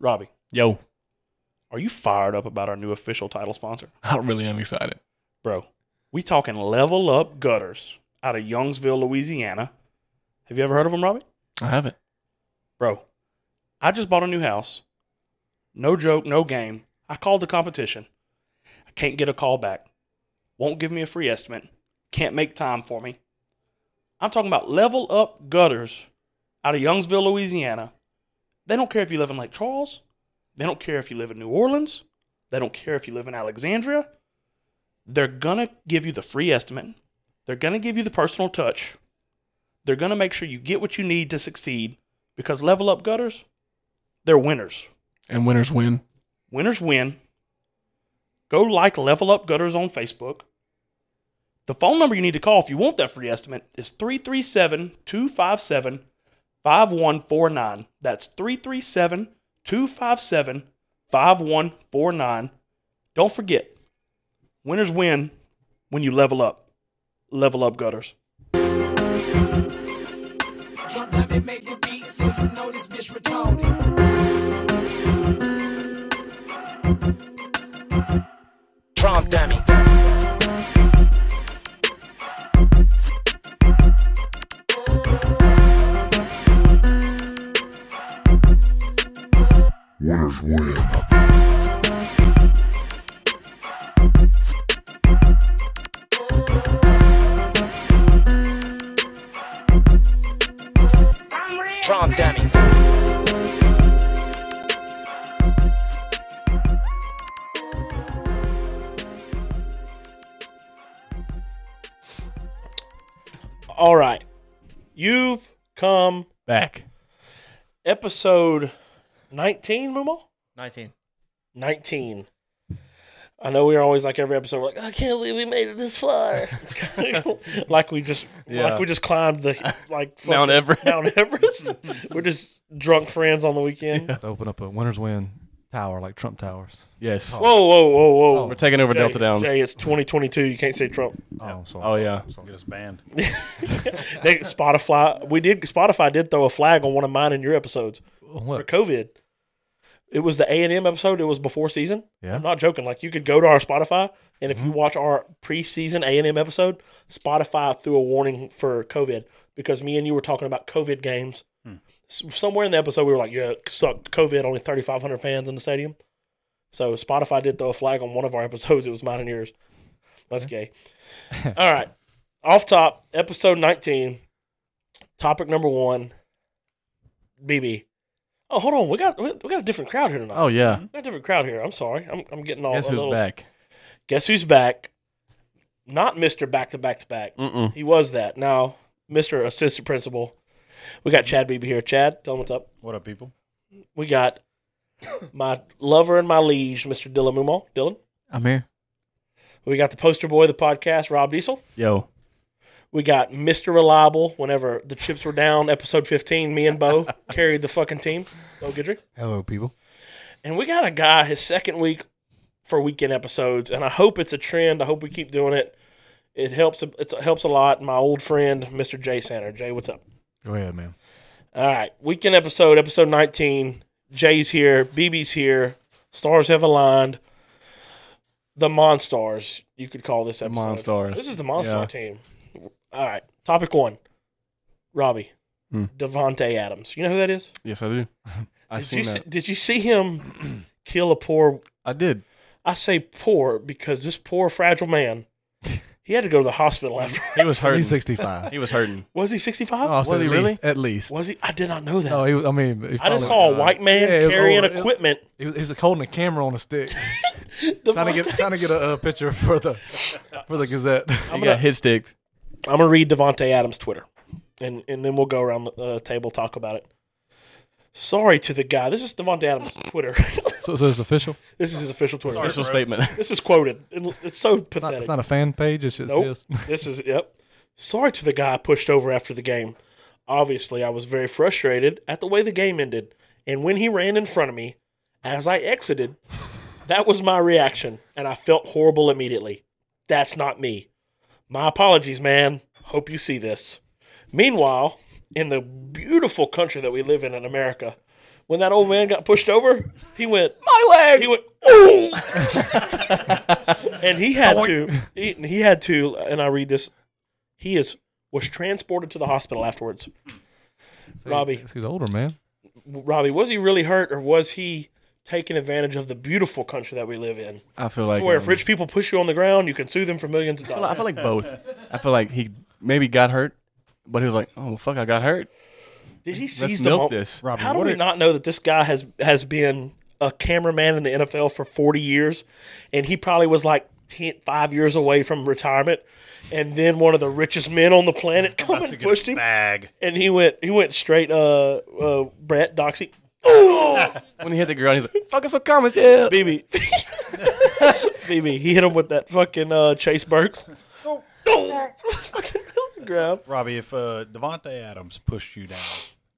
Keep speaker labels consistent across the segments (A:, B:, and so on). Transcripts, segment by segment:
A: Robbie,
B: Yo,
A: are you fired up about our new official title sponsor?
B: I really am excited.
A: Bro, we talking Level Up Gutters out of Youngsville, Louisiana. Have you ever heard of them, Robbie?
B: I have it.
A: Bro, I just bought a new house. No joke, no game. I called the competition. I can't get a call back. Won't give me a free estimate. Can't make time for me. I'm talking about Level Up Gutters out of Youngsville, Louisiana. They don't care if you live in Lake Charles. They don't care if you live in New Orleans. They don't care if you live in Alexandria. They're going to give you the free estimate. They're going to give you the personal touch. They're going to make sure you get what you need to succeed because level up gutters, they're winners.
B: And winners win.
A: Winners win. Go like Level Up Gutters on Facebook. The phone number you need to call if you want that free estimate is 337 257 5149. That's 337 257 5149. Don't forget, winners win when you level up. Level Up Gutters.
C: Jump up and make the beat so you know this bitch retarded.
D: Drum dummy.
E: Winners win.
D: Drum dummy.
A: All right. You've come
B: Back.
A: episode 19, Mumo?
F: 19.
A: 19. I know we're always like every episode, we're like, I can't believe we made it this far. It's kind of like we just
F: Yeah.
A: like we just climbed the like fucking
B: Mount Everest.
A: Mount Everest. we're just drunk friends on the weekend.
G: To open up a winner's win tower like Trump towers.
B: Yes.
A: Whoa, whoa, whoa, whoa.
B: We're taking over
A: Jay-
B: Oh, Delta Downs.
A: Jay, it's 2022. You can't say Trump.
G: Oh, I'm sorry.
B: Oh, yeah.
G: I'm sorry.
H: Get us banned.
A: They, Spotify, we did. Spotify did throw a flag on one of mine and your episodes for
G: What?
A: COVID. It was the A and M episode. It was before season.
G: Yeah.
A: I'm not joking. Like you could go to our Spotify, and if you watch our preseason A and M episode, Spotify threw a warning for COVID because me and you were talking about COVID games. S- Somewhere in the episode, we were like, "Yeah, it sucked. COVID only 3,500 fans in the stadium." So Spotify did throw a flag on one of our episodes. It was mine and yours. That's gay. All right, off top episode 19, topic number one. BB. Oh, hold on. We got we we got a different crowd here tonight.
B: Oh, yeah.
A: Got a different crowd here. I'm sorry. I'm, I'm getting all.
B: Guess
A: Mm-hmm. a
B: who's
A: little-
B: back?
A: Guess who's back? Not Mister Back to Back to Back.
B: Mm-mm.
A: He was that. Now Mister Assistant Principal. We got Chad Beebe here. Chad, tell him what's up.
H: What up, people?
A: We got my lover and my liege, Mister Dylan Mumal. Dylan.
F: I'm here.
A: We got the poster boy of the podcast, Rob Diesel.
B: Yo.
A: We got Mr. Reliable. Whenever the chips were down, episode 15, me and Bo carried the fucking team. Bo Goodrick.
G: Hello, people.
A: And we got a guy his second week for weekend episodes, and I hope it's a trend. I hope we keep doing it. It helps. It helps a lot. My old friend, Mr. Jay Sander. Jay, what's up?
G: Go ahead, man.
A: All right, weekend episode, episode nineteen. Jay's here. BB's here. Stars have aligned. The Monstars, you could call this episode.
B: Monstars.
A: This is the Monstar
B: Yeah.
A: team. All right, topic one. Robbie,
B: Hmm.
A: Devonte Adams. You know who that is?
B: Yes, I do.
A: did
B: I
A: you
B: seen
A: see,
B: that.
A: did you see him kill a poor
B: I did.
A: I say poor because this poor fragile man, he had to go to the hospital after.
B: He was
G: He's
B: hurting.
G: 65.
B: He was hurting.
A: Was he
G: Oh,
A: 65?
G: I said
B: he
G: at least-
B: really?
G: At least.
A: was he? I did not know that.
G: No, he was, I mean, he
A: I
G: probably-
A: just saw a white man
G: Yeah, it was
A: carrying
G: over- it-
A: equipment.
G: He was, he was holding a camera on a stick, trying to get trying to get a uh, picture for the for the Gazette.
B: He
A: gonna-
B: got hit sticked.
A: I'm gonna read Devonte Adams' Twitter, and and then we'll go around the uh, table talk about it. Sorry to the guy. This is Devonte Adams' Twitter.
G: So, so it's official.
A: this is his official Twitter. This
B: Official
A: is,
B: statement.
A: this is quoted. It- it's so
G: It's not,
A: pathetic.
G: it's not a fan page. It's just
A: Nope.
G: his.
A: This is yep. Sorry to the guy I pushed over after the game. Obviously, I was very frustrated at the way the game ended, and when he ran in front of me, as I exited, that was my reaction, and I felt horrible immediately. That's not me. My apologies, man. Hope you see this. Meanwhile, in the beautiful country that we live in in America,
I: When that old man got pushed over, he went,
B: My leg.
I: he went, ooh, and he had to, he, he had to, and I read this, he is was transported to the hospital afterwards. Robbie,
G: He's older, man.
I: Robbie, was he really hurt, or was he taking advantage of the beautiful country that we live in,
B: I feel like
I: where if
B: um,
I: rich people push you on the ground, you can sue them for millions of
B: I
I: dollars?
B: feel like both. I feel like he maybe got hurt, but he was like, "Oh well, fuck, I got hurt.
I: Did he
B: Let's
I: seize the
B: milk
I: moment?
B: this."
G: Robbie,
I: How do
G: what
I: we
G: are-
I: not know that this guy has has been a cameraman in the NFL for 40 years and he probably was like 10, 5 years away from retirement and then one of the richest men on the planet come and pushed him
J: Bag.
I: and he went he went straight uh uh Brett Doxy
B: When he hit the ground, he's like, "Fucking some comments, yeah."
I: BB BB he hit him with that fucking uh Chase Burks ground
J: Robbie, if uh, Devonte Adams pushed you down,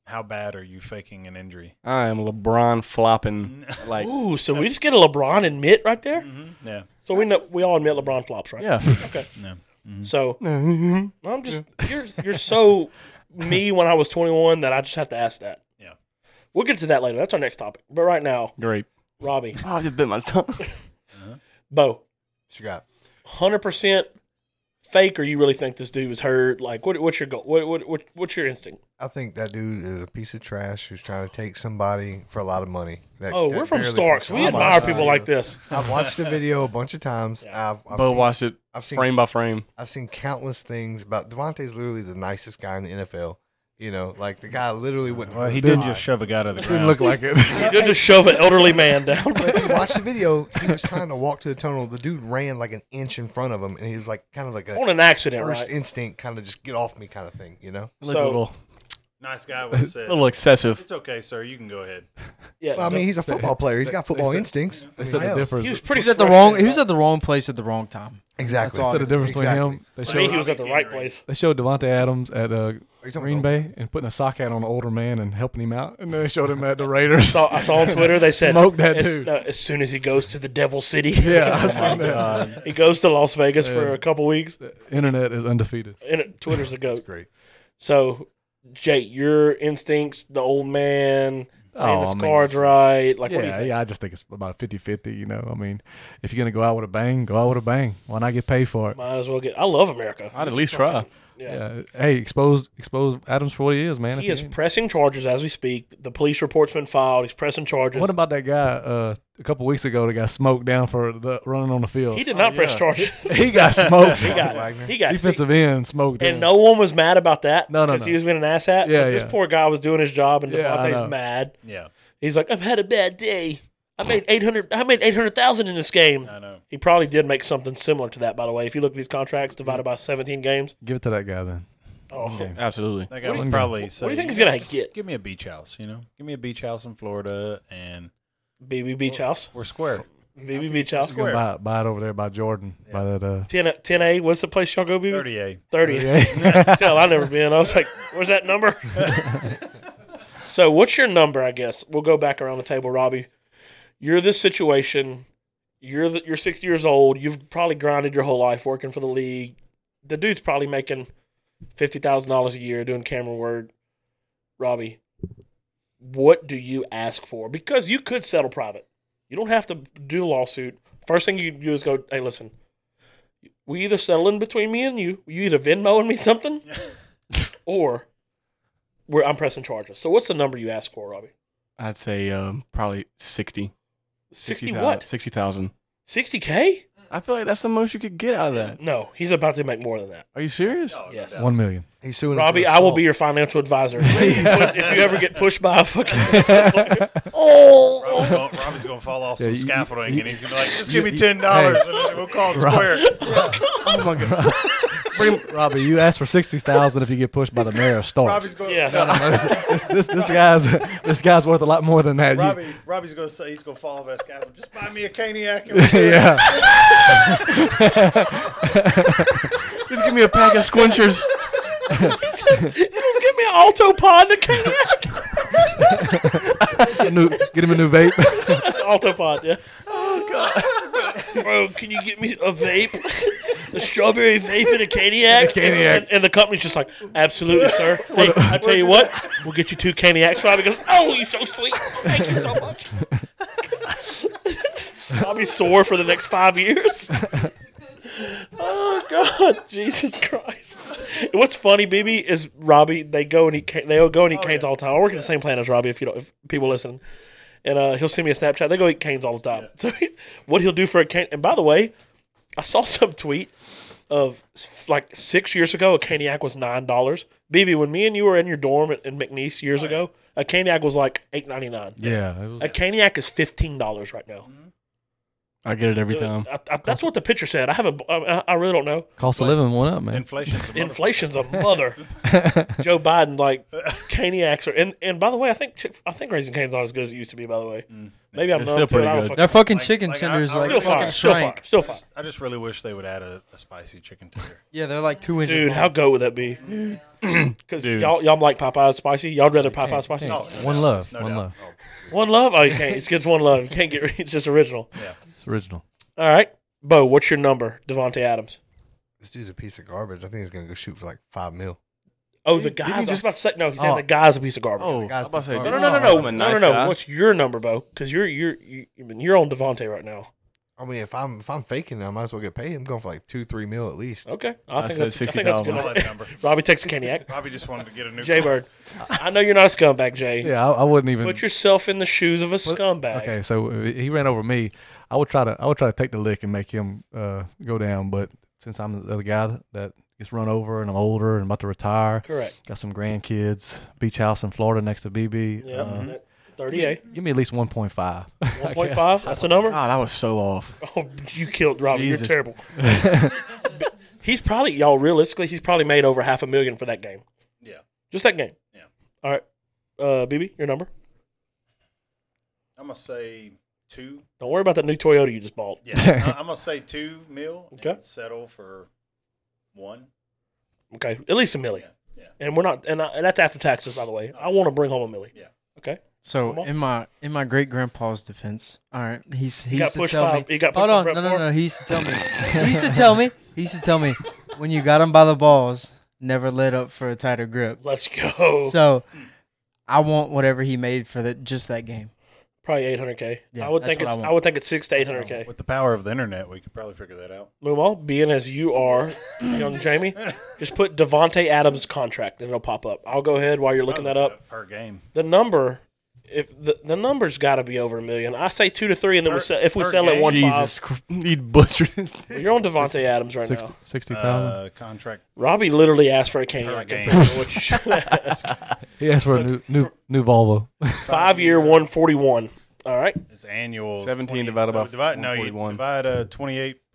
J: how bad are you faking an injury?
B: I am LeBron flopping. Like,
I: ooh so we just get a LeBron admit right there
B: Mm-hmm.
J: Yeah.
I: so we know we all admit LeBron flops right
B: yeah, Mm-hmm.
I: So I'm just you're you're so me when I was 21 that I just have to ask that.
J: Yeah.
I: We'll get to that later. That's our next topic. But right now,
B: great.
I: Robbie,
B: Oh, I just bit my tongue.
I: Bo,
J: What you got?
I: 100% fake or you really think this dude was hurt? Like what what's your goal? What what, what what's your instinct?
K: I think that dude is a piece of trash who's trying to take somebody for a lot of money. That-
I: Oh,
K: that
I: we're from
K: barely-
I: Starks. We
K: I'm
I: admire
K: outside,
I: people
K: yeah.
I: like this.
K: I've watched the video a bunch of times. I've, I've,
B: Bo
K: seen,
B: watched it
K: I've seen-
B: frame by frame.
K: I've seen countless things about Devontae's literally the nicest guy in the NFL. You know, like the guy literally wouldn't.
J: Well,
K: hurt
J: he
K: a
J: did
K: fly.
J: just shove a guy to the
K: Didn't
J: ground.
K: look like it.
I: You did just shove an elderly man down.
K: But if you watch the video, he was trying to walk to the tunnel. The dude ran like an inch in front of him, and he was like kind of like a
I: on an accident,
K: first
I: right?
K: instinct, kind of just get off me kind of thing, you know?
B: Looked a
I: So-
B: little,
J: nice guy would have
B: a
J: said,
B: little excessive.
J: "It's okay, sir. You can go ahead."
I: Yeah.
K: Well, I mean, he's a football player. He's got football
G: said-
K: instincts.
G: They said the
K: Yes.
G: difference.
I: he was
G: They
I: pretty
L: He was at the
I: frustrated.
L: wrong. He was at the wrong place at the wrong time.
K: Exactly.
L: That's all
G: said the difference
K: Exactly.
G: between him. They
I: For me,
G: showed,
I: he was at the
J: Robbie
I: right
J: Kinnear.
I: place.
G: they showed Devontae Adams at uh,
K: you talking
G: Green
K: about-
G: Bay and putting a sock hat on an older man and helping him out, and then they showed him at the Raiders.
I: Saw, I saw on Twitter they said
G: Smoke that
I: as,
G: dude.
I: no, as soon as he goes to the Devil City.
G: yeah,
I: oh
G: I seen that.
I: He goes to Las Vegas for a couple weeks,
G: Internet is undefeated.
I: and it- Twitter's a goat.
K: great.
I: So, Jake, your instincts, the old man, playing
G: Oh,
I: his
G: I mean-
I: cards right. Like, what do you
G: Yeah,
I: think?
G: yeah, I just think it's about 50-50, you know. I mean, if you're gonna go out with a bang, go out with a bang. Why not get paid for it?
I: Might as well get. I love America.
B: I'd at least try.
I: Yeah.
G: Yeah. Hey, expose expose Adams for what he is, man. If
I: He is
G: ain't-
I: pressing charges as we speak. The police report's been filed. He's pressing charges.
G: What about that guy uh, a couple weeks ago that got smoked down for the running on the field?
I: he did not press charges.
G: He got smoked.
I: he got.
K: Wagner.
I: He got.
G: defensive end smoked.
I: and
G: down.
I: no one was mad about that.
G: No, no,
I: Because
G: no.
I: he was being an asshat.
G: Yeah,
I: But This
G: yeah.
I: poor guy was doing his job, and
G: Yeah, I know.
I: Devontae's mad.
J: Yeah,
I: He's like, I've had a bad day. I made eight hundred. I made eight hundred thousand in this game.
J: I know.
I: He probably did make something similar to that, by the way. If you look at these contracts divided by seventeen games,
G: give it to that guy then.
I: oh,
B: Absolutely.
J: That guy
I: What do
J: would
G: you-
J: probably
I: what
J: say,
I: do you think he's gonna
J: just
I: get?
J: Give me a beach house, you know. Give me a beach house in Florida, and
I: BB Beach House,
J: we're square.
I: BB Beach House,
G: He's gonna buy it, buy it over there by Jordan. By that. Uh,
I: 10, 10 A. What's the place y'all go, BB?
J: Thirty A.
I: Thirty.
G: yeah.
I: Tell I never been. I was like, where's that number? so what's your number? I guess we'll go back around the table, Robbie. You're this situation. You're the, you're 60 years old. You've probably grinded your whole life working for the league. The dude's probably making fifty thousand dollars a year doing camera work. Robbie, what do you ask for? Because you could settle private. You don't have to do a lawsuit. First thing you do is go, hey, listen. We either settle in between me and you. You either Venmoing me something, or we're, I'm pressing charges. So what's the number you ask for, Robbie?
B: I'd say um, probably 60.
I: 60 what?
B: 60,000.
I: 60K?
B: I feel like that's the most you could get out of that.
I: No, he's about to make more than that.
B: Are you serious?
I: Yes.
G: One million.
K: He's suing him for
I: Robbie, I will
K: assault.
I: be your financial advisor. if you ever get pushed by a fucking.
J: Robin's gonna, Robin's gonna fall off
G: Yeah,
J: some
G: you-
J: scaffolding,
G: you-
J: and he's gonna be like, "Just
G: you-
J: give me
G: you-
J: ten dollars, and we'll call it square."
G: Oh my god. Bring, Robbie, you asked for sixty thousand if you get pushed by the mayor of
J: Robbie's
G: Starks.
J: gonna,
I: yeah.
G: this, this this guy's this guy's worth a lot more than that. You-
J: Robbie, Robbie's gonna say he's gonna fall off that scaffold. Just buy me a caniac. And we'll
G: yeah.
B: Just give me a pack of squinchers.
I: Give me an Alto Pod to come out.
G: A new- get him a new vape.
I: It's Alto Pod, yeah. Oh, God. Bro, can you get me a vape? A strawberry vape and a caniac?
G: Caniac.
I: And, and the company's just like, absolutely, sir. Hey, I tell you what, we'll get you two caniacs. Robbie goes, oh, you're so sweet. Thank you so much. I'll be sore for the next five years. oh God, Jesus Christ! And what's funny, BB, is Robbie. They go and he ca- they go and eat canes all the time. I work in the same plant as Robbie. If you don't, if people listen, and uh, he'll send me a Snapchat. They go eat canes all the time. So he- what he'll do for a cane? And by the way, I saw some tweet of s- like six years ago, a caniac was nine dollars. BB, when me and you were in your dorm in, in McNeese years ago, a caniac was like eight ninety nine.
G: Yeah, it was,
I: A caniac is fifteen dollars right now.
B: I get it every time.
I: I, I, that's what the picture said. I haven't. I- I, I really don't know.
L: Cost of living went up, man.
J: Inflation's a
I: Inflation's a mother. Joe Biden, like caniacs are. And, and by the way, I think Chick- I think Raising Cane's not as good as it used to be. By the way, Mm. maybe I'm
B: It's
I: numb
B: still
I: to it.
B: pretty
I: I don't
B: good.
I: fucking-
L: That fucking
J: Like-
L: chicken
J: like,
L: tender
J: I-
L: is
J: I
L: like
I: still
J: was
L: fucking
I: fire. Still fire.
L: shrank.
I: Still
J: motherfucker.
I: fire.
J: I just really wish they would add a, a spicy chicken tender.
L: Yeah, they're like two inches.
I: Dude,
L: long.
I: how good would that be? Because y'all y'all like Popeye's spicy. Y'all rather Popeye's spicy.
J: Oh, no
G: One
J: doubt.
G: love,
J: No
G: one
J: doubt.
G: love.
J: Oh,
I: One love. Oh, you can't. It's gets one love. You can't get. It's just original.
G: it's original.
I: All right, Bo. What's your number, Devonte Adams?
K: This dude's a piece of garbage. I think he's gonna go shoot for like five mil.
I: Oh, the guys. I was about to say. No, he's saying the guy's a piece of garbage.
B: Oh,
K: Guys,
B: I was about to say,
K: no,
I: No, no,
B: dude,
I: no, no,
B: I'm
I: no,
B: a
I: no,
B: nice
I: no, no.
B: guy.
I: What's your number, Bo? Because you're you're you, I mean, you're on Devonte right now.
K: I mean, if I'm if I'm faking, it, I might as well get paid. I'm going for like two, three mil at least.
I: Okay, I, think
B: said
I: that's I think that's
B: 60,000.
I: a good.
J: I
I: number.
J: love that number.
I: Robbie takes a Caniac.
J: Probably just wanted to get a new.
I: Jay Bird, I know you're not a scumbag, Jay.
G: Yeah, I, I wouldn't even.
I: Put yourself in the shoes of a scumbag.
G: Okay, so if he ran over me. I would try to I would try to take the lick and make him uh, go down, but since I'm the other guy that gets run over and I'm older and about to retire,
I: Correct.
G: got some grandkids, beach house in Florida next to BB.
I: Yep.
G: uh,
I: that- 38.
G: give me at least 1.5.
I: 1.5. That's the number.
B: God, I Ah, was so off.
I: Oh, you killed Robbie. You're
G: Jesus.
I: terrible. he's probably y'all. Realistically, he's probably made over half a million for that game.
J: Yeah.
I: Just that game.
J: Yeah.
I: All right, uh, BB, your number.
J: I'm gonna say two.
I: Don't worry about that new Toyota you just bought.
J: Yeah, I- I'm gonna say two mil. and
I: Okay.
J: Settle for one.
I: Okay, at least a milli.
J: Yeah. Yeah.
I: And we're not, and, I, and that's after taxes, by the way. I want to bring home a milli.
J: Yeah.
I: Okay.
L: So
I: Come on.
L: in my in my great grandpa's defense, all right, he's he,
I: got
L: used to
I: pushed
L: tell
I: by-
L: me.
I: he got pushed
L: hold
I: by
L: on,
I: Brett
L: no, no,
I: Favre?
L: no. He used to tell me. he used to tell me. He used to tell me when you got him by the balls, never let up for a tighter grip.
I: Let's go.
L: So I want whatever he made for that just that game.
I: probably 800k.
L: Yeah,
I: I would
L: that's
I: think
L: what
I: it's.
L: I
I: I,
L: want.
I: would think it's six to 800k.
J: With the power of the internet, we could probably figure that out.
I: Moomaw, being as you are, young Jamie, just put Devonte Adams contract and it'll pop up. I'll go ahead while you're looking that up.
J: per game.
I: The number, if the the number's got to be over a million. I say two to three, and then we
J: Per-
I: sell, if we
J: per
I: sell at
J: game?
I: one five,
B: Jesus, Christ, he butchered it.
I: Well, you're on Devonte Adams right now.
G: 60,000.
J: Uh, contract.
I: Robbie literally asked for a caniac.
J: game.
I: compared to what you should ask.
G: he asked for a new new new Volvo.
I: Five year, one forty one. All right.
J: It's annual. is
B: 17
J: 20
B: divided by
J: divide, no, you
B: 141.
J: divide uh,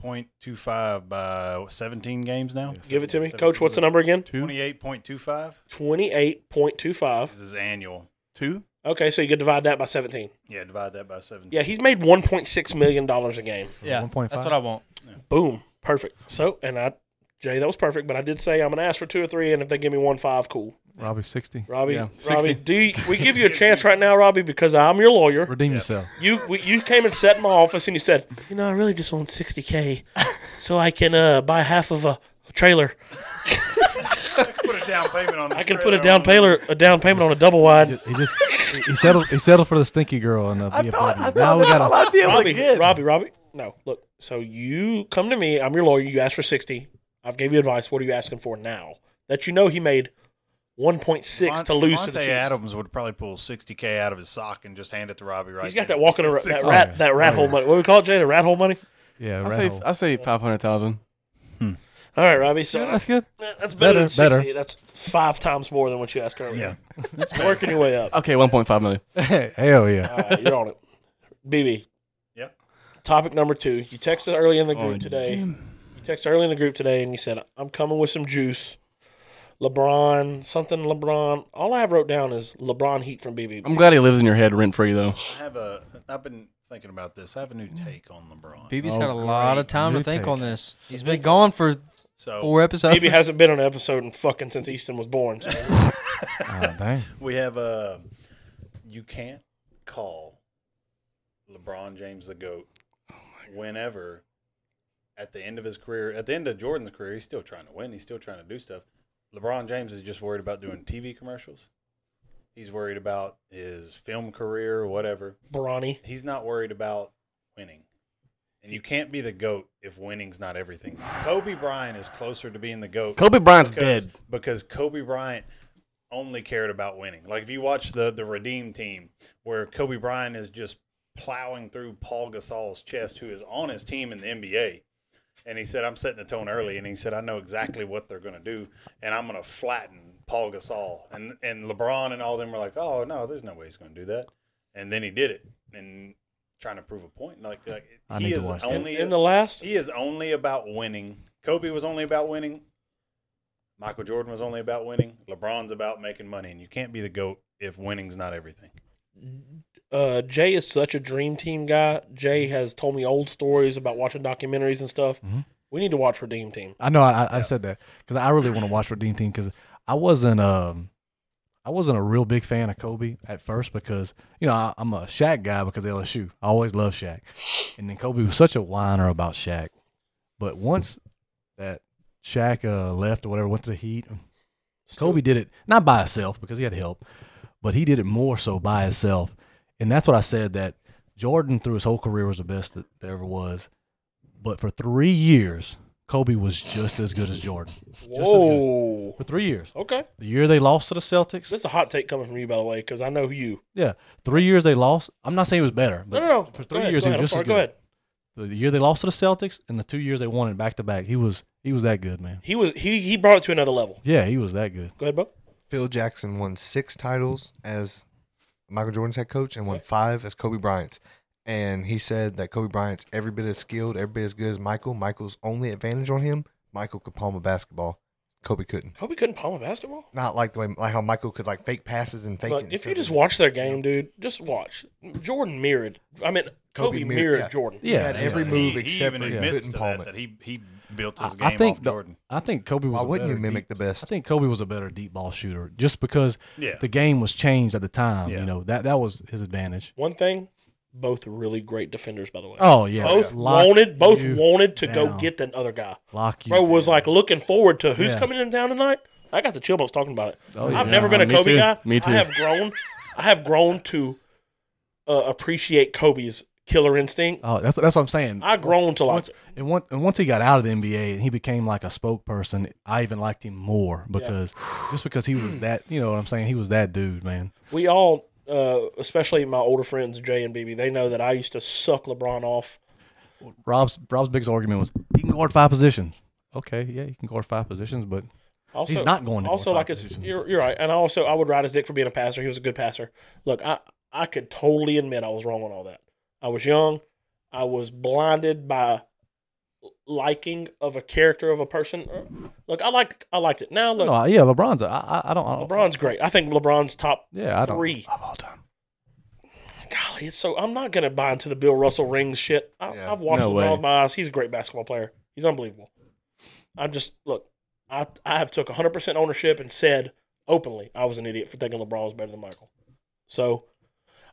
J: 28.25 by what, 17 games now.
I: Give it to me, Coach. What's the number again?
J: 28.25.
I: Twenty eight point two five.
J: This is annual.
B: Two?
I: Okay, so you could divide that by 17.
J: Yeah, divide that by 17.
I: Yeah, he's made 1.6 million dollars a game.
L: Yeah,
G: 1.5.
L: that's what I want.
I: Boom, perfect. So, and I, Jay, that was perfect. But I did say I'm gonna ask for two or three, and if they give me one five, cool.
G: Robbie 60.
I: Robbie,
B: Yeah,
I: Robbie,
B: 60.
I: do you, we give you a chance right now, Robbie? Because I'm your lawyer.
G: Redeem yourself.
I: You we, you came and sat in my office, and you said, you know, I really just want 60k, so I can uh, buy half of a trailer.
J: Put a down payment on.
I: I can put a down payler, a down payment on a double wide.
G: He just he- he settled he settled for the stinky girl in the VFW. now we got a,
I: Robbie, Robbie, Robbie. No, look. So you come to me. I'm your lawyer. You asked for sixty. I've gave you advice. What are you asking for now? That you know he made one point six to lose to the Chiefs.
J: Adams would probably pull 60K out of his sock and just hand it to Robbie right
I: He's got
J: there.
I: that walking around, that
J: Six-
I: rat, that rat hole money. What do we call it, Jay? The rat hole money.
G: yeah,
B: I
G: rat
B: say,
G: hole.
B: I say 500,000. Hmm.
I: All right, Robbie. So
G: Yeah, that's good.
I: Eh, that's better. than
G: Better, better.
I: 60. That's five times more than what you asked earlier. Yeah, working your way up.
B: Okay, 1.5 million.
G: Hell yeah.
I: All right, you're on it, BB.
J: Yeah.
I: Topic number two. You texted early in the group
B: Oh,
I: today. You texted early in the group today, and you said, "I'm coming with some juice." LeBron, something LeBron. All I have wrote down is LeBron heat from BB.
B: I'm glad he lives in your head rent free, though.
J: I have a. I've been thinking about this. I have a new
I: Mm-hmm.
J: take on LeBron.
L: BB's
G: Oh,
L: had a lot of time
G: New
L: to think
G: take.
L: on this. He's been gone for
I: Oh.
J: So
L: four episodes.
I: BB hasn't been on an episode in fucking since Easton was born. So
G: Ah, dang.
J: we have a. You can't call LeBron James the goat whenever. At the end of his career, at the end of Jordan's career, he's still trying to win. He's still trying to do stuff. LeBron James is just worried about doing TV commercials. He's worried about his film career or whatever.
I: Brawny.
J: He's not worried about winning. And you can't be the GOAT if winning's not everything. Kobe Bryant is closer to being the GOAT.
B: Kobe Bryant's
J: because,
B: dead.
J: because Kobe Bryant only cared about winning. Like if you watch the the Redeem team, where Kobe Bryant is just plowing through Paul Gasol's chest, who is on his team in the NBA, and he said, "I'm setting the tone early," and he said, "I know exactly what they're going to do, and I'm going to flatten Paul Gasol." And and LeBron and all them were like, "Oh no, there's no way he's going to do that," and then he did it, and trying to prove a point. Like, like
G: I
J: he
G: need to
J: is
G: watch that.
J: only
A: In the last,
J: he is only about winning. Kobe was only about winning. Michael Jordan was only about winning. LeBron's about making money, and you can't be the goat if winning's not everything.
I: Uh, Jay is such a dream team guy. Jay
G: Mm-hmm.
I: has told me old stories about watching documentaries and stuff. We need to watch Redeem Team.
G: I know I, I said that because I really want to watch Redeem Team because I wasn't um I wasn't a real big fan of Kobe at first because you know I, I'm a Shaq guy because LSU. I always loved Shaq, and then Kobe was such a whiner about Shaq. But once that Shaq uh, left or whatever, went to the Heat, um, Kobe did it not by himself because he had help, but he did it more so by himself, and that's what I said that Jordan through his whole career was the best that there ever was, but for three years. Kobe was just as good as Jordan. Just as good.
I: Whoa.
G: For three years.
I: Okay.
G: The year they lost to the Celtics.
I: This is a hot take coming from you, by the way, because I know you.
G: Yeah. Three years they lost. I'm not saying it was better, but
I: No, no, no.
G: for
I: Go
G: three
I: ahead,
G: years
I: go
G: he
I: ahead. I'm
G: was
I: sorry,
G: just as
I: Go
G: good.
I: ahead.
G: The year they lost to the Celtics and the two years they won it back to back. He was he was that good, man.
I: He was he he brought it to another level.
G: Yeah, he was that good.
I: Go ahead, Bo.
K: Phil Jackson won six titles as Michael Jordan's head coach and won five as Kobe Bryant's. And he said that Kobe Bryant's every bit as skilled, every bit as good as Michael. Michael's only advantage on him, Michael could palm a basketball. Kobe couldn't.
I: Kobe couldn't palm a basketball.
K: Not like the way, like how Michael could like fake passes and fake. it
I: Look,
K: and
I: if you
K: stuff.
I: just watch their game, dude, just watch. Jordan mirrored. I mean, Kobe,
K: Kobe mirrored-
I: mirrored,
K: yeah.
I: Jordan.
K: he
G: Yeah.
K: had every
J: He-
K: move
J: he
K: except
J: even
K: for
J: admits
K: couldn't
J: to
K: palm
J: that,
K: it.
J: that he he built his
G: I,
J: game
G: I think
J: off
G: the-
J: Jordan.
G: I think Kobe was
K: Why
G: a
K: wouldn't you
G: better
K: mimic
G: deep-
K: the best?
G: I think Kobe was a better deep ball shooter just because
J: Yeah.
G: the game was changed at the time.
J: Yeah.
G: You know, that that was his advantage.
I: One thing, both really great defenders, by the way.
G: Oh yeah.
I: both
G: Lock
I: wanted, both
G: you
I: wanted to go
G: down.
I: get that other guy.
G: Lock you
I: Bro was like looking forward to who's
G: Yeah.
I: coming in town tonight. I got the chill bumps talking about it.
B: Oh,
I: I've
B: yeah.
I: never
G: Uh,
I: been a
B: Me
I: Kobe
B: too.
I: guy.
B: Me too.
I: I have grown. I have grown to uh, appreciate Kobe's killer instinct.
G: Oh, that's that's what I'm saying.
I: I grown to like
G: once,
I: it.
G: and, once, and once he got out of the NBA and he became like a spokesperson, I even liked him more because just because he was that, you know what I'm saying? He was that dude, man.
I: We all, uh, especially my older friends Jay and BB, they know that I used to suck LeBron off.
G: Rob's Rob's biggest argument was he can guard five positions. Okay, yeah, he can guard five positions, but
I: Also,
G: He's not going to
I: also
G: more
I: like it's
G: competitions.
I: you're, you're right, and also I would ride his dick for being a passer. He was a good passer. Look, I I could totally admit I was wrong on all that. I was young. I was blinded by liking of a character of a person. Look, I like I liked it. Now look,
G: no, yeah, LeBron's. a- I I, I don't. I don't
I: LeBron's great. I think LeBron's top
G: yeah, I don't,
I: three.
G: of all time.
I: Golly, it's so I'm not gonna buy into the Bill Russell rings shit. I,
K: Yeah.
I: I've watched
B: No
I: LeBron
B: way.
I: with my eyes. He's a great basketball player. He's unbelievable. I'm just look. I I have took 100 percent ownership and said openly I was an idiot for thinking LeBron was better than Michael. So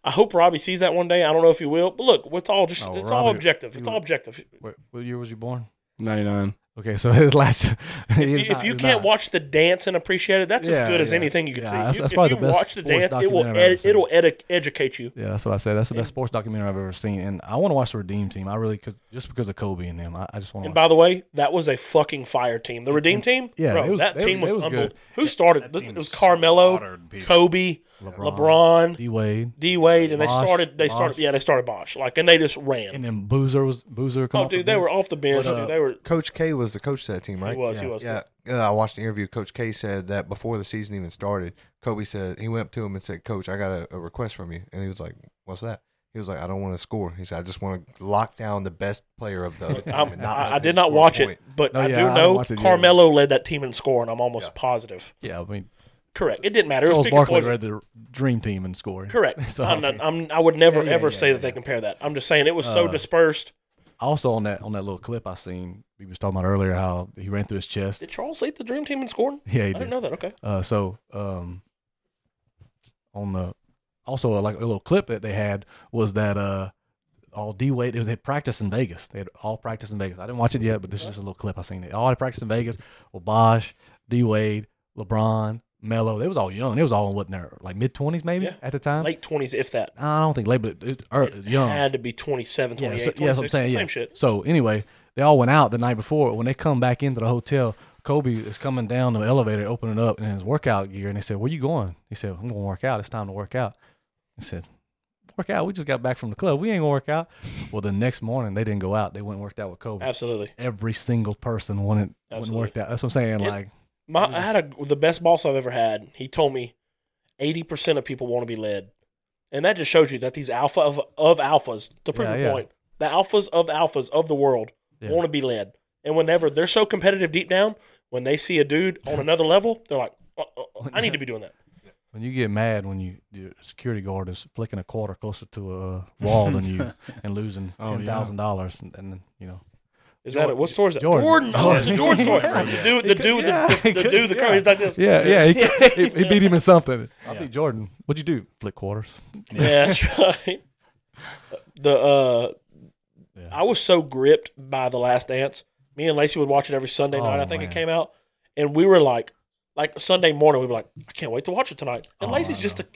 I: I hope Robbie sees that one day. I don't know if he will, but look, it's all just
G: Oh,
I: it's all
G: Robbie-
I: objective. It's
G: he
I: all
G: would-
I: objective.
G: Wait, what year was you born?
B: 99.
G: Okay, so his last.
I: If you, if you can't watch the dance and appreciate it, that's as
G: Yeah,
I: good as
G: yeah.
I: anything you can
G: Yeah,
I: see.
G: that's-
I: You-
G: that's
I: if
G: probably
I: you
G: the best
I: watch the
G: sports
I: dance, it will
G: documentary I've
I: ed,
G: ever
I: it'll edu- educate you.
G: Yeah, that's what I said. That's the best sports documentary I've ever seen, and I want to watch the Redeem Team. I really, cause just because of Kobe and them, I, I just want to.
I: And by the way, that was a fucking fire team. The Redeem team,
G: yeah,
I: bro,
G: it was-
I: that
G: they-
I: team
G: they
I: was,
G: was
I: unbelievable.
G: good.
I: Who started?
J: That
I: It
J: team
I: was Carmelo,
J: slaughtered people.
I: Kobe, LeBron,
G: D Wade,
I: D Wade, and they
G: Bosh,
I: started. They
G: Bosh.
I: started. Yeah, they started Bosh. Like, and they just
G: and
I: ran.
G: then Boozer was Boozer. come
I: Oh,
G: off the
I: dude, they
G: bench.
I: were off the bench. dude, they were.
K: Coach K was the coach of that team, right?
I: He was. He was.
K: Yeah, yeah, I watched an interview. Coach K said that before the season even started, Kobe said he went up to him and said, "Coach, I got a, a request from you," and he was like, "What's that?" He was like, "I don't want to score." He said, "I just want to lock down the best player of the." Other team
I: I'm,
K: and not let
I: I, I
K: them
I: did not
K: score a
I: watch
K: point."
I: it, but
G: No,
I: I
G: yeah,
I: do
G: I
I: know
G: watched it, yeah.
I: Carmelo led that team in scoring. I'm almost positive.
G: Yeah, I mean,
I: Correct. It didn't matter. It was
G: Charles
I: pick your
G: Barkley
I: poison.
G: read the Dream Team and scored.
I: Correct.
G: So,
I: I'm not, I'm, I would never
G: Yeah, yeah,
I: ever
G: yeah,
I: say that they compare that. I'm just saying it was so
G: Uh,
I: dispersed.
G: Also on that on that little clip I seen, we was talking about earlier how he ran through his chest.
I: Did Charles lead the dream team in scoring?
G: Yeah,
I: I
G: he
I: didn't
G: did.
I: know that. Okay.
G: Uh, so um, on the also uh, like a little clip that they had was that uh all D Wade they had practice in Vegas. They had all practice in Vegas. I didn't watch it yet, but this is just a little clip I seen. They all had practice in Vegas with Bosh, D Wade, LeBron, Melo. They was all young. They was all what in their like mid twenties maybe
I: Yeah.
G: at the time.
I: Late 20s, if that.
G: I don't think late, but it's er, young.
I: Had to be 27, 28,
G: yeah, so, yeah, that's what I'm
I: 26,
G: saying.
I: Same
G: yeah.
I: shit.
G: So anyway, they all went out the night before. When they come back into the hotel, Kobe is coming down the elevator, opening up in his workout gear, and they said, "Where you going?" He said, "I'm going to work out. It's time to work out." I said, "Work out? We just got back from the club. We ain't gonna work out." Well, the next morning they didn't go out. They went and worked out with Kobe.
I: Absolutely.
G: Every single person wanted went and
I: Absolutely.
G: worked out. That's what I'm saying.
I: Yeah.
G: Like,
I: My, I had a, the best boss I've ever had. He told me 80% of people want to be led. And that just shows you that these alpha of, of alphas, to prove
G: Yeah,
I: a
G: yeah.
I: point, the alphas of alphas of the world
G: Yeah.
I: want to be led. And whenever they're so competitive deep down, when they see a dude on another level, they're like, uh, uh, I need to be doing that.
G: When you get mad when you your security guard is flicking a quarter closer to a uh, wall than you and losing
B: Oh, yeah.
G: ten thousand dollars, and, and then, you know
I: Is that it? What store is that?
G: Jordan.
I: Jordan. Oh, it's a Jordan
G: Jordan.
I: store. The
G: Yeah.
I: dude, the
G: He
I: dude,
G: could- yeah,
I: the,
G: he
I: the
G: could-
I: dude, the
G: yeah.
I: yeah. he's like this.
G: Yeah, yeah. He, he, he beat him in something. I think Jordan. What'd you do? Flick quarters.
I: Yeah, that's right. The uh,
G: Yeah.
I: I was so gripped by The Last Dance. Me and Lacey would watch it every Sunday night.
G: Oh,
I: I think
G: man.
I: it came out, and we were like, like Sunday morning, we'd be like, I can't wait to watch it tonight. And
G: Oh,
I: Lacey's
G: I
I: just a,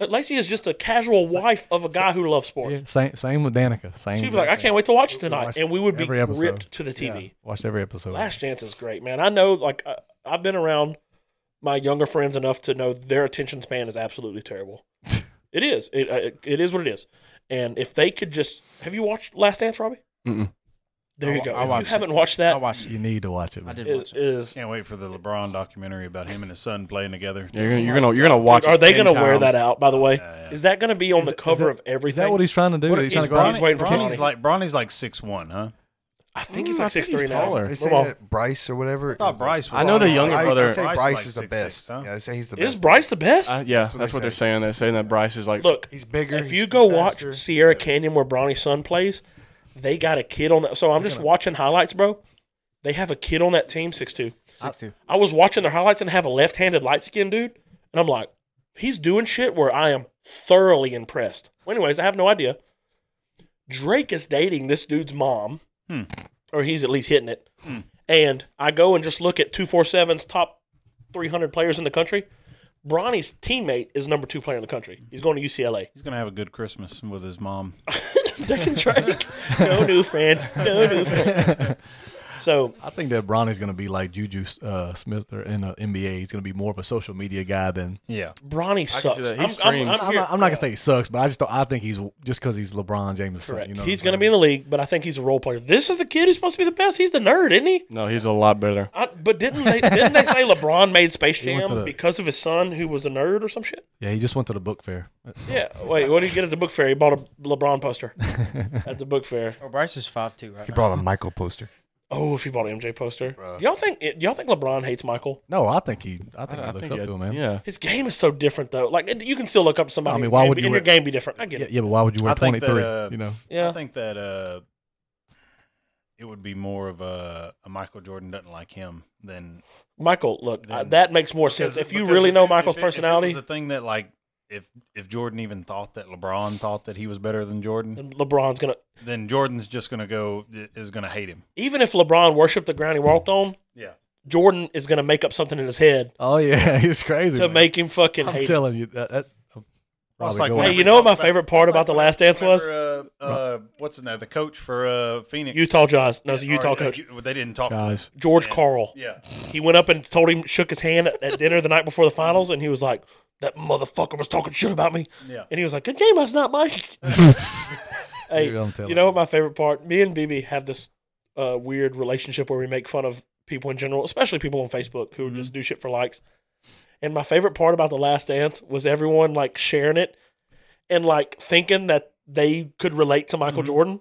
I: uh, Lacey is just a casual wife of a guy who loves sports.
G: Yeah, same same with Danica. Same.
I: She'd be like, I can't wait to watch it tonight,
G: watched
I: and we would be
G: every episode.
I: gripped to the TV.
G: Watched every episode.
I: Last Chance is great, man. I know, like, I, I've been around my younger friends enough to know their attention span is absolutely terrible. it is. It, it it is what it is. And if they could just, have you watched Last Dance, Robbie?
B: Mm-mm.
I: There
M: I
I: you
M: wa-
I: go.
M: I
I: if
M: watched
I: you haven't watched that,
M: I watched it.
G: You need to watch it.
M: I
G: Man.
M: did
I: is,
M: watch it.
I: is
J: Can't wait for the LeBron documentary about him and his son playing together.
B: You're gonna, you're gonna, you're gonna watch.
I: are
B: it
I: they
B: 10
I: going to wear
B: times.
I: that out? By the way,
J: yeah.
I: is that going to be on the
G: is
I: cover
G: that-
I: of everything?
G: Is that what he's trying to do?
I: What
G: he's trying
I: is
G: to go. out-
I: Bronny- waiting for
J: Bronny's
I: Keanu.
J: like Bronny's like six one, huh?
I: I think he's
B: Mm, I
I: like
B: think
I: six three
B: he's
I: now.
B: taller.
K: They
I: Move
K: say
I: on.
K: that Bryce or whatever.
J: I thought
K: is-
J: Bryce. Was
B: I know the
J: like-
B: younger
K: Bryce-
B: brother-
K: They say Bryce,
J: like
K: is the
J: 6'6",
K: best.
J: huh?
K: Yeah, they say he's the best.
I: Is Bryce the best?
B: Uh, yeah, that's,
K: what
B: what,
K: they
B: they're
K: say.
B: saying. They're saying that Bryce is like.
I: Look,
K: He's bigger.
I: if
K: he's
I: you go
K: faster.
I: watch Sierra Canyon where Bronny's son plays, they got a kid on that. So I'm just watching highlights, bro. They have a kid on that team, six two.
L: Six two.
I: I was watching their highlights and have a left handed light skinned dude, and I'm like, he's doing shit where I am thoroughly impressed. Well, anyways, I have no idea. Drake is dating this dude's mom, or he's at least hitting it. And I go and just look at 247's top 300 players in the country. Bronny's teammate is number two player in the country. He's going to UCLA.
J: He's gonna have a good Christmas with his mom.
I: Deck and Drake. No new fans. No new fans. So
G: I think that Bronny's going to be like Juju uh, Smith or in the NBA. He's going to be more of a social media guy than.
J: Yeah,
I: Bronny sucks.
B: that. He
I: I'm- I'm,
B: streams.
I: I'm,
G: I'm
I: here-
G: not, I'm not gonna say he sucks, but I just don't, I think he's just because he's LeBron James.
I: Correct.
G: You know
I: he's going to be in the league, but I think he's a role player. This is the kid who's supposed to be the best. He's the nerd, isn't he?
B: No, he's a lot better.
I: I, but didn't they, didn't they say LeBron made Space
G: He went to
I: Jam
G: the-
I: because of his son who was a nerd or some shit?
G: yeah. He just went to the book fair.
I: Yeah. Wait, what did he get at the book fair? He bought a LeBron poster at the book fair.
L: Oh, Bryce is five two, right?
K: He brought a Michael poster.
I: Oh, if he bought an MJ poster. Y'all think y'all think LeBron hates Michael?
G: No, I think he. I think
B: I
G: he looks
B: think
G: up
B: it-
G: to him, man.
B: Yeah.
I: His game is so different though. Like and you can still look up to somebody.
G: I mean,
I: and
G: why
I: your
G: would
I: game-
G: you
I: and
G: wear-
I: your game be different? I get
G: Yeah,
I: it.
G: yeah, but why would you wear
J: I
G: twenty
J: think that,
G: three?
J: uh,
G: you know,
I: Yeah.
J: I think that uh, it would be more of a, a Michael Jordan doesn't like him than
I: Michael, look,
J: Then-
I: uh, that makes more sense.
J: Because-
I: If you
J: because
I: really
J: if-
I: know
J: if-
I: Michael's
J: if it- if it
I: personality,
J: was the thing that like if if Jordan even thought that LeBron thought that he was better than Jordan,
I: then LeBron's gonna.
J: then Jordan's just gonna go is gonna hate him.
I: Even if LeBron worshipped the ground he walked on,
J: Yeah,
I: Jordan is gonna make up something in his head
G: Oh yeah, he's crazy.
I: to
G: man.
I: make him fucking
G: I'm
I: hate.
G: telling you that. that I'm probably going-
I: Hey, you know what my favorite part about The Last Dance was?
J: Uh, uh, what's his name? The coach for uh, Phoenix,
I: Utah Jazz. No,
J: Yeah,
I: it's a Utah
J: or, uh,
I: coach.
J: U- They didn't talk.
G: guys.
I: George Carl.
J: Yeah,
I: He went up and told him, shook his hand at, at dinner the night before the finals, and he was like, "That motherfucker was talking shit about me."
J: Yeah.
I: And he was like, "Good game, that's not Mike." hey,
G: Dude, I'm telling
I: you know what my favorite part? Me and BB have this uh, weird relationship where we make fun of people in general, especially people on Facebook who just do shit for likes. And my favorite part about The Last Dance was everyone like sharing it and like thinking that they could relate to Michael Jordan.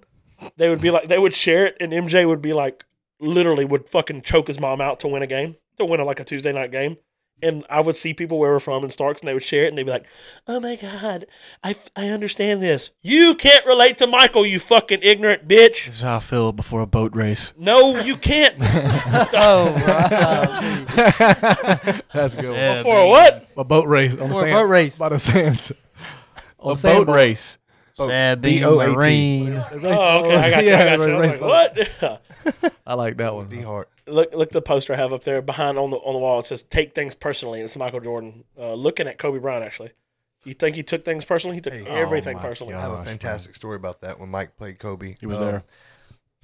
I: They would be like, they would share it, and MJ would be like, literally would fucking choke his mom out to win a game, to win a, like a Tuesday night game. And I would see people where we're from in Starks, and they would share it, and they'd be like, "Oh my god, I, f- I understand this. You can't relate to Michael, you fucking ignorant bitch.
B: This is how I feel before a boat race.
I: No, you can't.
L: Oh, wow.
G: That's a good. one.
L: Yeah,
I: For what?
G: A boat race on the
L: For a
G: sand.
L: boat race.
G: by the sand. On
B: A
G: the sand
B: boat race.
L: Sabine
K: B-O-A-T.
L: Marine.
I: Oh, okay, I got you. I
G: Yeah,
I: got you. I was
G: race
I: like,
G: boat.
I: what?
G: I like that one.
K: D Hart.
I: look look at the poster I have up there behind on the on the wall. It says "Take things personally." and It's Michael Jordan uh, looking at Kobe Bryant. Actually, you think he took things personally? He took
K: Hey.
I: everything
G: my
I: personally.
K: I have a
G: Gosh,
K: fantastic story about that when Mike played Kobe.
B: He was
K: Uh,
B: there.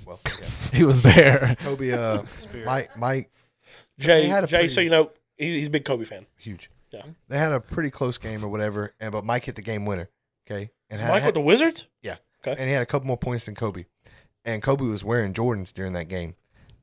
K: Well, yeah.
G: He was there.
K: Kobe, uh, Mike, Mike,
I: Jay,
K: They had
I: Jay,
K: a pretty-
I: so you know he's, he's a big Kobe fan.
K: huge.
I: Yeah.
K: They had a pretty close game or whatever, and but Mike hit the game winner. Okay, and
I: Is
K: had-
I: Mike with the Wizards?
K: and he had a couple more points than Kobe. And Kobe was wearing Jordans during that game.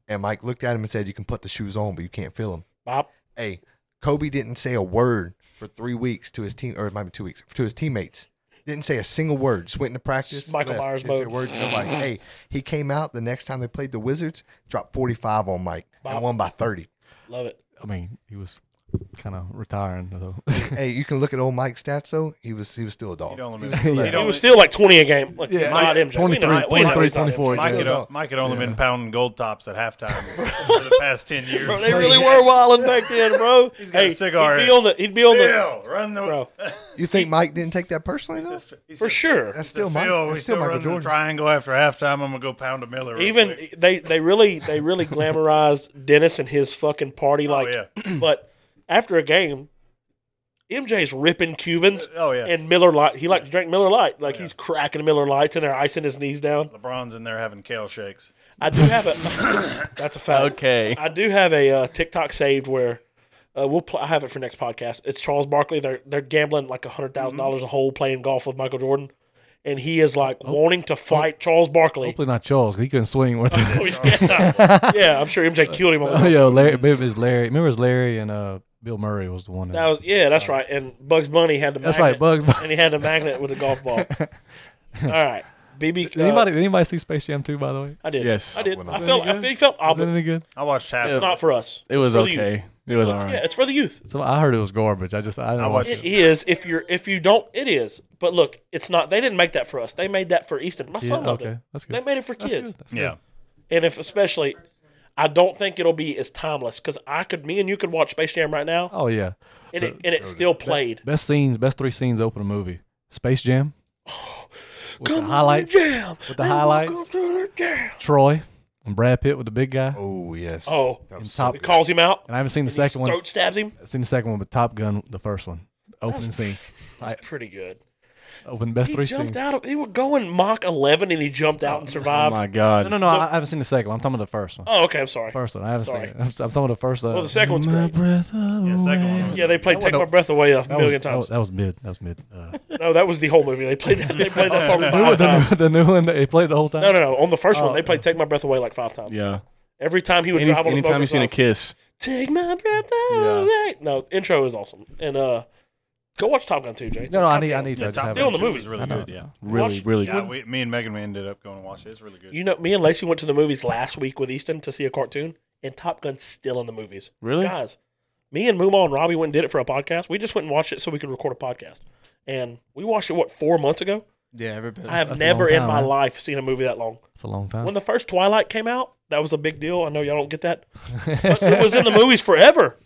K: And Mike looked at him and said, "You can put the shoes on, but you can't feel them."
I: Bob,
K: Hey, Kobe didn't say a word for three weeks to his team, or it might be two weeks to his teammates. Didn't say a single word. Just went into practice.
I: Michael Myers
K: didn't say a
I: mode.
K: word to nobody. hey, he came out the next time they played the Wizards, dropped forty five on Mike
I: Bob.
K: and won by thirty.
I: love it.
G: I mean, he was kind of retiring. So.
K: hey, you can look at old Mike's stats though. He was he was still a dog.
J: You don't
K: He
J: limit.
K: was still
G: Yeah.
K: that
J: You
I: He
J: don't-
I: was still like twenty a game. Like,
G: Yeah.
I: yeah, not MJ. We know,
G: 23,
I: we know he's not MJ.
G: 23, 24.
J: Mike,
K: Still
J: had,
K: don't.
J: Mike had only
G: Yeah.
J: been pounding gold tops at halftime for the past ten years.
I: They really were wilding back then, bro. he's
J: got a cigar
I: He'd
J: in.
I: be on the. He'd be on the.
J: Bill, run the
I: Bro,
K: You think Mike didn't take that personally though?
J: He said,
I: for sure.
K: That's
J: Still,
K: still Mike.
J: Phil, we
K: That's
J: still,
K: still Michael
J: run the
K: Jordan.
J: triangle after halftime. I'm gonna go pound a Miller. real
I: Even
J: quick.
I: they they really they really glamorized Dennis and his fucking
J: Oh,
I: party like but after a game MJ's ripping Cubans
J: Oh, yeah. Oh,
I: and Miller Light he liked to drink Miller Light like he's cracking Miller Lights and they're icing his knees down.
J: LeBron's in there having kale shakes.
I: I do have a that's a fact.
B: Okay.
I: I do have a uh, TikTok saved where uh, we'll pl- I have it for next podcast. It's Charles Barkley. They're they're gambling like hundred
J: Mm-hmm.
I: dollars a hole playing golf with Michael Jordan, and he is like
G: Oh.
I: wanting to fight Charles Barkley.
G: Hopefully not Charles. 'cause He couldn't swing worth it.
I: Oh, yeah. yeah, I'm sure MJ killed him. On
G: Oh,
I: that.
G: yo, Larry. Maybe it was Larry. Remember, it was Larry and uh, Bill Murray was the one.
I: that was yeah, that's right. And Bugs Bunny had the
G: That's
I: magnet,
G: right, Bugs Bunny.
I: and he had the magnet with a golf ball. All right, BB.
G: Did
I: uh,
G: anybody, did anybody see Space Jam 2, by the way?
I: I did.
B: Yes.
I: I did.
K: When
I: I
K: I-
I: felt. I fe- felt.
G: Was it
I: It's
G: any good?
J: I watched half. of
I: not
J: it.
I: for us.
B: It was
I: It's for the youth.
B: okay. It was all right.
I: Yeah, it's for the youth.
G: So I heard it was garbage. I just I didn't
J: I
G: watch
J: watched
G: it.
I: It is if you're if you don't it is. But look, it's not. They didn't make that for us. They made that for Easton. My
G: Yeah,
I: son loved
G: okay.
I: it.
G: That's good.
I: They made it for
G: That's
I: kids.
G: good. That's
J: yeah.
G: good.
I: And if especially, I don't think it'll be as timeless because I could me and you could watch Space Jam right now
G: Oh yeah.
I: and it and it still played.
G: Best scenes, best three scenes open a movie. Space Jam. With the
I: on,
G: highlights.
I: Jam.
G: With the highlights. Troy and Brad Pitt with the big guy.
K: Oh yes.
I: Oh,
K: That
G: And
K: was
G: Top
I: it calls him out.
G: And I haven't seen the
I: and he
G: second one.
I: Throat stabs him.
G: I've seen the second one, but Top Gun, the first one. Opening scene.
I: Pretty good.
G: Open best
I: He
G: three
I: jumped
G: scenes.
I: out. Of, he were going Mach 11 and he jumped out and
B: Oh
I: survived.
B: my God.
G: No, no, no. I I haven't seen the second one. I'm talking about the first one.
I: oh, okay. I'm sorry.
G: First one. I haven't
I: Sorry.
G: seen it. I'm, I'm talking about the first. Uh,
I: Well, the second one's
G: My
I: great.
G: breath
J: Yeah, second
G: away.
J: one. was-
I: Yeah, they played
G: That
I: "Take
G: one-
I: My Breath Away" a
G: That was,
I: million
G: that
I: times.
G: was- that was mid. That was mid. Uh,
I: No, that was the whole movie. They played that. They played that song
G: the, new one,
I: five
G: the,
I: times.
G: new, the new one. They played the whole time.
I: No, no, no. On the first one,
G: Oh,
I: they played "Take My Breath Away" like five times.
B: Yeah.
I: Every time he would
B: Any,
I: drive on the
B: anytime
I: smoking
B: you seen a
I: song,
B: kiss,
I: "Take My Breath
B: Yeah.
I: Away." No, intro is awesome. And uh, go watch Top Gun too, Jay.
G: No, no, I
I: Top
G: need, I
I: Gun.
G: need
J: Yeah,
G: that.
J: Top
I: Still in the
J: Gun
I: movies.
J: was really
G: I know.
J: good. Yeah.
B: really,
I: Watch-
B: really
J: Yeah,
B: good.
J: we, me and Megan ended up going to watch it. It's really good.
I: You know, me and Lacey went to the movies last week with Easton to see a cartoon, and Top Gun's still in the movies.
B: Really?
I: Guys, me and Moomaw and Robbie went and did it for a podcast. We just went and watched it so we could record a podcast. And we watched it, what, four months ago?
L: Yeah, everybody.
I: I have
G: That's a long
I: never in
G: time,
I: my
G: right?
I: life seen a movie that long.
G: It's a long time.
I: When the first Twilight came out, that was a big deal. I know y'all don't get that. But it was in the movies forever.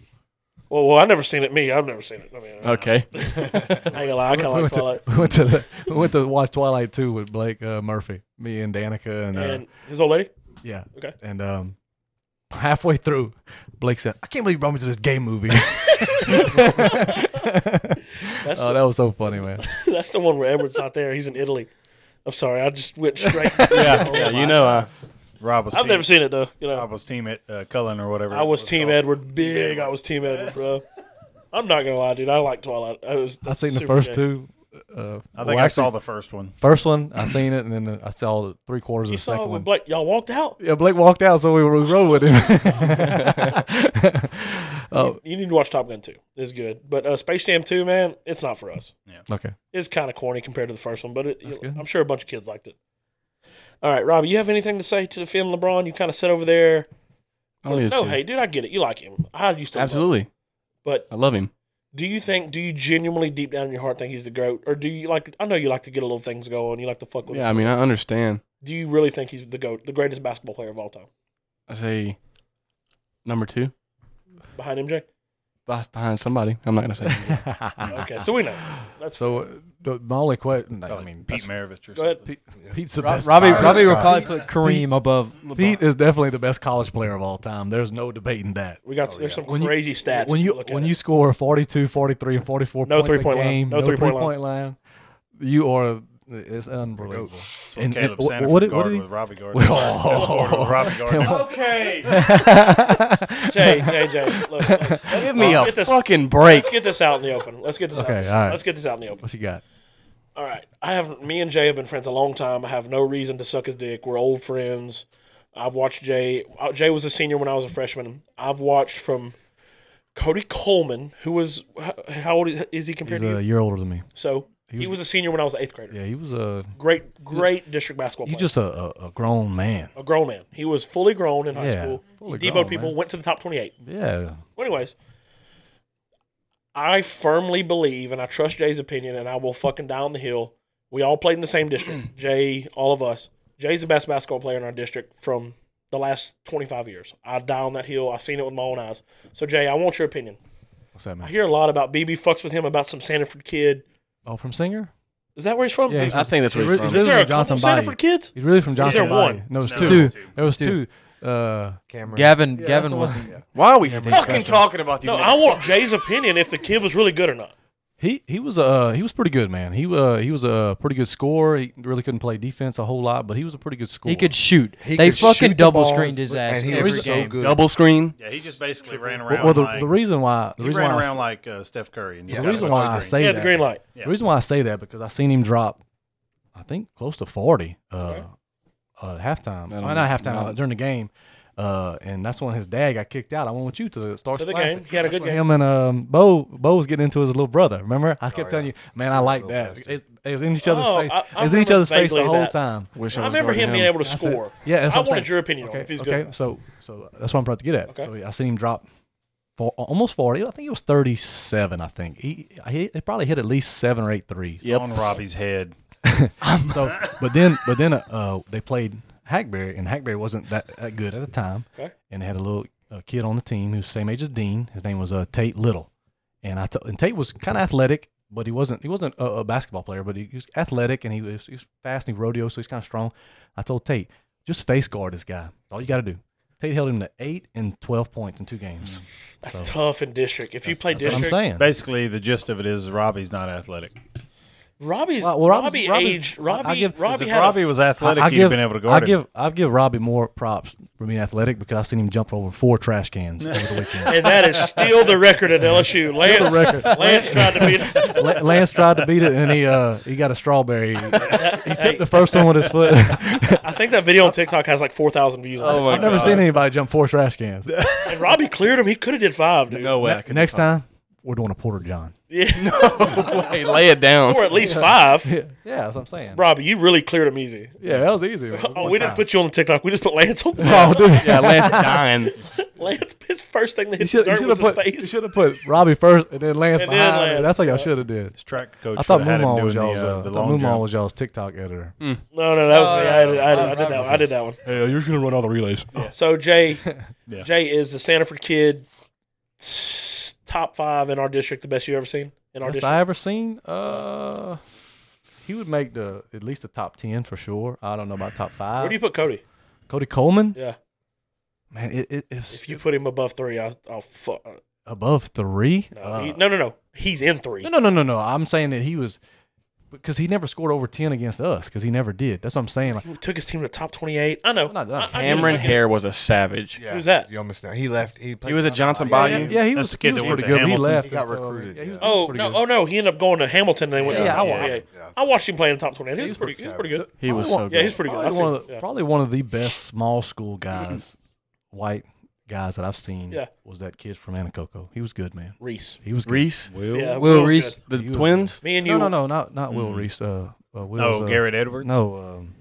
I: Well, well, I never seen it. Me, I've never seen it. I mean,
B: Okay.
I: I ain't gonna lie, I kind
G: we,
I: of like Twilight.
G: went to, we went to the, we went to watch Twilight Two with Blake uh, Murphy, me and Danica, and, uh,
I: And his old lady.
G: yeah,
I: okay.
G: And um, halfway through, Blake said, "I can't believe you brought me to this gay movie."
I: That's
G: oh, that was so funny, man.
I: that's the one where Edward's not there. He's in Italy. I'm sorry, I just went straight. Oh,
B: yeah. yeah. You know, uh, I,
J: Rob was
I: I've
J: team,
I: never seen it though. You know,
J: Rob was team at uh, Cullen or whatever.
I: I
J: it
I: was Team
J: called.
I: Edward. Big. I was Team Edward, bro. I'm not gonna lie, dude. I like Twilight. I was.
G: I
I: that's
G: seen the
I: super
G: first
I: gay.
G: two. Uh,
J: I think I saw the first one.
G: first one. I seen it, and then I saw three quarters
I: You
G: of the
I: saw it
G: second
I: with
G: one.
I: Blake. Y'all walked out.
G: Yeah, Blake walked out, so we, we rode with him. oh,
I: You need to watch Top Gun 2. It's good, but uh, Space Jam 2, man, it's not for us.
G: okay.
I: It's kind of corny compared to the first one, but it,
G: That's
I: you-
G: good.
I: I'm sure a bunch of kids liked it. All right, Robbie, you have anything to say to defend LeBron? You kind of sit over there.
B: I
G: Oh,
B: don't need to
I: no,
B: see
I: hey, dude, I get it. You like him. I
B: it.
I: used to love him.
B: Absolutely.
I: But
B: I love him.
I: do you think? Do you genuinely, deep down in your heart, think he's the goat, or do you like? I know you like to get a little things going. You like to fuck with.
B: Yeah.
I: us.
B: I mean, I understand.
I: Do you really think he's the goat, the greatest basketball player of all time,
B: I say number two.
I: behind MJ?
B: beh- behind somebody. I'm not gonna say. who.
I: Okay, so we know. That's
G: So uh, the- my only question, like, I
J: Probably
G: mean,
J: Pete
G: that's-
J: Maravich or
I: go ahead.
G: Pete, Pete's the
L: Ro-
G: best.
L: Robbie,
K: Scott.
L: Robbie will
K: Scott.
L: probably put Kareem above
G: Pete is definitely the best college player of all time. There's no debating that.
I: We got there's some
G: Oh, When you-
I: crazy stats.
G: when
I: if
G: you
I: look at
G: when
I: it.
G: you score 42, 43, and 44
I: No
G: points a
I: three-point line.
G: game,
I: No three-point
G: three-point line, you are it's unbelievable.
J: something.
G: and-
J: Caleb
G: and wh-
J: Sanford
G: what did- what
J: guarded
G: did he-
J: with Robbie Gardner.
G: Oh.
J: Escorted with Robbie Gardner.
I: Okay. Jay, Jay, Jay. Look, let's, let's-
B: Give me
I: let's
B: a
I: get this,
B: fucking break.
I: Let's get this out in the open. Let's get this
G: Okay,
I: out.
G: all right.
I: Let's get this out in the open.
G: What you got?
I: All right. I have me and Jay have been friends a long time. I have no reason to suck his dick. We're old friends. I've watched Jay. uh, Jay was a senior when I was a freshman. I've watched from Cody Coleman, who was h- how old is- is he compared
G: He's
I: to you?
G: a year older than me.
I: So he was, a senior when I was an eighth grader.
G: Yeah, he was a
I: Great, great district basketball
G: he's
I: player.
G: just a, a, a grown man.
I: a grown man. He was fully grown in high
G: Yeah,
I: school. He
G: fully
I: demoed
G: grown,
I: people,
G: man.
I: went to the top twenty-eight.
G: Yeah,
I: Well, anyways, I firmly believe, and I trust Jay's opinion, and I will fucking die on the hill. We all played in the same district. Jay, all of us. Jay's the best basketball player in our district from the last 25 years. I die on that hill. I've seen it with my own eyes. So, Jay, I want your opinion.
G: what's that
I: I
G: man?
I: hear a lot about BB fucks with him about some Sanford kid.
G: Oh, from Singer.
I: Is that where he's from?
G: Yeah,
I: Is
G: he's
B: I think that's where he's
G: He
B: from.
G: really-
I: there a
G: from Johnson
I: couple
G: Bayou.
I: Sanford kids?
G: He's really from
I: there
G: Johnson. Valley.
I: one?
G: No, it was
J: No,
G: two.
J: it was two.
G: There was two. Uh,
K: Cameron.
L: Gavin.
G: yeah, that's
L: Gavin
G: the
L: was
G: one.
B: Why are we
G: Cameron
B: fucking
G: Spencer.
B: talking about these?
I: No,
B: niggas?
I: I want Jay's opinion if the kid was really good or not.
G: He he was uh he was pretty good man. He uh he was a pretty good scorer. He really couldn't play defense a whole lot, but he was a pretty good scorer.
L: he could shoot.
K: He
L: they
K: could shoot
L: fucking
K: the
L: double
K: balls,
L: screened his ass
K: and he
L: every
K: was so
L: game.
K: good.
B: double screen.
J: Yeah, he just basically ran around.
G: Well, well, the,
J: like,
G: the reason why the
J: he
G: reason
J: ran
G: why I
J: around
G: s-
J: like uh, Steph Curry. And you
G: the
J: got
G: reason
J: him
G: why
J: on
G: I
J: screen.
G: say
I: He had
G: that,
I: the green light.
J: Yeah.
G: the reason why I say that because I seen him drop, I think close to forty uh, uh halftime.
B: I don't
G: Well,
B: know.
G: not halftime
B: No.
G: uh, during the game, uh, and that's when his dad got kicked out. I went with you to the start
I: To the
G: Classic.
I: game. He had a
G: That's
I: good
G: when
I: game.
G: Him and um Bo Bo was getting into his little brother. Remember, I kept
K: yeah.
G: telling you, man, I like
K: Little
G: that.
K: bastard.
G: It's- It was in each other's
I: Oh,
G: face.
I: I- I
G: it was in each
I: remember
G: other's face the
I: vaguely
G: whole
I: that.
G: time.
B: Wish
I: I
B: was
I: remember
B: guarding
I: him being able to
G: I said-
I: score.
G: yeah, that's
I: I
G: what I'm
I: wanted
G: saying.
I: your opinion on
G: Okay,
I: it, if he's
G: okay.
I: good.
G: So, so that's what I'm trying to get at.
I: Okay.
G: So I seen him drop for almost forty. I think he was thirty-seven. I think he he, he probably hit at least seven or eight threes.
B: Yep.
J: on Robbie's head.
G: So, but then but then uh, uh, they played Hackberry, and Hackberry wasn't that, that good at the time.
I: Okay.
G: And they had a little uh, kid on the team who's the same age as Dean. His name was uh, Tate Little, and I t- and Tate was kind of athletic, but he wasn't he wasn't a, a basketball player, but he, he was athletic and he was, he was fast and he rodeo, so he's kind of strong. I told Tate, just face guard this guy. That's all you got to do. Tate held him to eight and twelve points in two games.
I: That's tough in district. If you play
G: That's what I'm
I: district,
G: saying.
J: Basically, the gist of it is Robbie's not athletic.
I: Robbie's
G: Well, well, Robbie's-
I: Robbie
G: Robbie's-
I: aged.
G: I- I
I: Robbie
G: give-
I: Robbie
J: If
I: had
J: Robbie was athletic,
G: I, I
J: he'd
G: give,
J: have been able to guard
G: I
J: him.
G: give I give Robbie more props for being athletic because I seen him jump over four trash cans over the weekend.
I: a, and that is still the record at LSU. Lance,
G: record.
I: Lance tried to beat.
G: La- Lance tried to beat it, and he uh, he got a strawberry. He
I: Hey,
G: took the first one with his foot.
J: Oh,
I: I think that video on TikTok has like four thousand views. on it.
G: I've never seen anybody jump four trash cans.
I: And Robbie cleared him. He could have did five, dude,
B: No way. I couldn't
G: Next time, we're doing a Porter John.
B: Hey, lay it down.
I: or at least five.
G: Yeah, that's what I'm saying.
I: Robbie, you really cleared him easy.
G: Yeah, that was easy.
I: Oh, we didn't put you on the TikTok. We just put Lance on. The
G: Oh, dude.
B: Yeah, Lance dying.
I: Lance, his first thing that
G: You
I: hit the
G: should, you
I: dirt
G: should
I: was
G: have
I: his
G: put you
I: face.
G: should have put Robbie first and then Lance
I: And then
G: behind. him.
I: Lance,
G: That's what y'all
I: yeah.
G: should have did.
J: His track coach
G: I thought
J: would've had him
G: Moonmon was
J: doing
G: y'all's
J: the, uh,
G: uh,
J: the
G: I thought
J: long
G: Moonmon
J: jump.
G: was y'all's TikTok editor.
B: Mm.
I: No, no, that was me. I, did, I,
G: Oh,
I: did, I did that. One. I did that one.
B: Hey, uh, you're gonna run all the relays.
I: So Jay,
J: Yeah.
I: Jay is the Sanford kid, s- top five in our district, the best you ever seen in our
G: Best
I: district.
G: I ever seen. Uh, he would make the at least the top ten for sure. I don't know about top five.
I: Where do you put Cody?
G: Cody Coleman.
I: Yeah,
G: Man, it, it, it's
I: if you put him above three, I'll, I'll fuck.
G: above three.
I: No,
G: Uh,
I: he- no, no, no. He's in three.
G: no, no, no, no, no. I'm saying that he was because he never scored over ten against us because he never did. That's what I'm saying. Like,
I: He took his team to the top twenty-eight. I know.
G: I'm not done.
I: I- I get it,
B: Cameron
I: I get it.
B: Hare was a savage.
K: Yeah,
I: Who's that?
K: You almost know. He left. He, played
B: He was at
K: for-
B: Johnson
K: Yeah,
B: Bayou.
K: yeah,
G: yeah, he
J: That's
G: was,
J: the kid
G: he was
J: that went
G: pretty
J: to
G: good. but He
J: Hamilton.
G: left.
K: He got
G: and so, I mean,
K: recruited,
G: yeah, he was-
K: yeah.
G: he was
I: Oh
G: pretty
I: no!
G: good.
I: Oh no! He ended up going to Hamilton and then went
G: Yeah,
I: to the
G: I
I: top
G: wa-
I: 28.
K: yeah.
I: I watched him play in the top twenty-eight. He was pretty. He was
K: savage.
I: pretty good.
B: He was
G: Probably
B: so
G: one-
B: good.
I: oh, Yeah, he's pretty good. I
G: Probably
I: seen
G: one,
I: him.
G: of the,
I: Yeah.
G: probably one of the best small school guys, white guys that I've seen.
I: Yeah.
G: was that kid from Anacoco? He was good, man.
I: Reese.
G: He was good.
B: Reese,
I: Yeah,
L: Will
I: Will's
L: Reese.
I: good.
B: the
G: He was
B: twins.
I: Me and you.
G: No, no, no, not not Will Reese. Uh, uh, Will's,
J: Mm. Oh,
G: uh,
J: Garrett Edwards.
G: No, um,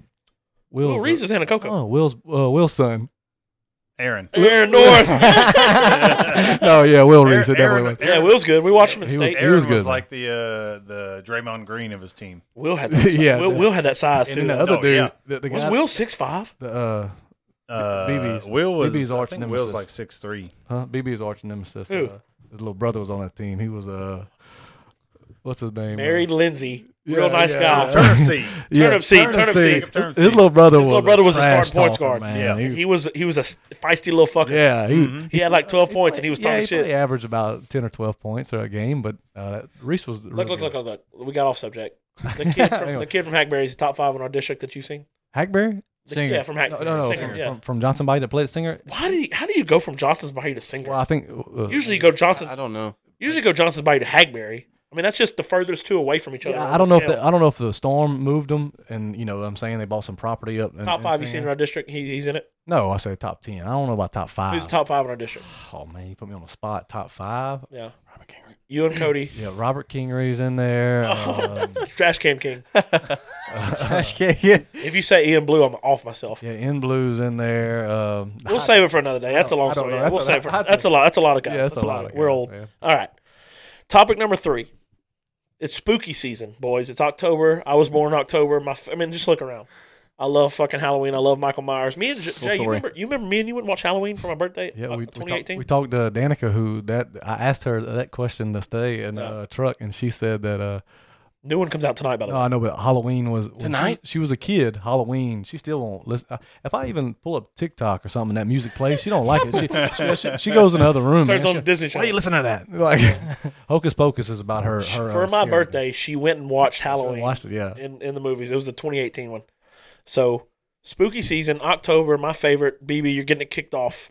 G: Will's,
I: Will
G: uh,
I: Reese is Anacoco.
G: Oh, Will's uh, Will's son.
J: Aaron.
I: Aaron North.
G: no, yeah, Will Reese. It
J: Aaron,
G: definitely
J: Aaron,
G: went.
I: yeah, Will's good. We watched him in
G: He was-
I: state.
G: he
J: Aaron was,
G: good,
J: like the uh, the Draymond Green of his team.
I: Will had that. Size.
G: Yeah,
I: Will,
G: the-
I: Will had that size too.
G: And then the
I: though.
G: other
J: No,
G: dude,
J: yeah.
G: the, the
I: was
G: guy,
I: Will six five?
G: the, uh,
J: Uh,
G: BB's
J: Will was
G: BB's arch
J: I think
G: nemesis.
J: Will's like six three.
G: huh, BB's arch nemesis.
I: Who?
G: Uh, His little brother was on that team. He was uh, what's his name?
A: Married Lindsay, real
G: Yeah,
A: nice
G: yeah,
A: guy.
G: yeah.
J: Turnip Uh, seed.
G: Yeah,
I: Turnip seed,
G: Turnip
I: turnip
G: seed.
I: seed.
G: His,
J: Turnip
G: his
J: seed.
G: little brother was
I: little brother was a
G: trash
I: starting points
G: talker,
I: guard.
G: Man.
J: Yeah.
G: he,
I: He was he was a feisty little fucker.
G: yeah, he,
I: He had like twelve points and he was
G: yeah,
I: talking
G: he
I: shit.
G: probably averaged about ten or twelve points a game, but uh, Reese was
A: Look, look, look, look, Oh, look. We got off subject. The kid from,
G: Anyway.
A: the kid from Hackberry is top five in our district that you've seen.
G: Hackberry.
A: The-
L: Singer.
A: Yeah, from
G: No,
A: Hackberry.
G: no, no,
A: Singer,
G: from,
A: yeah.
G: from, from Johnson Body that played at Singer.
A: Why did he, how do you go from Johnson's Bayou to Singer?
G: Well, I think uh,
A: usually you go
B: I
A: Johnson's
B: don't know.
A: usually go Johnson's Bayou to Hackberry. I mean that's just the furthest two away from each other.
G: Yeah,
A: on
G: I
A: the
G: don't know if
A: scale.
G: the, I don't know if the storm moved them, and you know what I'm saying they bought some property up. in-
A: top
G: in
A: five you seen
G: Singer.
A: in our district. He, he's in it.
G: No, I said top ten. I don't know about top five.
A: Who's top five in our district?
G: Oh man, you put me on the spot. Top five.
A: Yeah, you and Cody,
G: Yeah, Robert Kingery's in there.
A: Oh,
G: um,
A: Trash Can King.
L: Trash can. Yeah.
A: If you say Ian Blue, I'm off myself.
G: yeah, In Blue's in there. Um,
A: We'll save it for another day. That's a long
G: I don't
A: story.
G: know. That's
A: we'll
G: a-
A: save it.
G: I- I
A: for- That's a lot. That's a lot of guys.
G: Yeah,
A: that's, a lot.
G: of
A: We're
G: guys,
A: old.
G: man.
A: All right. Topic number three. It's spooky season, boys. It's October. I was born in October. My, f- I mean, just look around. I love fucking Halloween. I love Michael Myers. Me and J- Jay, you
B: story.
A: remember, you remember me and you went and watch Halloween for my birthday?
G: Yeah,
A: uh,
G: we, we, talked,
A: 2018.
G: we talked to Danica, who that I asked her that question this day in a
A: Yeah.
G: uh, truck, and she said that uh,
A: New one comes out tonight, by the
G: no,
A: way.
G: Oh, I know, but Halloween was when she-
B: Tonight?
G: She, was a kid. Halloween, she still won't listen. uh, If I even pull up TikTok or something, and that music plays, she don't like it. She, she, she, she goes in the other room.
A: Turns
G: man.
A: on
G: She-
A: the Disney
G: Why
A: Channel.
G: you listen to that? Like, Hocus Pocus is about her. her uh,
A: for my
G: scary-
A: birthday, she went and watched Halloween.
G: Watched it, yeah.
A: in, in the movies. It was the 2018 one. So spooky season, October, my favorite. BB, you're getting it kicked off.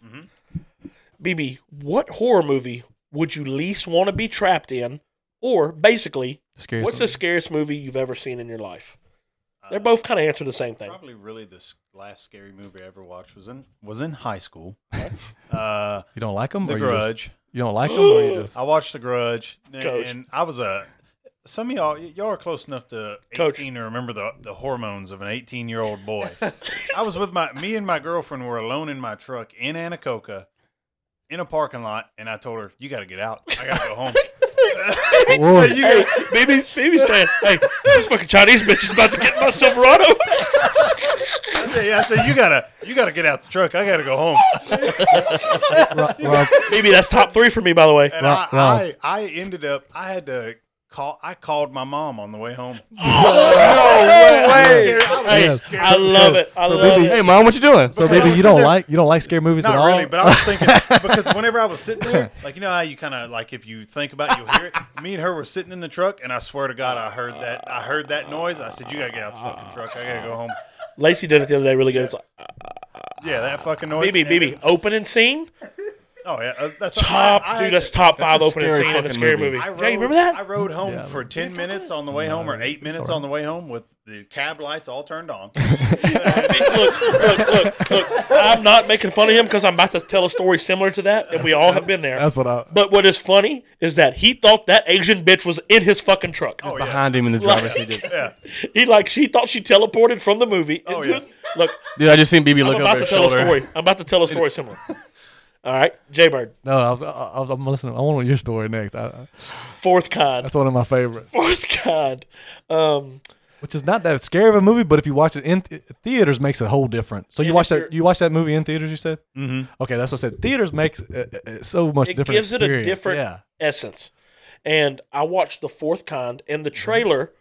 A: BB, what horror movie would you least want to be trapped in? Or basically,
G: Scary.
A: what's the scariest movie you've ever seen in your life? They're both kind of answer the same thing.
J: Probably really the s- last scary movie I ever watched was in was in high school. uh,
G: You don't like them?
J: the Grudge.
G: You, don't like them, or you just
J: I watched The Grudge, and,
A: Coach.
J: and I was a. Some of y'all, y- y'all are close enough to
A: Coach.
J: eighteen to remember the, the hormones of an eighteen year old boy. I was with my me and my girlfriend were alone in my truck in Anacoca, in a parking lot, and I told her, "You got to get out. I got to go home."
G: Whoa.
J: You
A: Hey,
J: gotta-
A: BB, BB said, hey, this fucking Chinese bitch is about to get my Silverado.
J: I said, I said, "You gotta, you gotta get out the truck. I gotta go home."
G: Rob,
A: BB, that's top three for me, by the way.
J: And
G: Wow,
J: I,
G: wow.
J: I, I ended up, I had to call, I called my mom on the way home.
A: Oh, Hey, I love it. I love it.
B: Hey, mom, what you doing?
G: so
J: Because I
G: baby,
J: was
G: you
J: sitting
G: don't
J: there-
G: like you don't like scary movies at
J: Not
G: all.
J: really, but I was thinking because whenever I was sitting there, like you know how you kind of like if you think about it, you'll hear it. Me and her were sitting in the truck, and I swear to God, I heard that, I heard that noise. I said, "You gotta get out the fucking truck. I gotta go home."
A: Lacey did it the other day really good. It's like,
J: Yeah, that fucking noise.
A: BB,
J: And-
A: BB, opening scene?
J: Oh yeah, uh, that's
A: top,
J: I- I
A: dude.
J: had
A: That's
J: to-
A: top five
B: a
A: opening
B: scary
A: scene in a
B: fucking
A: scary movie.
B: movie.
J: I
A: Jay, you remember
J: I
A: that?
J: rode home for 10 minutes on the way home or 8 minutes on the way home with the cab lights all turned on.
A: look, look, look, look. I'm not making fun of him because I'm about to tell a story similar to that, and we all have been there.
G: That's what I.
A: But what is funny is that he thought that Asian bitch was in his fucking truck.
J: Oh, yeah.
B: Behind him in the driver's seat. Dude,
A: He like she thought she teleported from the movie. Into
J: Oh, yeah.
A: his- look,
B: Dude, I just seen BB look
A: I'm
B: over
A: about to
B: his
A: tell a
B: shoulder.
A: story. I'm about to tell a story similar. All right, Jaybird,
G: No, I, I, I, I'm listening. I want your story next. I, I,
A: fourth kind,
G: that's one of my favorite,
A: fourth kind. Um,
G: which is not that scary of a movie, but if you watch it in th- theaters, makes it whole different. So you
A: if
G: watch
A: you're-
G: that. You watch that movie in theaters. You said. Mm-hmm. Okay, that's what I said. Theaters makes it, it- it so much
A: it
G: different.
A: gives it a
G: experience.
A: different
G: Yeah.
A: essence. And I watched The Fourth Kind, and the trailer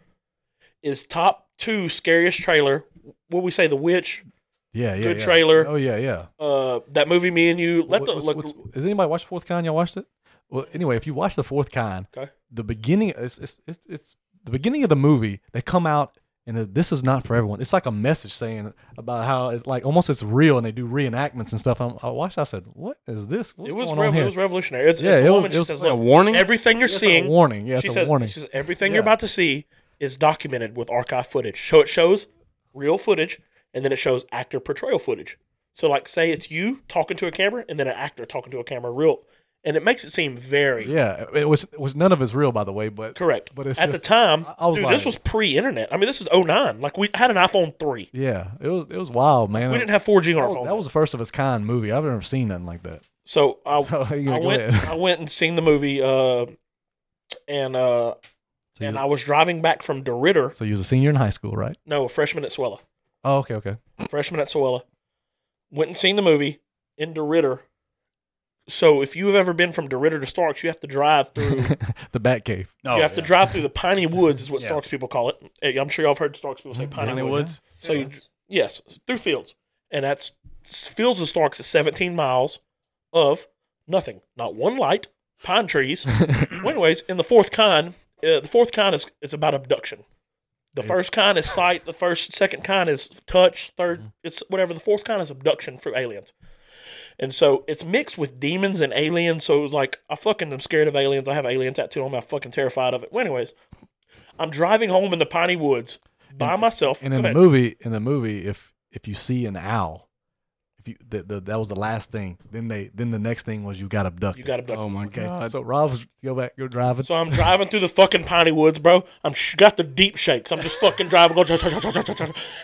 A: is top two scariest trailer. What we say, The Witch,
G: Yeah. Yeah.
A: good
G: yeah.
A: trailer.
G: Oh yeah. Yeah.
A: uh, that movie, me and you. Let
G: What-
A: the
G: what's-
A: look.
G: what's- has anybody watched Fourth Kind? Y'all watched it? Well, anyway, if you watch the Fourth Kind,
A: Okay.
G: the beginning it's, it's it's it's the beginning of the movie. They come out and the, this is not for everyone. It's like a message saying about how it's like almost it's real, and they do reenactments and stuff. I'm, I watched. I said, "What is this? What's
A: it was
G: going
A: rev-
G: on here?"
A: it was revolutionary. It's,
G: Yeah,
A: it's a
G: it was-
A: woman.
G: it
A: she
G: was
A: says,
B: Like a
A: "Look,
B: warning?
A: everything you're
G: It's
A: seeing."
G: a warning. Yeah,
A: she
G: it's a
A: says,
G: warning.
A: she says, "Everything
G: Yeah.
A: you're about to see is documented with archive footage. So it shows real footage, and then it shows actor portrayal footage. So, like, say it's you talking to a camera, and then an actor talking to a camera, real, and it makes it seem very
G: yeah, it was it was none of it's real, by the way. But
A: Correct.
G: But it's
A: at
G: just-
A: the time,
G: I- I was
A: dude,
G: lying.
A: this was pre-internet. I mean, this is 09. Like we had an iPhone three.
G: yeah, it was it was wild, man.
A: We didn't have 4G on
G: that
A: our
G: was,
A: phones.
G: Oh, that was the first of its kind movie. I've never seen nothing like that.
A: so I,
G: So, you
A: I
G: know, go
A: went.
G: ahead.
A: I went and seen the movie, uh, and uh,
G: So
A: and
G: you,
A: I was driving back from DeRitter.
G: so you was a senior in high school, right?
A: No, freshman at Swella.
G: Oh, okay, okay.
A: Freshman at Swella. Went and seen the movie in DeRitter. So if you have ever been from DeRitter to Starks, you have to drive through.
G: the Bat Cave.
J: Oh,
A: you have to
J: yeah.
A: drive through the piney woods, is what
J: Yeah.
A: Starks people call it. Hey, I'm sure y'all have heard Starks people say piney,
B: Piney
A: woods.
B: Woods.
A: So you, yes, through fields, and that's fields of Starks is 17 miles of nothing, not one light, pine trees, windways. In the fourth con, uh, the fourth con is is about abduction. The first con is sight. The first, second con is touch. Third, it's whatever. The fourth con is abduction through aliens. And so it's mixed with demons and aliens. So it was like, I fucking am scared of aliens. I have an alien tattoo on me. I'm fucking terrified of it. Well, anyways, I'm driving home in the piney woods by myself.
G: And
A: Go
G: in the
A: ahead.
G: movie, in the movie, if if you see an owl, if you the, the, that was the last thing. Then they then the next thing was you got abducted.
A: You got abducted.
B: Oh my
G: okay.
B: god.
G: So Rob was go back, go driving.
A: So I'm driving through the fucking piney woods, bro. I'm sh- got the deep shakes. I'm just fucking driving, going,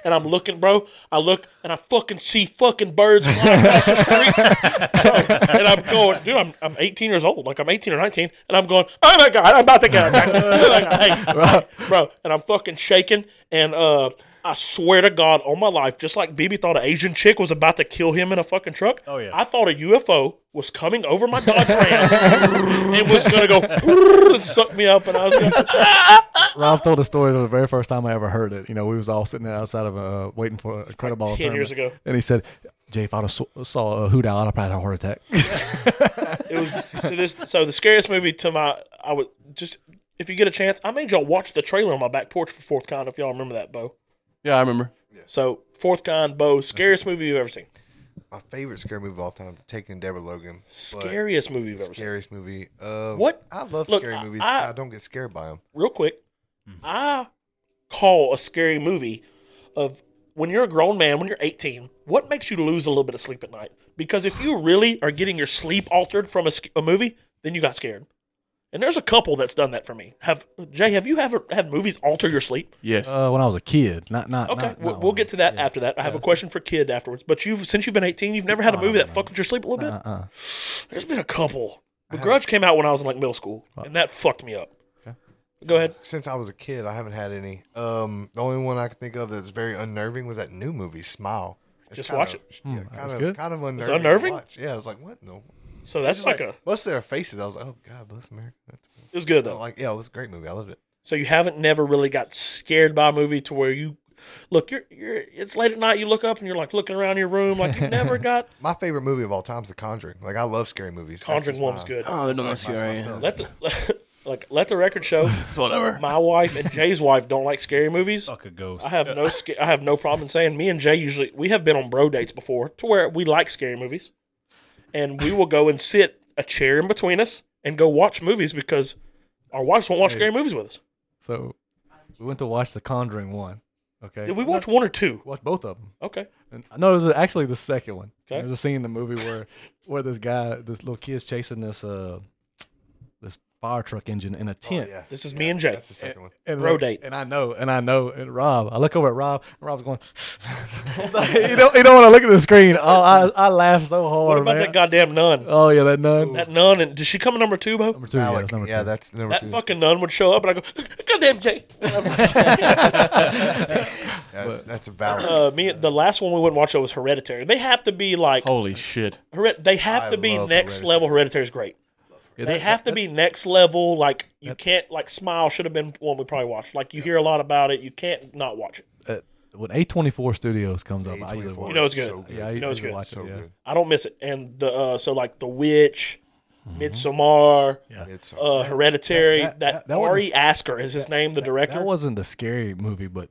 A: and I'm looking, bro. I look and I fucking see fucking birds flying across the street, Bro, and I'm going, dude. I'm, I'm 18 years old, like I'm 18 or 19, and I'm going, oh my god, I'm about to get attacked, Oh my God. Hey, hey, bro. And I'm fucking shaking, and uh, I swear to God, on my life, just like BB thought an Asian chick was about to kill him in a fucking truck.
J: Oh, yeah.
A: I thought a UFO was coming over my Dodge Ram. it was gonna go and suck me up, and I was gonna,
G: Rob told a story of the very first time I ever heard it. You know, we was all sitting there outside of uh, waiting for a credit ball
A: 10
G: tournament.
A: years ago.
G: and he said, "Jay, if I'd have saw, saw a hoot owl, I'd have probably had a heart attack."
A: it was to this. So the scariest movie to my, I would just if you get a chance, I made y'all watch the trailer on my back porch for Fourth Kind. If y'all remember that, Bo.
B: Yeah, I remember.
A: So Fourth Kind, Bo, scariest movie you've ever seen.
K: My favorite scary movie of all time, Taking Deborah Logan. but
A: Scariest movie you've ever seen.
K: Scariest movie. Uh,
A: What?
K: I love
A: Look,
K: scary
A: I-
K: movies.
A: I-
K: I, don't get scared by them.
A: real quick,
G: Mm-hmm.
A: I call a scary movie of when you're a grown man, when you're 18, what makes you lose a little bit of sleep at night? Because if you really are getting your sleep altered from a, sc- a movie, then you got scared. And there's a couple that's done that for me. Have Jay, have you ever had movies alter your sleep?
B: Yes.
G: uh, when I was a kid, not not.
A: Okay,
G: not-
A: we'll,
G: not
A: we'll
G: when-
A: get to that after that. I have a question for kid afterwards. But you've since you've been 18, you've never had a movie that fucked with your sleep a little bit.
G: Uh-uh.
A: There's been a couple. The Grudge came out when I was in like middle school, and that fucked me up. Go ahead.
K: Since I was a kid, I haven't had any. Um, the only one I can think of that's very unnerving was that new movie, Smile. It's
A: Just
K: kinda-
A: watch it.
K: Yeah,
G: that
K: kind
G: was
K: of,
G: good.
K: kind of unnerving. to
A: unnerving?
K: watch. Yeah, I was like, what? No.
A: So that's like a.
K: Bless their faces. I was like, oh God, bless America. That's-
A: It was good
K: I
A: though.
K: Like, yeah, it was a great movie. I loved it.
A: So you haven't never really got scared by a movie to where you look, you're you're it's late at night, you look up and you're like looking around your room like you've never got
K: My favorite movie of all time is The Conjuring. Like, I love scary movies. That's
A: Conjuring
K: just
A: One was
K: my-
A: good.
B: oh, they're not scary.
A: Let the like let the record show
B: It's whatever.
A: my wife and Jay's wife don't like scary movies.
J: Fuck a ghost.
A: I have no sca- I have no problem saying me and Jay usually we have been on bro dates before to where we like scary movies. And we will go and sit a chair in between us and go watch movies because our wives won't watch scary movies with us.
G: So we went to watch The Conjuring one. Okay.
A: Did we watch one or two?
G: Watch both of them.
A: Okay.
G: And no, it was actually the second one.
A: Okay.
G: There's a scene in the movie where where this guy, this little kid's chasing this uh this fire truck engine in a tent.
K: Oh, Yeah.
A: This is me and Jay.
K: That's the second one.
G: And
A: Bro
G: like-
A: date.
G: And I know, and I know, and Rob, I look over at Rob, and Rob's going, you don't, you don't want to look at the screen. Oh, I, I laugh so hard,
A: What about
G: man.
A: that goddamn nun?
G: oh yeah, that nun.
A: That nun and did she come in number two, Bo?
G: number two, yeah,
K: Alec,
G: that's number
K: yeah,
G: two.
K: that's number
A: That
K: two.
A: fucking nun would show up and I go, goddamn Jay.
K: Yeah, that's, that's a valid.
A: Uh, me, the last one we went and watched was Hereditary. They have to be like,
B: Holy shit.
A: Hered- they have
K: I
A: to be
K: love
A: next
K: Hereditary.
A: level. Hereditary is great.
G: Yeah,
A: They
G: that-
A: have to
G: that-
A: be next level. Like you can't like Smile should have been one we probably watched. Like you hear a lot about it, you can't not watch it.
G: When A24 Studios comes up, I usually
K: A24
G: watch.
A: You know it's
K: is
A: good.
K: so
G: yeah, I
A: know it's
G: usually
A: good.
G: watch it,
K: So
G: yeah.
K: good.
A: I don't miss it. And the uh, so like The Witch, Midsommar,
K: It's
A: uh, Hereditary. That,
G: Mm-hmm. That- that- that
A: Ari
G: was-
A: Aster is his name, the director.
G: That wasn't a scary movie, but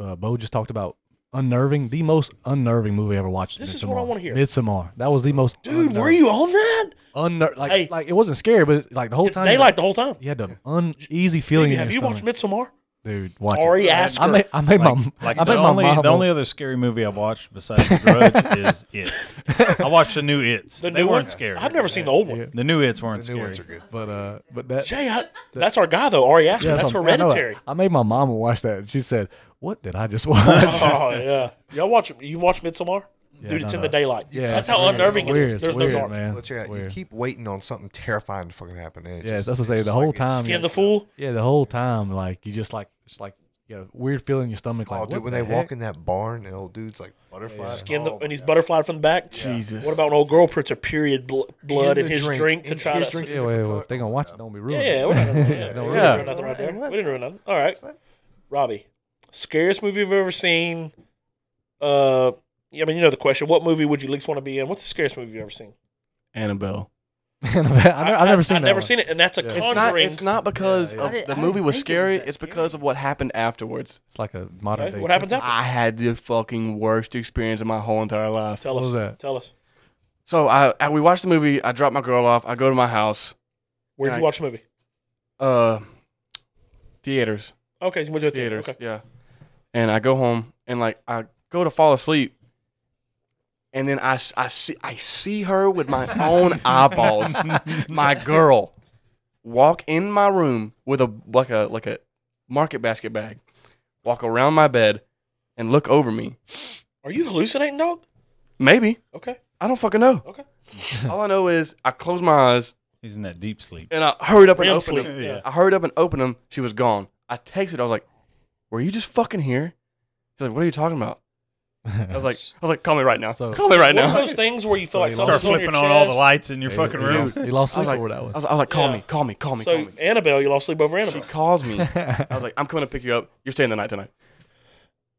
G: uh, Bo just talked about unnerving, the most unnerving movie I ever watched.
A: This is what I
G: Midsommar.
A: wanna hear.
G: Midsommar. That was the most.
A: Dude, were you on that?
G: Unner- like,
A: Hey.
G: like it wasn't scary, but like the whole
A: It's
G: time.
A: daylight the whole time.
G: You had the uneasy feeling. in
A: have you
G: your
A: watched
G: stomach.
A: Midsommar?
G: Dude, watch
A: Ari
G: it.
A: Aster.
G: I made, I made my,
J: Like
G: I made
J: the
G: my
J: only
G: mom.
J: the only other scary movie I watched besides The Grudge is It. I watched the new It's.
A: the
J: they
A: new
J: weren't
A: one?
J: scary.
A: I've never seen the old one.
J: the new It's weren't
K: The new
J: scary.
K: ones are good.
G: but uh, but that.
A: Jay, I, that's our guy though, Ari Aster.
G: yeah,
A: that's
G: what I'm- I know it.
A: hereditary.
G: I, made my mom watch that. and She said, "What did I just watch?"
A: oh yeah, y'all watch you watch Midsommar, dude. It's
G: no,
A: in
G: no.
A: the daylight.
G: yeah,
A: that's
G: it's
A: how
G: weird.
A: unnerving
G: It's weird.
A: it is.
G: It's
A: There's
G: weird,
A: no dark.
G: man.
K: Well, check
G: It's
K: it out. You
G: weird.
K: keep waiting on something terrifying to fucking happen. and it
G: yeah,
K: just-
G: that's what I say.
K: it's
G: The
K: like
G: whole
K: it's-
G: time,
A: Skin
G: you-
A: the fool.
G: yeah, the whole time, like you just like it's like You got a weird feeling in your stomach. Like,
K: oh, dude,
G: what
K: when
G: the
K: they
G: heck?
K: walk in that barn, and old dude's like butterfly.
I: Skin the,
K: Oh,
I: and he's butterfly from the back.
B: Jesus.
I: What about an old girl puts her period bl- blood in,
K: the
I: his drink, to
K: in
I: try
K: his
I: to?
K: drink.
G: Yeah, wait, wait. If they gonna watch it, don't be rude.
I: Yeah, yeah, we're not gonna, yeah,
G: Don't
I: we didn't
G: ruin
B: it.
I: ruin nothing right there.
K: What?
I: We didn't ruin nothing. All right, Robbie, scariest movie I've ever seen. Uh, yeah, I mean, you know the question. What movie would you least want to be in? What's the scariest movie you've ever seen?
B: Annabelle.
G: I've, never, I've never seen.
I: I've
G: that
I: never
G: one.
I: seen it, and that's a
B: It's
I: Conjuring.
B: not. It's not because
G: Yeah, yeah.
B: of
L: I did- I
B: the
L: didn't
B: movie was
L: think it was
B: scary.
L: that
B: it's because of what happened afterwards.
G: It's like a modern
I: Okay,
G: day.
I: what happens after?
B: I had the fucking worst experience of my whole entire life.
I: Tell
G: What
I: us.
G: was that?
I: Tell us.
B: So I, I we watched the movie. I dropped my girl off. I go to my house.
I: Where'd
B: Right.
I: you watch the movie?
B: Uh, theaters.
I: Okay, so went to a theater.
B: theaters.
I: Okay.
B: Yeah. And I go home and like I go to fall asleep. And then I, s- I see I see her with my own eyeballs, my girl, walk in my room with a like a like a market basket bag, walk around my bed, and look over me.
I: Are you hallucinating, dog?
B: Maybe
I: Okay.
B: I don't fucking know.
I: Okay.
B: All I know is I closed my eyes
J: He's in that deep sleep.
B: and I hurried up and
I: REM
B: opened
I: sleep.
B: them.
I: Yeah.
B: I hurried up and opened them. She was gone. I texted. I was like, "Were you just fucking here?" She's like, "What are you talking about?" I was like, "I was like, call me right now.
G: So-
B: call me right
I: One of
B: now."
I: those things where you feel like
G: you
J: Start
I: something's on your
J: flipping on all the
I: chest.
J: lights in your
G: He-
J: fucking
G: he
J: room.
G: lost- He lost
B: I was
G: sleep
B: like,
G: over that one.
B: I was, I was like, "Call
I: Yeah.
B: me, call me, call me, call
I: So
B: me."
I: Annabelle, you lost sleep over
B: She
I: Annabelle.
B: calls me. I was like, "I'm coming to pick you up. You're staying the night tonight."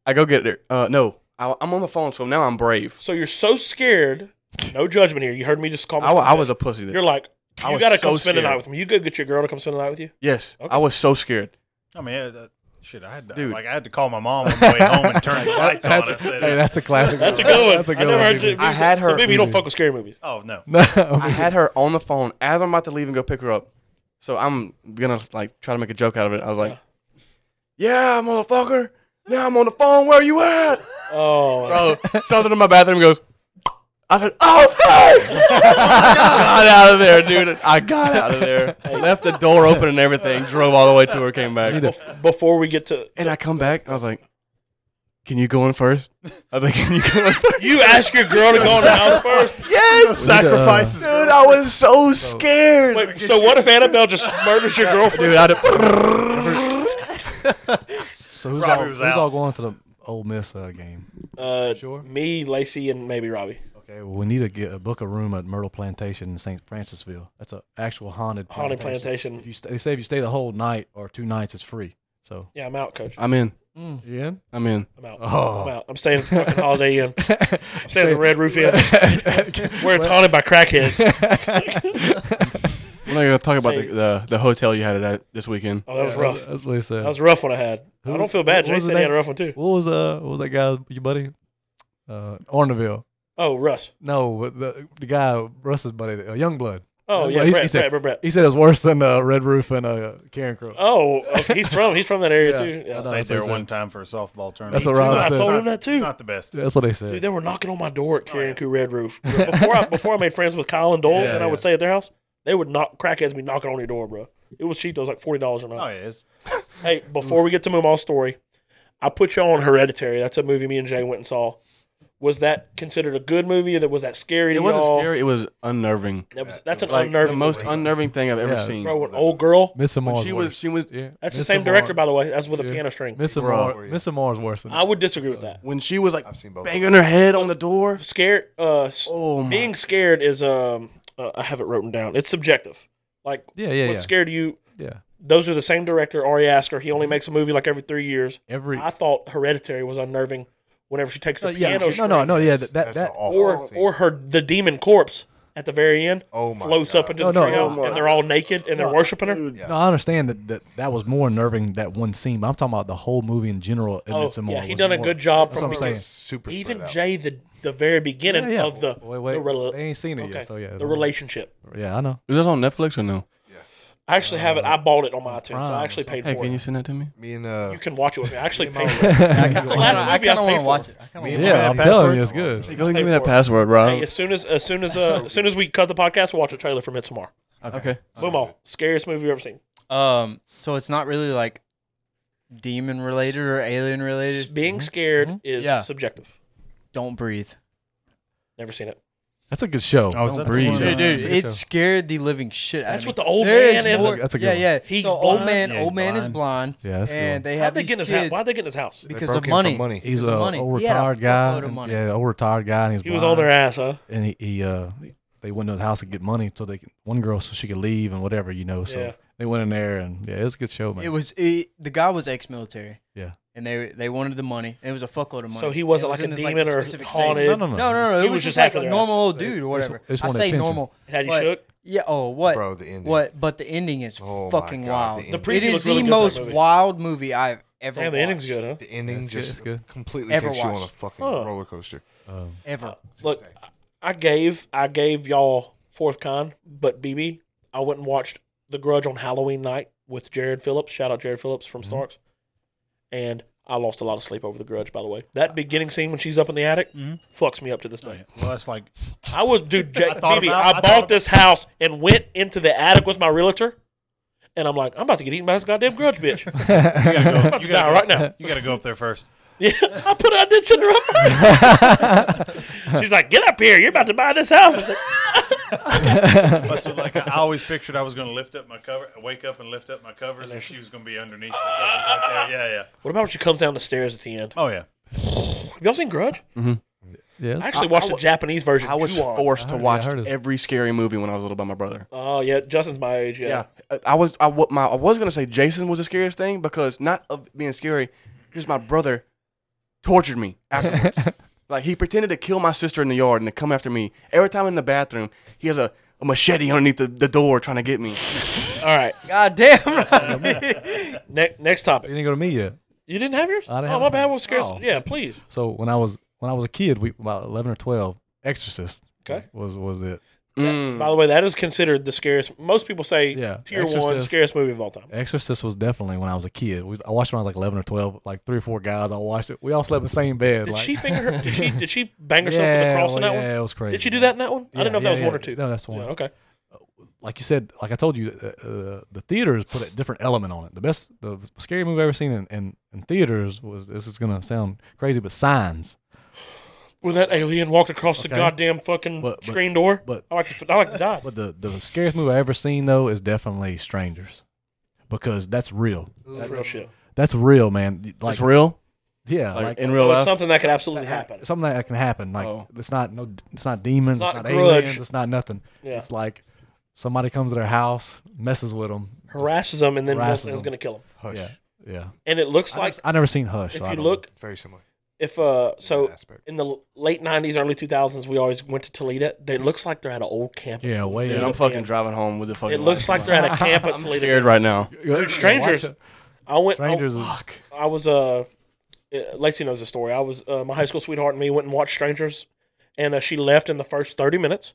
B: I go get her. Uh, no, I, I'm on the phone, so now I'm brave.
I: So you're so scared. No judgment here. You heard me just call me.
B: I, wa- I was a pussy. Then.
I: You're like,
B: I
I: you
B: was
I: got to
B: so
I: come spend the night
B: scared.
I: with me. You go get your girl to come spend the night with you.
B: yes, I was so scared.
J: I mean, yeah, that, shit, I had to,
B: Dude.
J: like I had to call my mom on the way home and turn the lights on. I said,
G: hey, that's a classic.
I: That's a good one.
G: That's a
I: I
G: good
I: never
G: one.
I: heard you.
B: I had
I: So
B: her.
I: maybe you don't fuck with scary movies.
J: "Oh no,
B: I had her on the phone as I'm about to leave and go pick her up. So I'm gonna like try to make a joke out of it. I was like, "Yeah, motherfucker! Now I'm on the phone. Where you at,
I: Oh,
B: bro?" Something in my bathroom goes. I said, "Oh fuck!" got out of there, dude. I got out of there. Left the door open and everything. Drove all the way to her. Came back.
I: bef- before we get to,
B: And I come back and I was like, "Can you go in first? I was like, "Can you go in first?
I: you ask your girl to go in the house first.
G: uh,
B: yes,
J: sacrifices."
B: dude. I was so scared.
I: Wait, so what if Annabelle just murders your girlfriend?
B: Dude, I'd
G: So who's
J: Robbie
G: all,
J: was
G: who's
J: out.
G: all going to the Ole Miss uh, game?
I: Uh,
G: Sure.
I: Me, Lacey, and maybe Robbie.
G: Okay, well, we need to get a book a room at Myrtle Plantation in St. Francisville. That's an actual haunted
I: Haunted
G: If
I: plantation.
G: you stay, they say if you stay the whole night or two nights, it's free. So
I: Yeah, I'm out, coach.
B: I'm in.
G: you in?
B: I'm in.
I: I'm out.
G: Oh.
I: I'm out. I'm staying at the fucking Holiday Inn. I'm staying at the
G: Stay-
I: Red Roof Inn, where it's haunted by crackheads.
B: We're not gonna talk about
I: Hey.
B: the, the the hotel you had it at this weekend.
I: Oh, that was rough. That
G: That's what he said.
I: was a rough one I had.
G: uh, Who-
I: I don't feel bad.
G: what
I: Jay
G: was
I: said
G: the
I: he had
G: name?
I: a rough one too.
G: what was uh what was that guy your buddy? Uh, Orneville.
I: Oh, Russ.
G: No, but the the guy Russ's buddy, uh, Youngblood.
I: Oh
G: Well,
I: yeah,
G: he-
I: Brett,
G: he said-
I: Brett, Brett, Brett.
G: He said it was worse than uh, Red Roof and uh, Karen Crow.
I: Oh, okay, he's from he's from that area
G: Yeah.
I: too. Yeah.
G: That's-
J: Stayed
G: what he
J: there
G: said.
J: one time for a softball tournament.
G: That's what Rob said.
J: It's not-
G: Oh,
J: it's
I: I told
J: not-
I: him that, too.
J: It's not the best.
G: That's what they said.
I: Dude, they were knocking on my door at Karen Crew Red Roof. Before I before I made friends with Kyle and Dole,
G: Yeah,
I: and I
G: yeah.
I: would stay at their house, they would knock crackheads be knocking on your door, bro. It was cheap. though. It was like forty dollars or
J: Oh
I: not.
J: yeah, it's,
I: Hey, before we get to Mumal's story, I put you on Hereditary. That's a movie me and Jay went and saw. Was that considered a good movie? That was that scary to
B: It wasn't
I: y'all?
B: scary. It was unnerving.
I: That was, that's an
B: Like
I: unnerving,
B: the most
I: movie.
B: unnerving thing I've ever
G: Yeah.
B: seen.
I: bro. An old girl.
G: Midsummer.
B: she was she was
G: Yeah.
I: That's the same director, by the way. That's with a
G: Yeah.
I: piano string.
G: Midsummer. Midsummer is worse than.
I: I would disagree with that.
B: when she was like
K: I've seen both.
B: banging her head on the door.
I: Scared. Uh, s-
B: Oh my!
I: being scared is um. Uh, I have it written down. It's subjective. Like
G: yeah, yeah,
I: what
G: yeah.
I: scared you?
G: yeah.
I: Those are the same director, Ari Aster. He only makes a movie like every three years.
G: Every.
I: I thought Hereditary was unnerving. Whenever she takes the
G: Uh,
I: piano
G: yeah. No,
I: string,
G: no, no. Yeah, that that.
K: That's an
G: that
K: awful
I: or
K: scene.
I: or her the demon corpse at the very end
K: Oh my
I: floats up
K: God.
I: into
G: No,
I: the
G: no,
I: treehouse
B: oh my-
I: and they're all naked and they're worshiping her.
G: no, I understand that, that that was more unnerving that one scene, but I'm talking about the whole movie in general. in
I: Oh,
G: Midsommar
I: yeah, he
G: was
I: done a
G: more-
I: good job
G: That's
I: from
G: what I'm
I: being
G: saying.
K: super
I: even
K: spread out.
I: Jay the the very beginning
G: Yeah, yeah.
I: of the
G: Wait, wait,
I: the rela-
G: they ain't seen it yet, so yeah,
I: the
G: don't-
I: relationship.
G: Yeah, I know.
B: Is this on Netflix or no?
I: I actually have it. I bought it on my iTunes. so I
G: Prime.
I: actually paid
B: Hey,
I: for
B: can
I: it.
B: you send that to me?
K: Me and uh,
I: You can watch it with me. I actually paid for it. That's the last
L: I
I: movie I
L: kind of
I: paid
L: want
I: for.
L: to watch it. I kinda wanna watch
G: Yeah, I'm telling you, it's good.
B: go ahead and give me
I: Pay
B: that
I: for it.
B: password, bro.
I: Hey, as soon as as soon as uh, as soon as we cut the podcast, we'll watch a trailer for Midsommar.
B: okay.
I: Boom! All scariest movie you've ever seen.
L: it. Um, so it's not really like demon related or alien related.
I: Being scared is
L: Yeah.
I: subjective.
L: Don't breathe.
I: Never seen it.
G: That's a good show.
N: Oh, is that the
G: breathe.
N: one, uh,
L: Dude, dude,
N: is
L: it scared the living shit out
A: That's
L: of me.
A: what the old
L: There
A: man
L: is
A: and
L: more-
G: That's a good
L: yeah,
G: one.
L: yeah.
A: He's
L: so old
A: blind.
L: man,
N: Yeah, he's
L: old man is blind.
G: Yeah, that's a good
L: and they
A: How'd
L: have
A: they
L: these
A: get in his house?
L: kids
A: Why'd they get in his house?
L: because
K: broke in
L: of
K: for
L: money.
K: money.
G: He's
L: Because
G: a
L: of money.
G: old
L: He had a
G: retired guy.
L: fuckload of
G: and-
L: money.
G: Yeah, old retired guy. And he's
A: He was on their
G: blind.
A: ass, huh?
G: And he, he uh, they went to his house to get money so they could- one girl so she could leave and whatever you know. So
A: Yeah.
G: they went in there and yeah, it was a good show, man.
L: It was it, the guy was ex-military.
G: Yeah.
L: And they they wanted the money. And it was a fuckload of money.
A: So he
L: It
A: wasn't
L: was
A: like a
L: in this,
A: demon
L: this
A: or
L: specific thing.
A: haunted.
G: no, no, no,
L: No, no, no. It,
A: He
L: was,
A: was
L: just
A: just
L: like
A: after
L: a
A: that.
L: normal old
G: It's-
L: dude or whatever.
G: it's
L: I
G: one that
L: say
G: pins him.
L: normal.
A: Had you
L: But-
A: shook?
L: Yeah. Oh, what?
K: Bro, the ending.
L: What? But the ending is
K: Oh my
L: fucking
K: God,
L: wild.
K: the The
A: preview
L: it is
A: looked
L: the
A: really good for that
L: most
A: movie.
L: wild movie I've ever.
A: Damn, the ending's
L: watched.
A: good, huh?
K: The ending
G: That's good,
K: just
G: that's good.
K: completely
L: Ever
K: takes you on a
L: watched.
K: fucking
A: Huh.
K: roller coaster.
G: Um,
L: Ever.
A: Look, I gave I gave y'all fourth con, but BB, I went and watched The Grudge on Halloween night with Jared Phillips. Shout out Jared Phillips
N: Mm-hmm.
A: from Starks. And I lost a lot of sleep over The Grudge, by the way.
N: Uh,
A: That beginning scene when she's up in the attic
N: Mm-hmm.
A: fucks me up to this day.
N: Well, that's like
A: I was, dude, Jake,
N: Oh, I thought
A: BB,
N: about- I
A: I,
N: thought
A: bought
N: about-
A: this house and went into the attic with my realtor. And I'm like, I'm about to get eaten by this goddamn grudge bitch.
N: you gotta go.
A: to
N: You gotta
A: die
N: go,
A: right now.
N: You gotta go up there first.
A: Yeah, I put I did send her up. She's like, get up here. You're about to buy this house. I was like,
N: That's what, like I always pictured. I was gonna lift up my cover, wake up and lift up my covers, and, she was gonna be underneath. The covers right there. Yeah, yeah.
A: what about when she comes down the stairs at the end?
N: Oh yeah.
A: Have y'all seen Grudge?
G: yeah,
A: I actually watched the Japanese version.
B: I was
A: Ju-on.
B: forced
G: Mm-hmm.
B: to
G: I heard- yeah, I
B: watch
G: heard of-
B: every scary movie when I was little by my brother.
A: Oh yeah, Justin's my age. Yeah.
B: Yeah, I- I was. I wa- my I was gonna say Jason was the scariest thing because not of being scary, just my brother tortured me afterwards. like he pretended to kill my sister in the yard and to come after me every time in the bathroom. He has a, a machete underneath the, the door trying to get me.
A: All right.
L: God damn. Right.
A: Ne- next
G: you
A: topic.
G: didn't go to me yet.
A: You didn't have yours?
G: I didn't
A: oh
G: have
A: my
G: mine.
A: bad. What scares?
G: Oh.
A: Yeah, please.
G: So when I was when I was a kid, we about eleven or twelve, Exorcist.
A: Okay.
G: Was was it
B: Mm.
A: By the way, that is considered the scariest. Most people say
G: Yeah,
A: tier one
G: Exorcist.
A: scariest movie of all time.
G: Exorcist was definitely when I was a kid. We, I watched it when I was like eleven or twelve. Like three or four guys, I watched it. We all slept in the same bed.
A: Did
G: like,
A: she finger her? Did she? Did she bang herself with a cross in
G: well,
A: that
G: yeah,
A: one?
G: it was crazy.
A: Did she do that in that one? I
G: Yeah,
A: didn't know if
G: yeah,
A: that was one
G: yeah.
A: or two.
G: No, that's the one.
A: Yeah, okay.
G: Like you said, like I told you, uh, uh, the theaters put a different element on it. The best, the scary movie I've ever seen in, in, in theaters was this is gonna sound crazy, but Signs.
A: When that alien walked across the
G: Okay.
A: goddamn fucking
G: But- but-
A: screen door,
G: but-
A: I like to, I like to die.
G: But the the scariest movie I ever seen though is definitely Strangers, because that's real.
A: That's real shit.
G: That's real, man. Like
B: it's real,
G: yeah,
B: like,
G: like,
B: in real
A: Well, it's
B: life.
A: something that could absolutely happen.
G: something that can happen. Like
B: Oh.
G: it's not no, it's not demons, it's
A: not
G: not,
A: grudge.
G: aliens, it's not nothing.
A: Yeah.
G: It's like somebody comes to their house, messes with them.
A: Harasses them and then
G: Harasses
A: Wilson is
G: them.
A: going to kill them.
K: Hush.
G: Yeah, yeah.
A: And it looks
G: I
A: like
G: never, I never seen Hush. so
A: if
G: I
A: you
G: don't
A: look,
K: Very similar.
A: if uh, so
K: aspect.
A: in the late '90s, early 2000s, we always went to Toledo. They- It looks like they're at an old camp.
G: know. yeah, way
B: Dude,
G: up.
B: I'm fucking driving home with the fucking.
A: It looks like they're at a camp at
B: I'm
A: Toledo.
B: scared right now.
A: Dude, strangers. I went.
G: Strangers.
A: I,
G: is-
A: I was uh, uh, Lacey knows the story. I was uh, my high school sweetheart and me went and watched Strangers, and uh, she left in the first thirty minutes,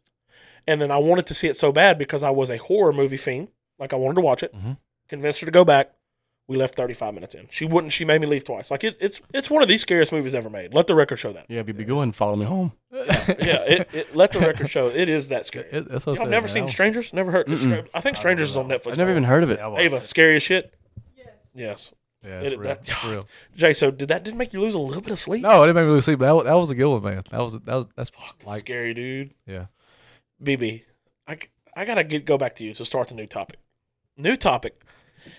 A: and then I wanted to see it so bad because I was a horror movie fiend. Like I wanted to watch it.
G: Mhm.
A: Convinced her to go back. We left thirty five minutes in. She wouldn't. She made me leave twice. Like it, it's it's one of the scariest movies ever made. Let the record show that.
B: Yeah, if you be going, follow me home.
A: yeah, it, it, let the record show it is that scary.
G: it- that's what I
A: Y'all
G: said,
A: never
G: man.
A: seen Strangers? Never heard? I think Strangers is on Netflix.
B: I've never even heard of it.
N: Yeah, I watched
A: Ava,
N: it.
A: scary as shit. Yes.
G: Yeah,
A: It-
G: it's real.
A: that-
G: It's real.
A: Jay, so did that didn't make you lose a little bit of sleep?
G: No, it didn't make me lose sleep. But that, wa- that was a good one, man. That was that was that's like
A: scary, dude.
G: yeah.
A: BB, I, I gotta get, go back to you to start the new topic. New topic.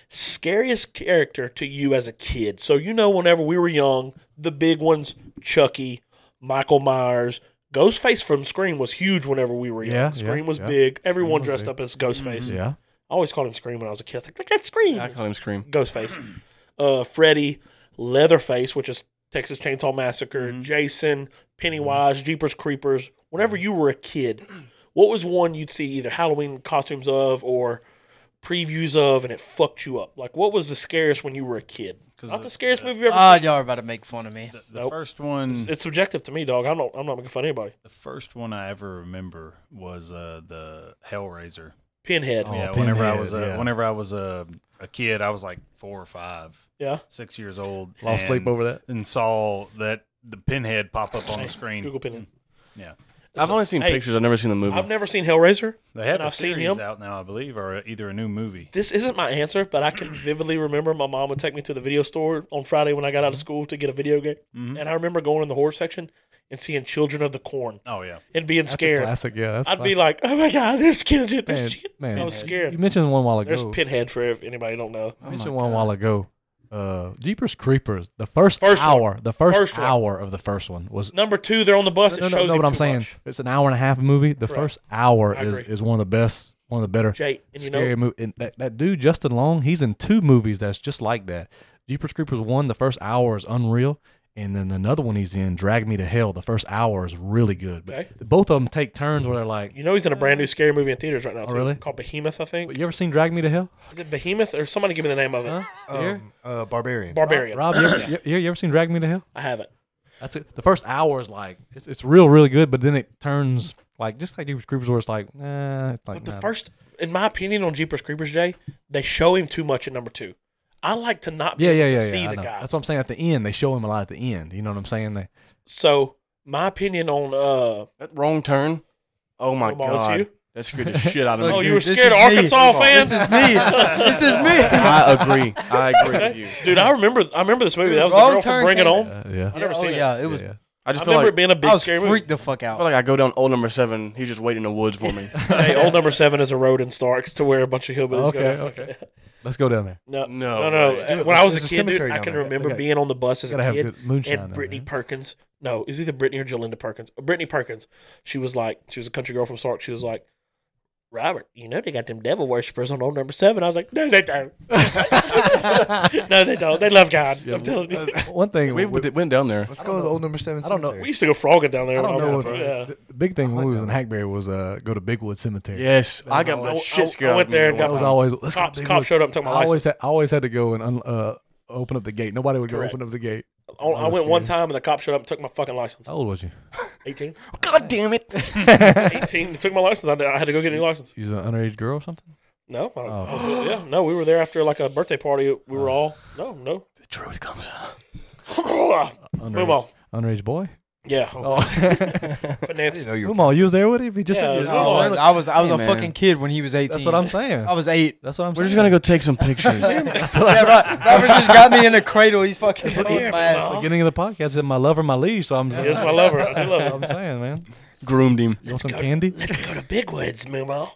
A: Scariest character to you as a kid. So you know, whenever we were young, the big ones: Chucky, Michael Myers, Ghostface from Scream was huge. Whenever we were young,
G: Yeah,
A: Scream
G: yeah,
A: was
G: yeah.
A: big. Everyone
G: was
A: dressed
G: big. Mm-hmm.
A: up as Ghostface.
G: Yeah.
A: I always called him Scream when I was a kid. I was like, look at Scream.
B: I call him scream.
A: Ghostface, uh, Freddy, Leatherface, which is Texas Chainsaw Massacre,
G: Mm-hmm.
A: Jason, Pennywise, Jeepers Creepers. Whenever you were a kid, what was one you'd see either Halloween costumes of or previews of, and it fucked you up? Like, what was the scariest when you were a kid? Not the, scariest movie you've ever
L: Ah, y'all are about to make fun of me.
N: The, the
A: Nope.
N: first one,
A: seen. It's subjective to me, dog. I'm not. I'm not making fun of anybody.
N: the first one I ever remember was uh, the Hellraiser.
A: Pinhead.
G: Oh.
N: yeah, whenever I
G: Pinhead,
N: was uh,
G: yeah.
N: whenever I was a a kid, I was like four or five,
A: Yeah.
N: six years old.
G: Lost
N: and-
G: sleep over that.
N: and saw that the pinhead pop up on the screen.
A: Google Pinhead.
N: Yeah,
B: I've only seen
A: Hey,
B: pictures. I've never seen the movie.
A: I've never seen Hellraiser.
N: they have
A: And
N: a
A: I've seen
N: series
A: him.
N: out now, I believe, or either a new movie.
A: This isn't my answer, but I can vividly remember my mom
G: Mm-hmm.
A: would take me to the video store on Friday when I got out of school to get a video game. And I remember going in the horror section
I: and seeing Children of the Corn
J: Oh yeah.
I: and being
G: That's a
I: scared.
G: classic, yeah. That's
I: I'd be
G: classic.
I: like, oh my God, there's kids in
G: man,
I: this shit.
G: man,
I: I was scared.
G: You mentioned one while ago.
I: There's Pinhead for if anybody don't know.
G: I mentioned one while ago. Uh, Jeepers Creepers. The first,
I: First one.
G: hour, the first,
I: First one.
G: hour of the first one was.
I: Number two, they're on the bus.
G: No,
I: it
G: no,
I: shows
G: no,
I: you
G: what I'm
I: too
G: saying.
I: much.
G: It's an hour and a half movie. The
I: Correct.
G: first hour
I: I
G: is,
I: agree.
G: is one of the best, one of the better
I: Jay, and you
G: scary
I: know,
G: movie. And that, that dude Justin Long, he's in two movies that's just like that. Jeepers Creepers one, the first hour is unreal, and then another one he's in, Drag Me to Hell. The first hour is really good. But
I: Okay.
G: both of them take turns where they're like,
I: you know he's in a brand new scary movie in theaters right now. Too,
G: Mm-hmm. Oh, really?
I: Called Behemoth, I think.
G: "You ever seen Drag Me to Hell?
I: Is it Behemoth or somebody give me the name of it?
G: Here?
K: Um, uh, Barbarian.
I: Barbarian.
G: Rob, you ever, you, you ever seen Drag Me to Hell?"
I: I haven't.
G: That's it. The first hour is like it's, it's real, really good, but then it turns like just like Jeepers Creepers, where it's like, nah, it's like
I: But the
G: nah.
I: first, in my opinion, on Jeepers Creepers, Jay, they show him too much in number two. I like to not be
G: yeah,
I: able
G: yeah,
I: to
G: yeah, yeah.
I: see
G: I
I: the
G: know.
I: guy.
G: That's what I'm saying. At the end, they show him a lot. At the end, you know what I'm saying? They,
I: so my opinion on uh
B: That wrong turn. Oh my
I: Oh, Ball, it's
B: god.
I: you?
B: That scared the shit out of me.
I: oh,
B: dude.
I: you were
L: this
I: scared of
L: is me.
I: Arkansas fans.
L: This is me. this is me.
B: I agree. I agree with you.
I: Dude, I remember. I remember this movie. That was the
L: Wrong
I: girl from
L: Turn
I: Bring It
L: came
I: On.
G: uh, yeah.
I: I never
L: oh
I: seen it.
L: yeah, it was.
G: yeah, yeah.
B: I
I: I
B: just feel
I: remember
B: like
I: it being a big
L: I was
I: scary movie.
L: freaked the fuck
B: I feel like
L: out.
B: I go down old number seven. He's just waiting in the woods for me.
I: hey, old number seven is a road in Starks to where a bunch of hillbillies
G: Okay,
I: go. down.
G: okay. Let's go down there.
I: No,
B: No
I: no, no.
B: way.
I: no. When I was a
K: There's a
I: kid, dude,
K: cemetery
I: I
K: down
I: can
K: there.
I: remember
G: Okay.
I: being on the bus as a
G: Gotta have
I: kid.
G: good moonshine.
I: and
G: down there.
I: Brittany Perkins. No, it was either Brittany or Jalinda Perkins. Uh, Brittany Perkins. She was like, she was a country girl from Stark. She was like, Robert, you know they got them devil worshippers on old number seven. I was like, no, they don't. no, they don't. They love God. I'm telling you.
G: One thing
B: We
G: we, we,
B: went down there.
K: Let's go to the old number seven.
G: I don't know.
I: We used to go frogging down there
G: I
I: when I
G: don't
I: was
G: know.
I: out
G: What,
I: there. Yeah.
G: the big thing when we was in Hackberry was uh go to Bigwood Cemetery.
B: Yes, I got
I: I-
B: my
I: I-
B: shit scared.
I: I
B: out
I: went
B: of me
I: there and
B: one
G: That was
B: time.
G: always let's go to
I: Cops,
G: Bigwood.
I: cops showed up and took my
G: I always
I: license.
G: had, I always had to go and un, uh, open up the gate. Nobody would go
I: Correct.
G: open up the gate.
I: I, I went one time and the cop showed up and took my fucking license.
G: How old was you?
I: 18?
B: God damn it!
I: 18. They took my license. I, I had to go get a new license.
G: You was an underage girl or something?
I: No. I- I
G: Oh.
I: was- yeah. No, we were there after like a birthday party. We were all, no, no.
B: The truth comes out.
I: Move on.
G: Oh, Underage, underage boy.
I: Yeah.
G: Oh.
B: Oh.
I: But Nancy.
K: You know you.
G: Come on, you was there with him. He just
I: Yeah,
G: said
I: it
G: you
I: was
G: was
I: me.
G: there.
L: I was, I was, I was
B: Hey,
L: a
B: man.
L: fucking kid when he was eighteen.
G: That's what I'm saying.
L: I was eight.
G: That's what I'm saying.
B: We're just gonna go take some pictures.
G: That's what I'm
L: Robert just got me in a cradle. He's fucking
I: Yeah,
L: holding my ass.
I: Mama.
G: beginning of the podcast. Said my lover, my leash. So I'm just.
I: Yes, my lover. I do
G: That's
I: love
G: what
I: her.
G: I'm saying, man.
B: Groomed him.
G: You want some candy?
I: Let's go to Big Woods, Moomaw.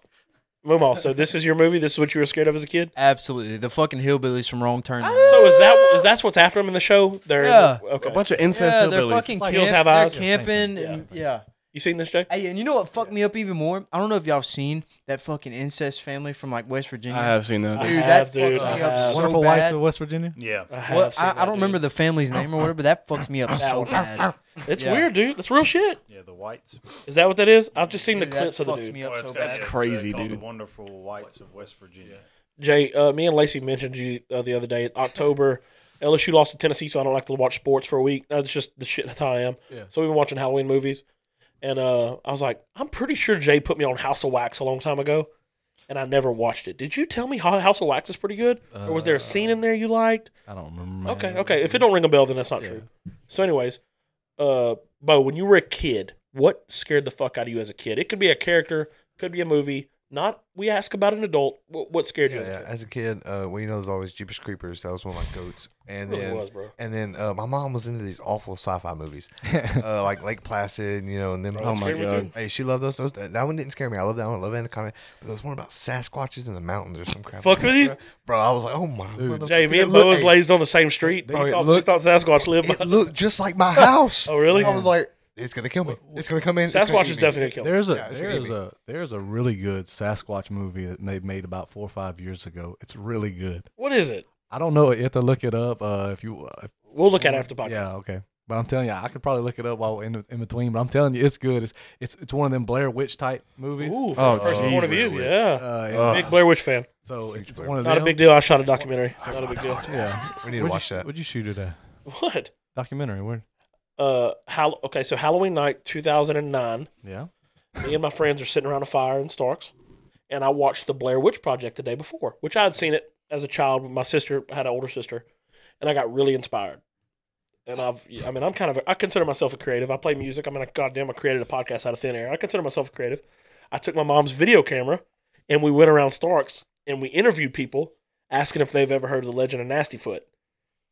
I: Moomaw, so this is your movie. This is what you were scared of as a kid.
L: Absolutely, the fucking hillbillies from Wrong Turn.
I: So is that is that's what's after him in the show? They're
L: Yeah.
I: okay.
B: A bunch of incest
L: yeah, they're
B: hillbillies.
L: fucking camp,
I: Hills Have
L: they're
I: Eyes.
L: camping.
I: Yeah.
L: And, yeah.
I: You seen this, Jay?
L: Hey, and you know what fucked me up even more? I don't know if y'all seen that fucking incest family from like West Virginia.
B: I have seen that.
L: Dude,
I: I
L: that
I: have, dude.
L: fucked
I: I
L: me up
I: have.
L: so
G: Uh, Wonderful Whites
L: bad.
G: of West Virginia.
J: Yeah.
I: I,
A: Uh,
L: Well,
I: have seen
L: I,
I: that,
L: I don't remember
I: dude.
L: the family's name or whatever, but that fucks me up so
I: one.
L: bad.
I: It's
L: yeah.
I: weird, dude. That's real shit.
J: Yeah, the whites.
I: Is that what that is? I've just seen the
L: Dude, that
I: clips of the
L: fucks
I: dude.
L: me up
J: it's
L: so
J: got-
L: bad.
J: it's, uh,
B: crazy,
J: called
B: dude.
J: The wonderful whites of West Virginia.
I: Jay, uh, me and Lacey mentioned you uh, the other day. October, LSU lost to Tennessee, so I don't like to watch sports for a week. That's just the shit. That's how I am. So we've been watching Halloween movies, and uh, I was like, I'm pretty sure Jay put me on House of Wax a long time ago, and I never watched it. Did you tell me how House of Wax is pretty good, or was there a scene in there you liked?
G: I don't remember. man.
I: Okay, okay. If it don't ring a bell, then that's not true. So, anyways, uh, Bo, when you were a kid, what scared the fuck out of you as a kid? It could be a character, could be a movie. Not we ask about an adult. What, what scared you
K: Yeah,
I: as a
K: yeah.
I: kid?
K: As a kid, uh, well, you know, there's always Jeepers Creepers. That was one of my goats. And
I: Really
K: then,
I: was, bro.
K: And then uh, my mom was into these awful sci-fi movies, uh, like Lake Placid, you know, and then
I: Oh, my God.
K: Hey, she loved those. Those that one didn't scare me. I love that one. I love Anaconda. But there was one about Sasquatches in the mountains or some crap.
I: Fuck
K: like
I: with
K: that,
I: you?
K: bro. bro. I was like, oh my. mother-
I: Jay, me and
K: Look-
I: Bo was
K: hey,
I: raised on the same street.
K: Bro,
I: you
K: it
I: thought, you
K: looked-
I: thought Sasquatch lived.
K: It
I: by-
K: looked just like my house.
I: Oh, really?
K: I was like, it's gonna kill me. It's gonna come in. it's gonna
I: Sasquatch
K: eat
I: is
K: me.
I: definitely
A: Oh,
I: killed.
G: There's a
K: Yeah, it's
G: there's
K: creepy.
G: a there's a really good Sasquatch movie that they made about four or five years ago. It's really good.
I: What is it?
G: I don't know. You have to look it up. Uh, if you, uh,
I: We'll look at it after the podcast.
G: yeah, okay. But I'm telling you, I could probably look it up while in, in between. But I'm telling you, it's good. It's it's it's one of them Blair Witch type movies.
I: Ooh, first
B: Oh,
I: person point of view.
B: Jesus.
I: Yeah.
G: Uh, and
I: Big Blair Witch fan.
G: so it's, it's one of
I: Not
G: them.
I: a big deal. I shot a documentary. It's not a big deal.
G: Yeah,
K: We need to
G: Where'd you
K: watch
G: sh-
K: that.
G: What'd you shoot it at?
I: What?
G: Documentary. Where?
I: Uh, Hall- okay, so Halloween night 2009,
G: Yeah.
I: me and my friends are sitting around a fire in Starks, and I watched the Blair Witch Project the day before, which I had seen it as a child. but My sister I had an older sister, and I got really inspired. And I've, I mean, I'm kind of, a, I consider myself a creative. I play music. I mean, I, goddamn, I created a podcast out of thin air. I consider myself a creative. I took my mom's video camera, and we went around Starks and we interviewed people asking if they've ever heard of the legend of Nastyfoot.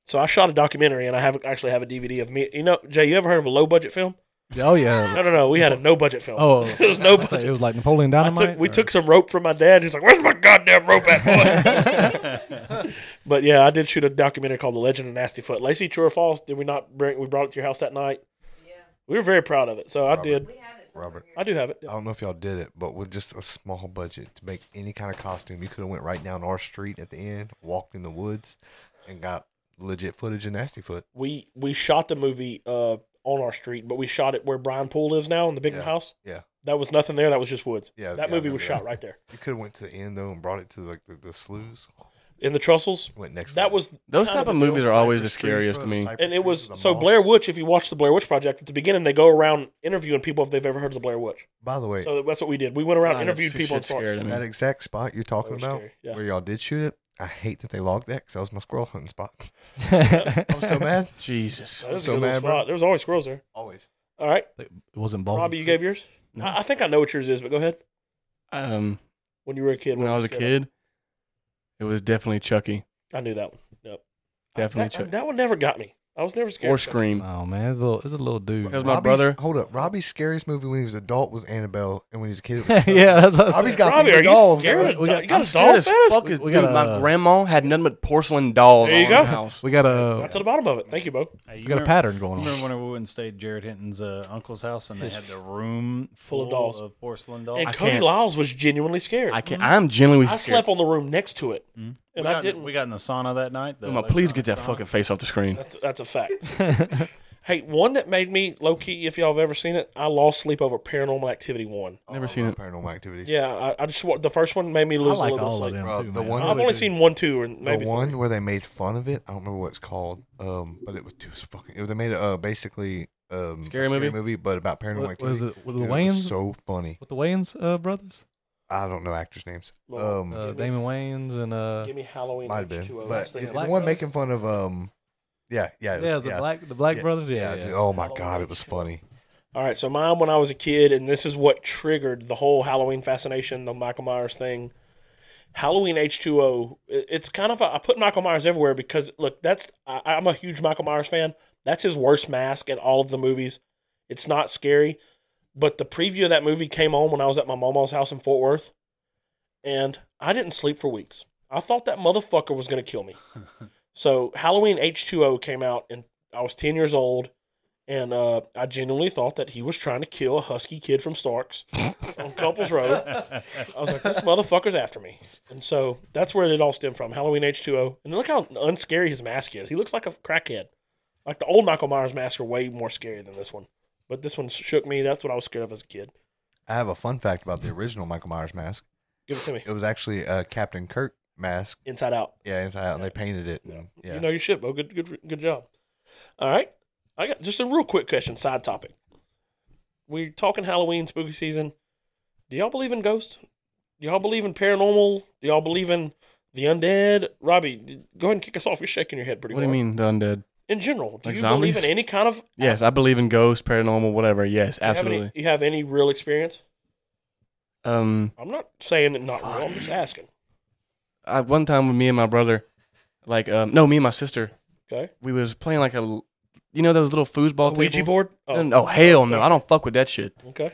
I: So I shot a documentary, and I have actually have a DVD of me. You know, Jay, you ever heard of a low budget film?
G: Oh yeah.
A: No, no, no. We had a no budget film.
G: Oh,
A: There's no
G: I say
A: budget.
G: It was like Napoleon
A: I
G: Dynamite.
A: took, we
G: or-
A: took some rope from my dad. He's like, "Where's my goddamn rope at, boy?" but yeah, I did shoot a documentary called "The Legend of Nasty Foot." Lacey, true or false? Did we not bring? We brought it to your house that night. We were very proud of it. So I did.
K: Robert.
A: I do have it.
K: I don't know if y'all did it, but with just a small budget to make any kind of costume, you could have went right down our street at the end, walked in the woods, and got legit footage of Nasty Foot.
A: We we shot the movie uh, on our street, but we shot it where Brian Poole lives now in the big
K: Yeah.
A: house.
K: Yeah.
A: That was nothing there. That was just woods.
K: Yeah, yeah, I
A: That movie was
K: remember
A: shot
K: that.
A: right there
K: You could have went to the end though and brought it to like the, the sloughs.
A: in the trestles.
K: Went next.
A: That
K: level.
A: was
B: Those
A: kind
B: type
A: a-
B: of movies are always the
K: Cypress trees,
B: scariest
K: bro,
B: to
K: the
B: me.
K: cypress
A: and it
K: trees
A: was
K: with the
A: so
K: moss.
A: Blair Witch. If you watch the Blair Witch Project at the beginning, they go around interviewing people if they've ever heard of the Blair Witch.
K: By the way,
A: So that's what we did. We went around,
B: God,
A: interviewed
B: that's-
A: people, and
B: shit's
A: saw
B: scary
A: it.
B: to me.
K: that exact spot you're talking
A: was
K: about,
A: scary, yeah.
K: where y'all did shoot it, I hate that they logged that because that was my squirrel hunting spot. I'm so mad.
B: Jesus.
A: That was
K: So
A: a good little
K: mad, bro. Oh.
A: spot. There was always squirrels there.
K: Always.
A: All right,
G: It wasn't Baldwin.
A: Robbie, you gave yours. I, I think I know what yours is, but go ahead.
B: Um,
A: When you were a kid,
B: when
A: what
B: I was a
A: yours
B: kid, it was definitely Chucky.
A: I knew that one. Yep.
B: Definitely
A: that,
B: Chucky.
A: That one never got me. I was never scared.
B: Or
A: of Chucky.
B: Scream.
G: Oh man, it's a little, it's a little dude.
B: Because my brother,
K: Hold up. Robbie's scariest movie when he was adult was Annabelle, and when he was a kid, it was Chucky.
G: yeah, that's what I
K: Robbie's
G: was
K: got
A: Robbie,
K: these
A: are you
K: dolls.
A: scared?
K: bro.
A: of
G: We
A: do-
G: got-
A: you got
B: I'm
A: a doll
B: scared as
A: fetish?
B: fuck. As,
G: We- we
B: dude,
G: got
B: my
G: a-
B: grandma had nothing but porcelain dolls
A: There you
B: all
A: go.
B: in the house.
G: We got
A: Got to
G: a
A: the bottom of it. Thank you, Bo.
N: Hey,
G: we
N: you
G: got a
N: remember-
G: pattern going on.
N: Remember when we went and stayed at Jared Hinton's uh, uncle's house and they had the room
A: full of dolls.
N: of porcelain dolls?
A: And
B: I
A: Cody
B: can't-
A: Lyles was genuinely scared.
B: I can't. I'm genuinely
A: I
B: scared.
A: slept on the room next to it,
G: Mm-hmm.
N: we,
A: and
N: got,
A: I didn't.
N: we got in the sauna that night. the
B: Uma, please get that
N: electronic
B: fucking face off the screen.
A: That's that's a fact. hey, one that made me low key. If y'all have ever seen it, I lost sleep over Paranormal Activity one.
B: Never seen it.
K: Paranormal activities.
A: Yeah, I, I just wa- the first one made me
G: I
A: lose
G: like
A: a little
G: all
A: bit of sleep.
G: of them
K: Bro,
G: too.
K: the
G: man.
K: one-
A: I've only
K: Really
A: seen one, two, and
K: The
A: maybe
K: one
A: three.
K: where they made fun of it, I don't remember what it's called. Um, but it was, it was fucking. It was, they made a uh, basically um
B: Scary
K: a
B: movie?
K: but about paranormal
G: What-
K: activity.
G: was it with the
K: Dude,
G: Wayans?
K: was so funny.
G: with the Wayans uh, brothers,
K: I don't know actors' names.
A: Well,
K: Um,
G: uh, Damon Wayans and uh,
A: Give me Halloween.
K: might have been,
A: H2O.
K: but
A: That's the
K: it- the
A: black
K: one
A: guys.
K: making fun of um, yeah, yeah, it
G: yeah,
K: was-
G: the black the Black brothers. Yeah, yeah.
K: dude, oh my
A: Halloween
K: god, it was
A: H2O.
K: funny.
A: All right, so mine when I was a kid, and this is what triggered the whole Halloween fascination, the Michael Myers thing. Halloween H two O. It's kind of a, I put Michael Myers everywhere because look, that's I, I'm a huge Michael Myers fan. That's his worst mask in all of the movies. It's not scary, but the preview of that movie came on when I was at my mom's house in Fort Worth, and I didn't sleep for weeks. I thought that motherfucker was gonna kill me. so Halloween H two O came out, and I was ten years old and uh, I genuinely thought that he was trying to kill a husky kid from Starks on Couples Road. I was like, this motherfucker's after me. And so that's where it all stemmed from Halloween H2O. And look how unscary his mask is. He looks like a crackhead. Like the old Michael Myers mask are way more scary than this one. But this one shook me. That's what I was scared of as a kid.
K: I have a fun fact about the original Michael Myers mask.
A: Give it to me.
K: It was actually a Captain Kirk mask.
A: Inside out.
K: Yeah, inside out, and they painted it. and- yeah.
A: You know your shit, bro. Good, good, good job. All right, I got just a real quick question, side topic. We're talking Halloween, spooky season. Do y'all believe in ghosts? Do y'all believe in paranormal? Do y'all believe in the undead? Robbie, d- go ahead and kick us off. You're shaking your head pretty.
B: What do you
A: hard.
B: mean, the undead?
A: In general, do
B: Like
A: you
B: zombies?
A: believe in any kind of?
B: Yes, I believe in ghosts, paranormal, whatever. Yes,
A: You have, any,
B: absolutely.
A: you have any real experience?
B: Um,
A: I'm not saying it not real. I'm just asking.
B: I, one time with me and my brother, like, um, no, me and my sister,
A: Okay.
B: we was playing like a, l- you know, those little foosball tables?
A: Ouija board.
B: Oh,
A: Oh,
B: hell no!
A: sorry.
B: I don't fuck with that shit.
A: okay.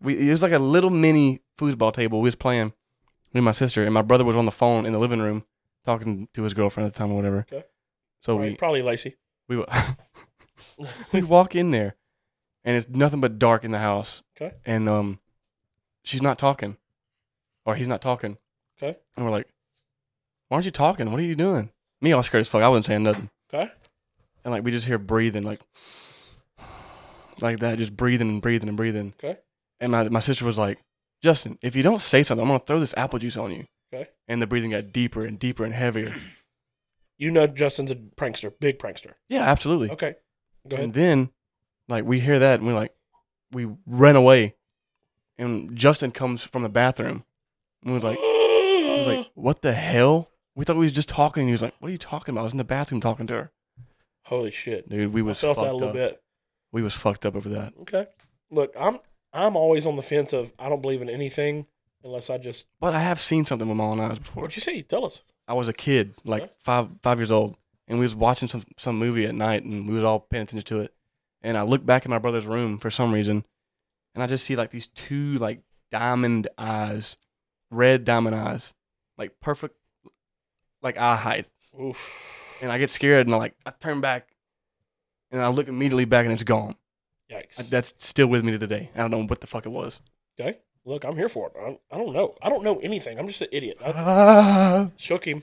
B: We it was like a little mini foosball table. We was playing. Me and my sister and my brother was on the phone in the living room talking to his girlfriend at the time or whatever.
A: Okay.
B: So
A: All right, probably Lacey.
B: we we wa- we walk in there, and it's nothing but dark in the house.
A: Okay.
B: And um, she's not talking, or he's not talking.
A: Okay.
B: And we're like, "Why aren't you talking? What are you doing?" Me, all scared as fuck. I wasn't saying nothing.
A: Okay.
B: And like we just hear breathing, like like that, just breathing and breathing and breathing.
A: Okay.
B: And my my sister was like, Justin, if you don't say something, I'm gonna throw this apple juice on you.
A: Okay.
B: And the breathing got deeper and deeper and heavier.
A: You know Justin's a prankster, big prankster.
B: yeah, absolutely.
A: Okay. Go ahead.
B: And then, like, we hear that and we're like, we ran away. And Justin comes from the bathroom. And we was like, I was like, what the hell? We thought we was just talking. And he was like, what are you talking about? I was in the bathroom talking to her.
A: Holy shit!
B: Dude, we
A: I
B: was
A: felt
B: fucked
A: that a little
B: up.
A: bit.
B: We was fucked up over that.
A: Okay, look, I'm I'm always on the fence of I don't believe in anything unless I just.
B: But I have seen something with my own eyes before.
A: What'd you see? Tell us.
B: I was a kid, like
A: Okay.
B: five five years old, and we was watching some some movie at night, and we was all paying attention to it. and I look back at my brother's room for some reason, and I just see like these two like diamond eyes, red diamond eyes, like perfect, like eye height.
I: Oof.
B: And I get scared, and I like I turn back, and I look immediately back, and it's gone.
I: Yikes.
B: I- That's still with me to today. I don't know what the fuck it was.
I: okay. Look, I'm here for it. I, I don't know. I don't know anything. I'm just an idiot. I shook him.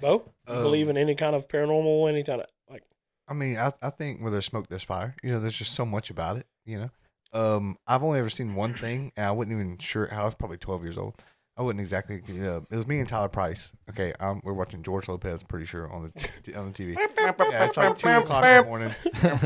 I: Bo, you
K: Um,
I: believe in any kind of paranormal, any kind of like?
K: I mean, I, I think where there's smoke, there's fire. You know, there's just so much about it. You know, um, I've only ever seen one thing, and I wasn't even sure how. I was probably 12 years old. I wasn't exactly. Uh, it was me and Tyler Price. Okay, um, we're watching George Lopez. Pretty sure on the on the TV. Yeah, it's like two o'clock in the morning.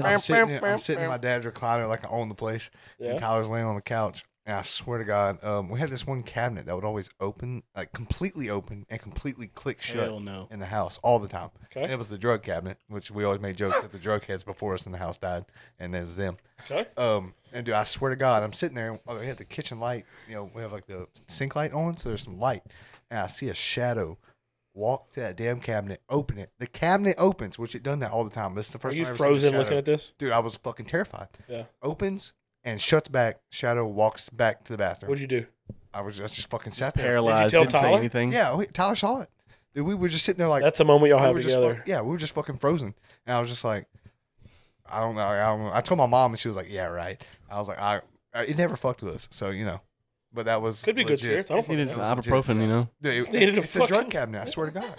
K: I'm sitting, in, I'm sitting in my dad's recliner like I own the place.
I: Yeah.
K: And Tyler's laying on the couch. And I swear to God, um, we had this one cabinet that would always open, like completely open and completely click shut
B: Hell no.
K: in the house all the time.
I: Okay.
K: And it was the drug cabinet, which we always made jokes that the drug heads before us in the house died, and it was them.
I: Okay.
K: Um, and dude, I swear to God, I'm sitting there. oh, We had the kitchen light. You know, we have like the sink light on, so there's some light, and I see a shadow walk to that damn cabinet, open it. The cabinet opens, which it done that all the time. This is the
I: Are
K: first.
I: you
K: time I've ever seen a
I: frozen looking
K: shadow.
I: at this?
K: Dude, I was fucking terrified.
I: Yeah.
K: Opens and shuts back. Shadow walks back to the bathroom.
I: What'd you do?
K: I was I just fucking sat there.
B: Paralyzed.
I: tell
B: Did not say
I: Tyler?
B: anything.
K: Yeah, we, Tyler saw it. Dude, we were just sitting there like
I: That's a moment y'all
K: we
I: have
K: were just
I: together.
K: fuck- yeah, we were just fucking frozen, and I was just like, I don't know. I don't know. I told my mom, and she was like, Yeah, right. I was like, I, I it never fucked with us, so you know. But that was
I: Could be good
K: legit.
I: spirits. I don't fucking
B: Needed
I: know.
B: some
K: was legit,
B: ibuprofen, you know.
K: Dude, it-
I: Just needed a
K: it's a drug
I: fucking-
K: cabinet. I swear to God,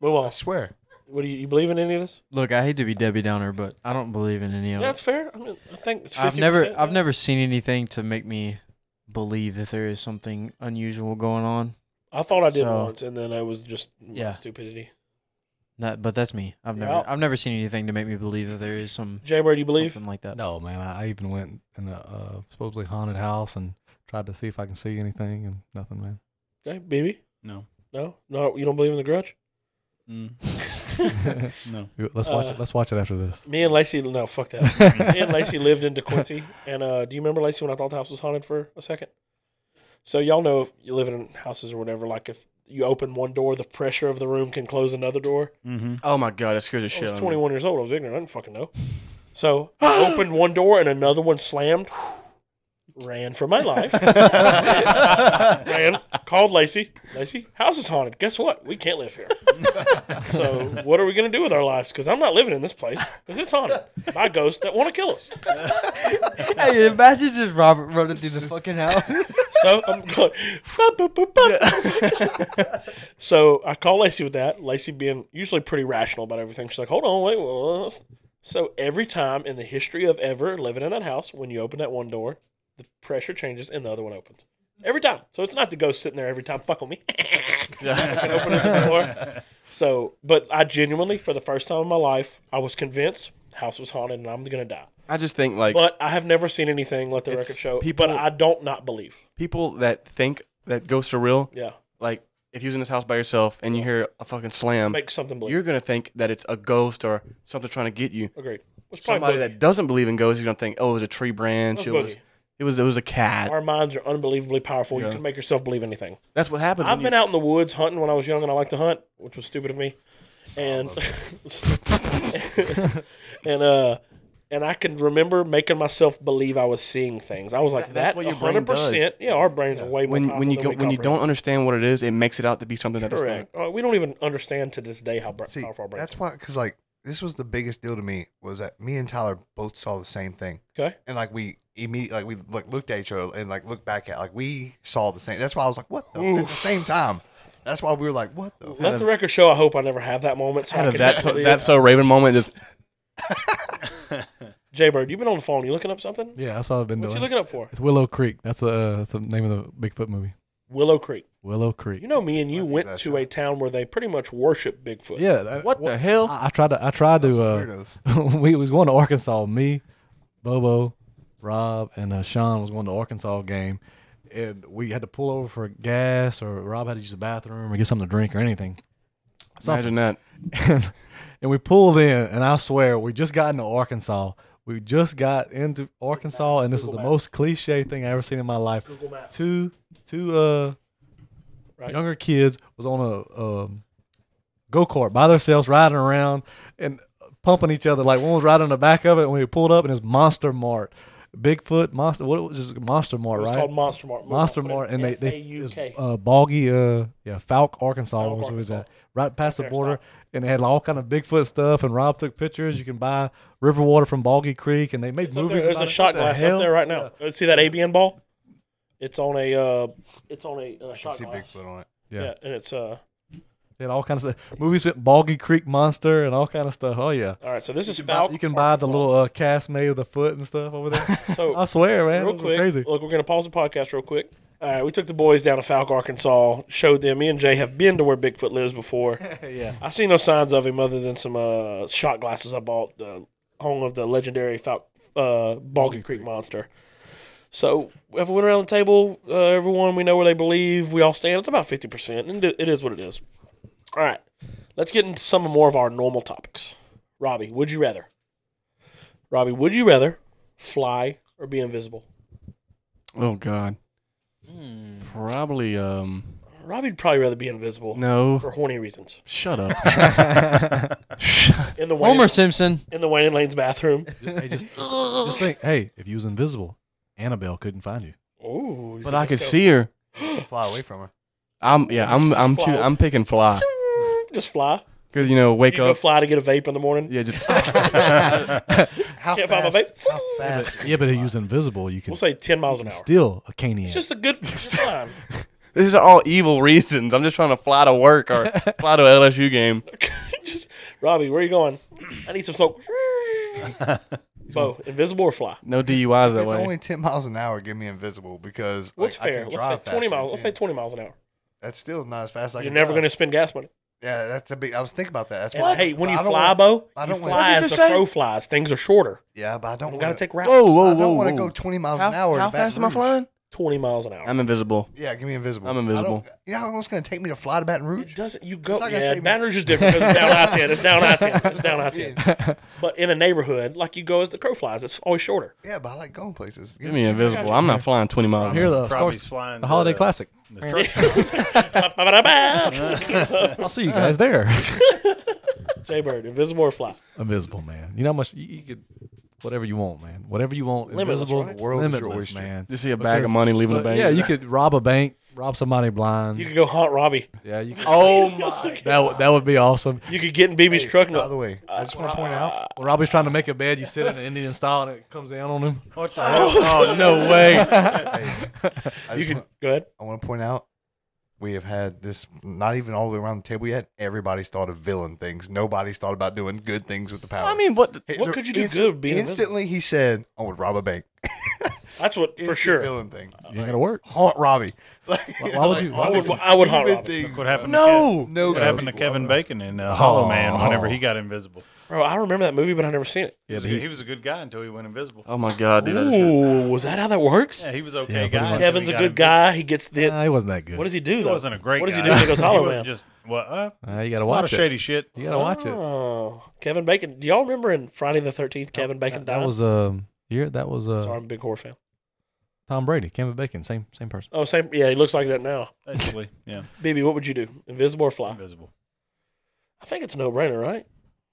I: Move
K: I
I: on.
K: swear.
I: What do you, you believe in any of this?
L: Look, I hate to be Debbie Downer, but I don't believe in any of
I: Yeah,
L: it.
I: that's fair. I, mean, I think it's 50%.
L: I've never I've
I: yeah.
L: never seen anything to make me believe that there is something unusual going on.
I: I thought I did
L: So-
I: once, and then I was just
L: Yeah.
I: stupidity.
L: That, but that's me. I've never
I: Yeah.
L: I've never seen anything to make me believe that there is some
I: Jay, where do you believe?
L: something like that.
G: No, man. I I even went in a uh, supposedly haunted house and tried to see if I can see anything and nothing, man.
I: Okay, BB.
N: No.
I: No, no, you don't believe in the grudge.
N: no.
G: Let's watch
I: Uh,
G: it. Let's watch it after this.
I: Me and Lacey, no, fuck that. me and Lacey lived in DeQuincy, and uh, do you remember Lacey when I thought the house was haunted for a second? So y'all know if you live in houses or whatever, like if you open one door, the pressure of the room can close another door.
N: Mm-hmm.
B: Oh my god, that scares the
I: I
B: shit
I: was
B: out of me.
I: 21 years old. I was ignorant. I didn't fucking know. So I opened one door and another one slammed. Ran for my life. Ran. Called Lacey. Lacey, house is haunted. Guess what? We can't live here. so what are we going to do with our lives? Because I'm not living in this place because it's haunted by ghosts that want to kill us.
L: hey, imagine just Robert running through the fucking house.
I: So I'm going. "Bup, bup, bup, bup." so I call Lacey with that. Lacey being usually pretty rational about everything. She's like, "Hold on, wait." well, let's-" So every time in the history of ever living in that house, when you open that one door, the pressure changes and the other one opens. Every time. So it's not the ghost sitting there every time. Fuck with me. Fucking open the door. So, but I genuinely, for the first time in my life, I was convinced house was haunted and I'm gonna die.
B: I just think like
I: But I have never seen anything. Let the
B: It's
I: record show.
B: people-
I: but I don't not believe.
B: people that think that ghosts are real,
I: Yeah,
B: like if you're in this house by yourself and you hear a fucking slam,
I: make something believe.
B: Mm. you're gonna think that it's a ghost or something trying to get you.
I: Agreed. It's
B: Somebody
I: probably
B: that doesn't believe in ghosts, you're gonna think, oh, it was a tree branch. It
I: That's
B: was,
I: boogie.
B: it was, it was a cat.
I: our minds are unbelievably powerful. You
B: Yeah.
I: can make yourself believe anything.
B: That's what happened.
I: I've been out in the woods hunting when I was young, and I like to hunt, which was stupid of me. And
B: Oh,
I: and uh, and I can remember making myself believe I was seeing things. I was like,
B: that's
I: that
B: what your brain
I: hundred percent. Yeah, our brains are way more
B: when
I: powerful
B: when you
I: than
B: go,
I: we
B: when you don't
I: comprehend.
B: understand what it is, it makes it out to be something that it's not.
I: correct. Uh, we don't even understand to this day how bra-
K: See,
I: powerful our brains.
K: that's why, because like this was the biggest deal to me was that me and Tyler both saw the same thing.
I: are. Okay.
K: and like we immediately like we like looked at each other and like looked back at like we saw the same. That's why I was like, what the? At the same time, that's why we were like, what the?
I: Let the record show. I hope I never have uh, that moment. So I
B: Out
I: can
B: of that, so,
I: actually-
B: that so Raven moment, just
I: Jay Bird, you've been on the phone. You looking up something?
G: Yeah, that's what I've been
I: What
G: doing.
I: you looking up for?
G: it's Willow Creek. That's the uh, that's the name of the Bigfoot movie.
I: Willow Creek.
G: Willow Creek.
I: You know, me and you went
K: that's
I: to a town where they pretty much worship Bigfoot.
G: Yeah. that-
B: what the hell?
G: I, I tried to. I tried to. Uh,
K: Weirdos.
G: we was going to Arkansas. Me, Bobo, Rob, and uh, Sean was going to Arkansas game, and we had to pull over for gas, or Rob had to use the bathroom or get something to drink or anything.
B: Imagine that.
G: and, and we pulled in, and I swear, we just got into Arkansas. We just got into Arkansas, and this was the most cliche thing I ever seen in my life. Two, two uh,
I: Right.
G: younger kids was on a um, go kart by themselves, riding around, and pumping each other. Like one was right on the back of it, and we pulled up, and it's Monster Mart, Bigfoot Monster. What was just Monster Mart,
A: It's
G: right?
A: called Monster Mart.
G: Monster Mart, and they they it's,
A: F-A-U-K.
G: uh, Boggy, uh, yeah, Falk, Arkansas,
A: Falk,
G: was where it's
A: Arkansas.
G: at, right past the
A: there,
G: border,
A: stop.
G: and they had all kind of Bigfoot stuff. And Rob took pictures. You can buy river water from Boggy Creek, and they made
A: It's up there.
G: movies.
A: There's a
G: about it.
A: shot
G: What the
A: glass
G: hell?
A: up there right now. Uh, See that ABN ball? It's on a uh, it's on a uh, shot
K: see
A: glass.
K: Bigfoot on it.
G: Yeah.
A: Yeah. and it's uh.
G: They had all kinds of stuff. movies with Boggy Creek Monster and all kind of stuff. Oh yeah,
A: All right, so this is
G: you can buy,
A: Falk.
G: you can buy the little uh, cast made of the foot and stuff over there.
A: So
G: I swear, man,
A: real
G: those are
A: quick,
G: crazy.
A: look, we're gonna pause the podcast real quick. All right, we took the boys down to Falk, Arkansas. Showed them. Me and Jay have been to where Bigfoot lives before.
G: yeah,
A: I see no signs of him other than some uh, shot glasses I bought the home of the legendary Falk, uh, Boggy Creek Monster. So if we went around the table, uh, everyone we know where they believe we all stand. It's about fifty percent, and it it is what it is. All right, let's get into some more of our normal topics. Robbie, would you rather? Robbie, would you rather fly or be invisible?
B: Oh God. Hmm. Probably. Um.
A: Robbie'd probably rather be invisible
B: No.
A: for horny reasons.
B: Shut up.
A: In the Wayne,
L: Homer Simpson.
A: in the Wayne and Lane's bathroom.
G: hey, just, just think, hey, if you was invisible, Annabelle couldn't find you.
A: Ooh,
B: but I could see her.
K: Fly away from her.
B: I'm yeah. I'm I'm choo- I'm picking fly
A: Just fly.
B: because you know wake
A: You go
B: up.
A: fly to get a vape in the morning.
B: Yeah. Just
K: How
A: Can't find
K: fast?
A: my vape.
K: How fast?
G: Yeah, but if you was invisible, you
A: We'll
G: could
A: say ten miles an hour.
G: still a caniac.
A: It's just a good it's fine.
B: this is all evil reasons. I'm just trying to fly to work or fly to an LSU game.
A: Just Robbie, where are you going? I need some smoke. Bo, invisible or fly?
B: No DUIs that
K: It's
B: way.
K: only ten miles an hour. Give me invisible because
A: What's
K: like, I
A: fair?
K: can
A: Let's say
K: drive
A: twenty
K: faster,
A: miles. Let's
K: too.
A: say twenty miles an hour.
K: that's still not as fast. as I
A: You're
K: can
A: never
K: drive.
A: going to spend gas money.
K: Yeah, that's a big. I was thinking about that. That's
A: And
K: why-
A: hey, when
K: but
A: you
K: I don't
A: fly,
K: wanna-
A: Bo,
K: I
A: you
K: don't wanna-
A: fly
B: What did
A: as
B: you
A: the
B: say?
A: crow flies. Things are shorter.
K: Yeah, but I don't
A: You
K: want
A: got to
K: to
A: take routes.
B: Whoa, whoa,
K: I
B: whoa,
K: don't want
B: whoa.
K: to go twenty miles
B: How,
K: an hour. to
B: how
K: Baton
B: fast am I
K: Rouge.
B: flying?
A: Twenty miles an hour.
B: I'm invisible.
K: Yeah, give me invisible.
B: I'm
K: I don't-
B: invisible.
K: You know how long it's going to take me to fly to Baton
A: It
K: Rouge?
A: doesn't. You go.
K: It's like I
A: yeah,
K: say, man.
A: Baton Rouge is different 'cause it's down I ten. It's down I ten. It's down I ten. But in a neighborhood, like you go as the crow flies, it's always shorter.
K: Yeah, but I like going places. Give
B: Give
K: me
B: me invisible. I'm not flying 20 miles. an
G: Here
B: hour.
G: the
N: Robbie's
G: stars-
N: flying
G: the holiday
N: to-
G: classic.
A: Jay
G: I'll see you guys there.
A: Bird, invisible or fly?
G: invisible man. You know how much you, you could, whatever you want, man. Whatever you want,
A: Limitless,
G: invisible,
A: right?
K: World is your
G: limitless,
K: oyster.
G: man.
B: You see a bag
G: Because-
B: of money leaving the
G: But,
B: bank.
G: yeah, you could rob a bank, rob somebody blind.
A: You could go haunt Robbie.
G: yeah, you could,
B: Oh my!
G: that would that would be awesome.
A: You could get in BB's truck and
K: By the
A: go,
K: way, I just want to
A: uh,
K: point out
G: When Robbie's trying to make a bed, you sit in an Indian style and it comes down on him.
N: What the hell? Oh, no.
B: No way!
K: I,
A: you
K: just
A: could
K: want,
A: go ahead.
K: I want to point out we have had this not even all the way around the table yet. Everybody's thought of villain things. Nobody's thought about doing good things with the power.
B: I mean, what? the-
K: Hey,
A: what
K: there-
A: could you do good being invisible?
K: Instantly, he said, "I would rob a bank
A: That's what for
K: Instant
A: sure.
K: Villain thing.
G: You ain't gonna work.
K: Haunt Robbie. Like,
G: Why- why would you- why
A: I would,
K: haunt
A: I would haunt
K: human
A: Robbie,
K: things.
N: Look what happened. To
B: No.
N: Kev-
K: No,
N: What happened to Kevin Bacon in uh, Hollow Man whenever he got invisible?
A: bro. I remember that movie, but I never seen it.
G: Yeah,
N: He,
G: but he-
N: was a good guy until he went invisible.
B: Oh my God, dude! that is-
A: Ooh, was that how that works?
N: Yeah, he was
G: Yeah,
N: okay
G: pretty
N: guy.
G: much.
N: until he
A: Kevin's a
N: got
A: good
N: invisible.
A: guy. He gets the.
G: nah, he wasn't that good.
A: what does he do?
N: He
A: though?
N: wasn't a great.
A: What does he
N: guy.
A: do? when He goes Hollow
N: He
A: Man.
N: wasn't just well, uh,
G: Nah, you gotta
N: a lot
G: watch
N: of
G: it.
N: shady shit.
G: You gotta watch it.
A: Oh, Kevin Bacon. Do y'all remember in Friday the Thirteenth? Kevin Bacon
G: That, that
A: died.
G: was um year. That was uh
A: Sorry, I'm a big horror fan.
G: Tom Brady, Kevin Bacon, same same person.
A: Oh, same. Yeah, he looks like that now.
N: Basically, yeah,
A: BB, what would you do? Invisible or fly?
N: invisible.
A: I think it's no brainer, right?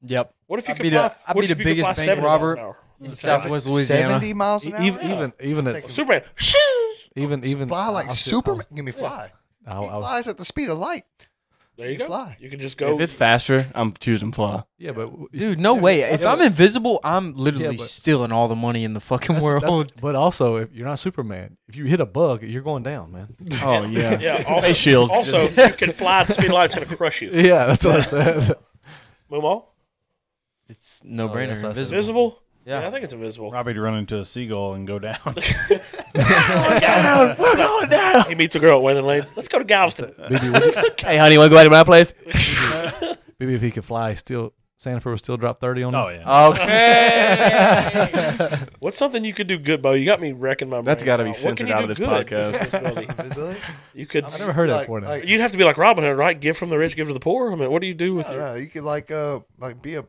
L: Yep.
A: What if you
L: I'd
A: could
L: be the-
A: fly?
L: I'd
A: what
L: be
A: if you could
L: the biggest
A: fly
L: bank
A: 70 miles
L: robber.
A: an hour?
L: Southwest Louisiana.
K: Seventy miles an hour.
G: Even E-, even even at
A: Superman.
G: even even
K: fly like
G: I was- I was-
K: Superman. Give me fly.
G: I was- I
K: he
G: was-
K: flies at the speed of light.
A: There you
K: You
A: go.
K: fly.
A: You could just go.
B: If it's faster, I'm choosing fly.
G: yeah, but
L: Dude, no way. If I'm invisible, I'm literally
G: but-
L: stealing all the money in the fucking
G: That's-
L: world.
G: that's- but also, if you're not Superman, if you hit a bug, you're going down, man.
B: Oh yeah.
A: yeah. Also,
B: Face shield.
I: Oh,
A: Also, you can fly at the speed of light. It's going to crush you.
G: yeah, that's what I said.
A: Moomaw?
L: it's no
G: Oh, yeah,
L: brainer.
G: that's what I said.
L: invisible.
A: Invisible?
L: Yeah.
A: I think it's invisible.
N: Probably to run into a seagull and go down. Oh,
A: We're going down. He meets a girl at Wayne Lane. Let's go to Galveston.
G: Maybe, would you-
B: hey, honey, want to go out to my place?
G: maybe if he could fly, still Sanford would still drop thirty on him.
N: oh yeah.
B: Okay.
A: What's something you could do good, Bo? You got me wrecking my brain.
B: That's got to
A: now.
B: be
A: What can
B: censored
A: you
B: out
A: do
B: of this
A: good with
B: podcast.
A: invisibility? You could.
G: I've never heard that
K: like,
G: before now.
K: Like,
A: You'd have to be like Robin Hood, right? Give from the rich, give to the poor. I mean, what do you do with
K: I
A: your
K: don't know. You could like uh like be a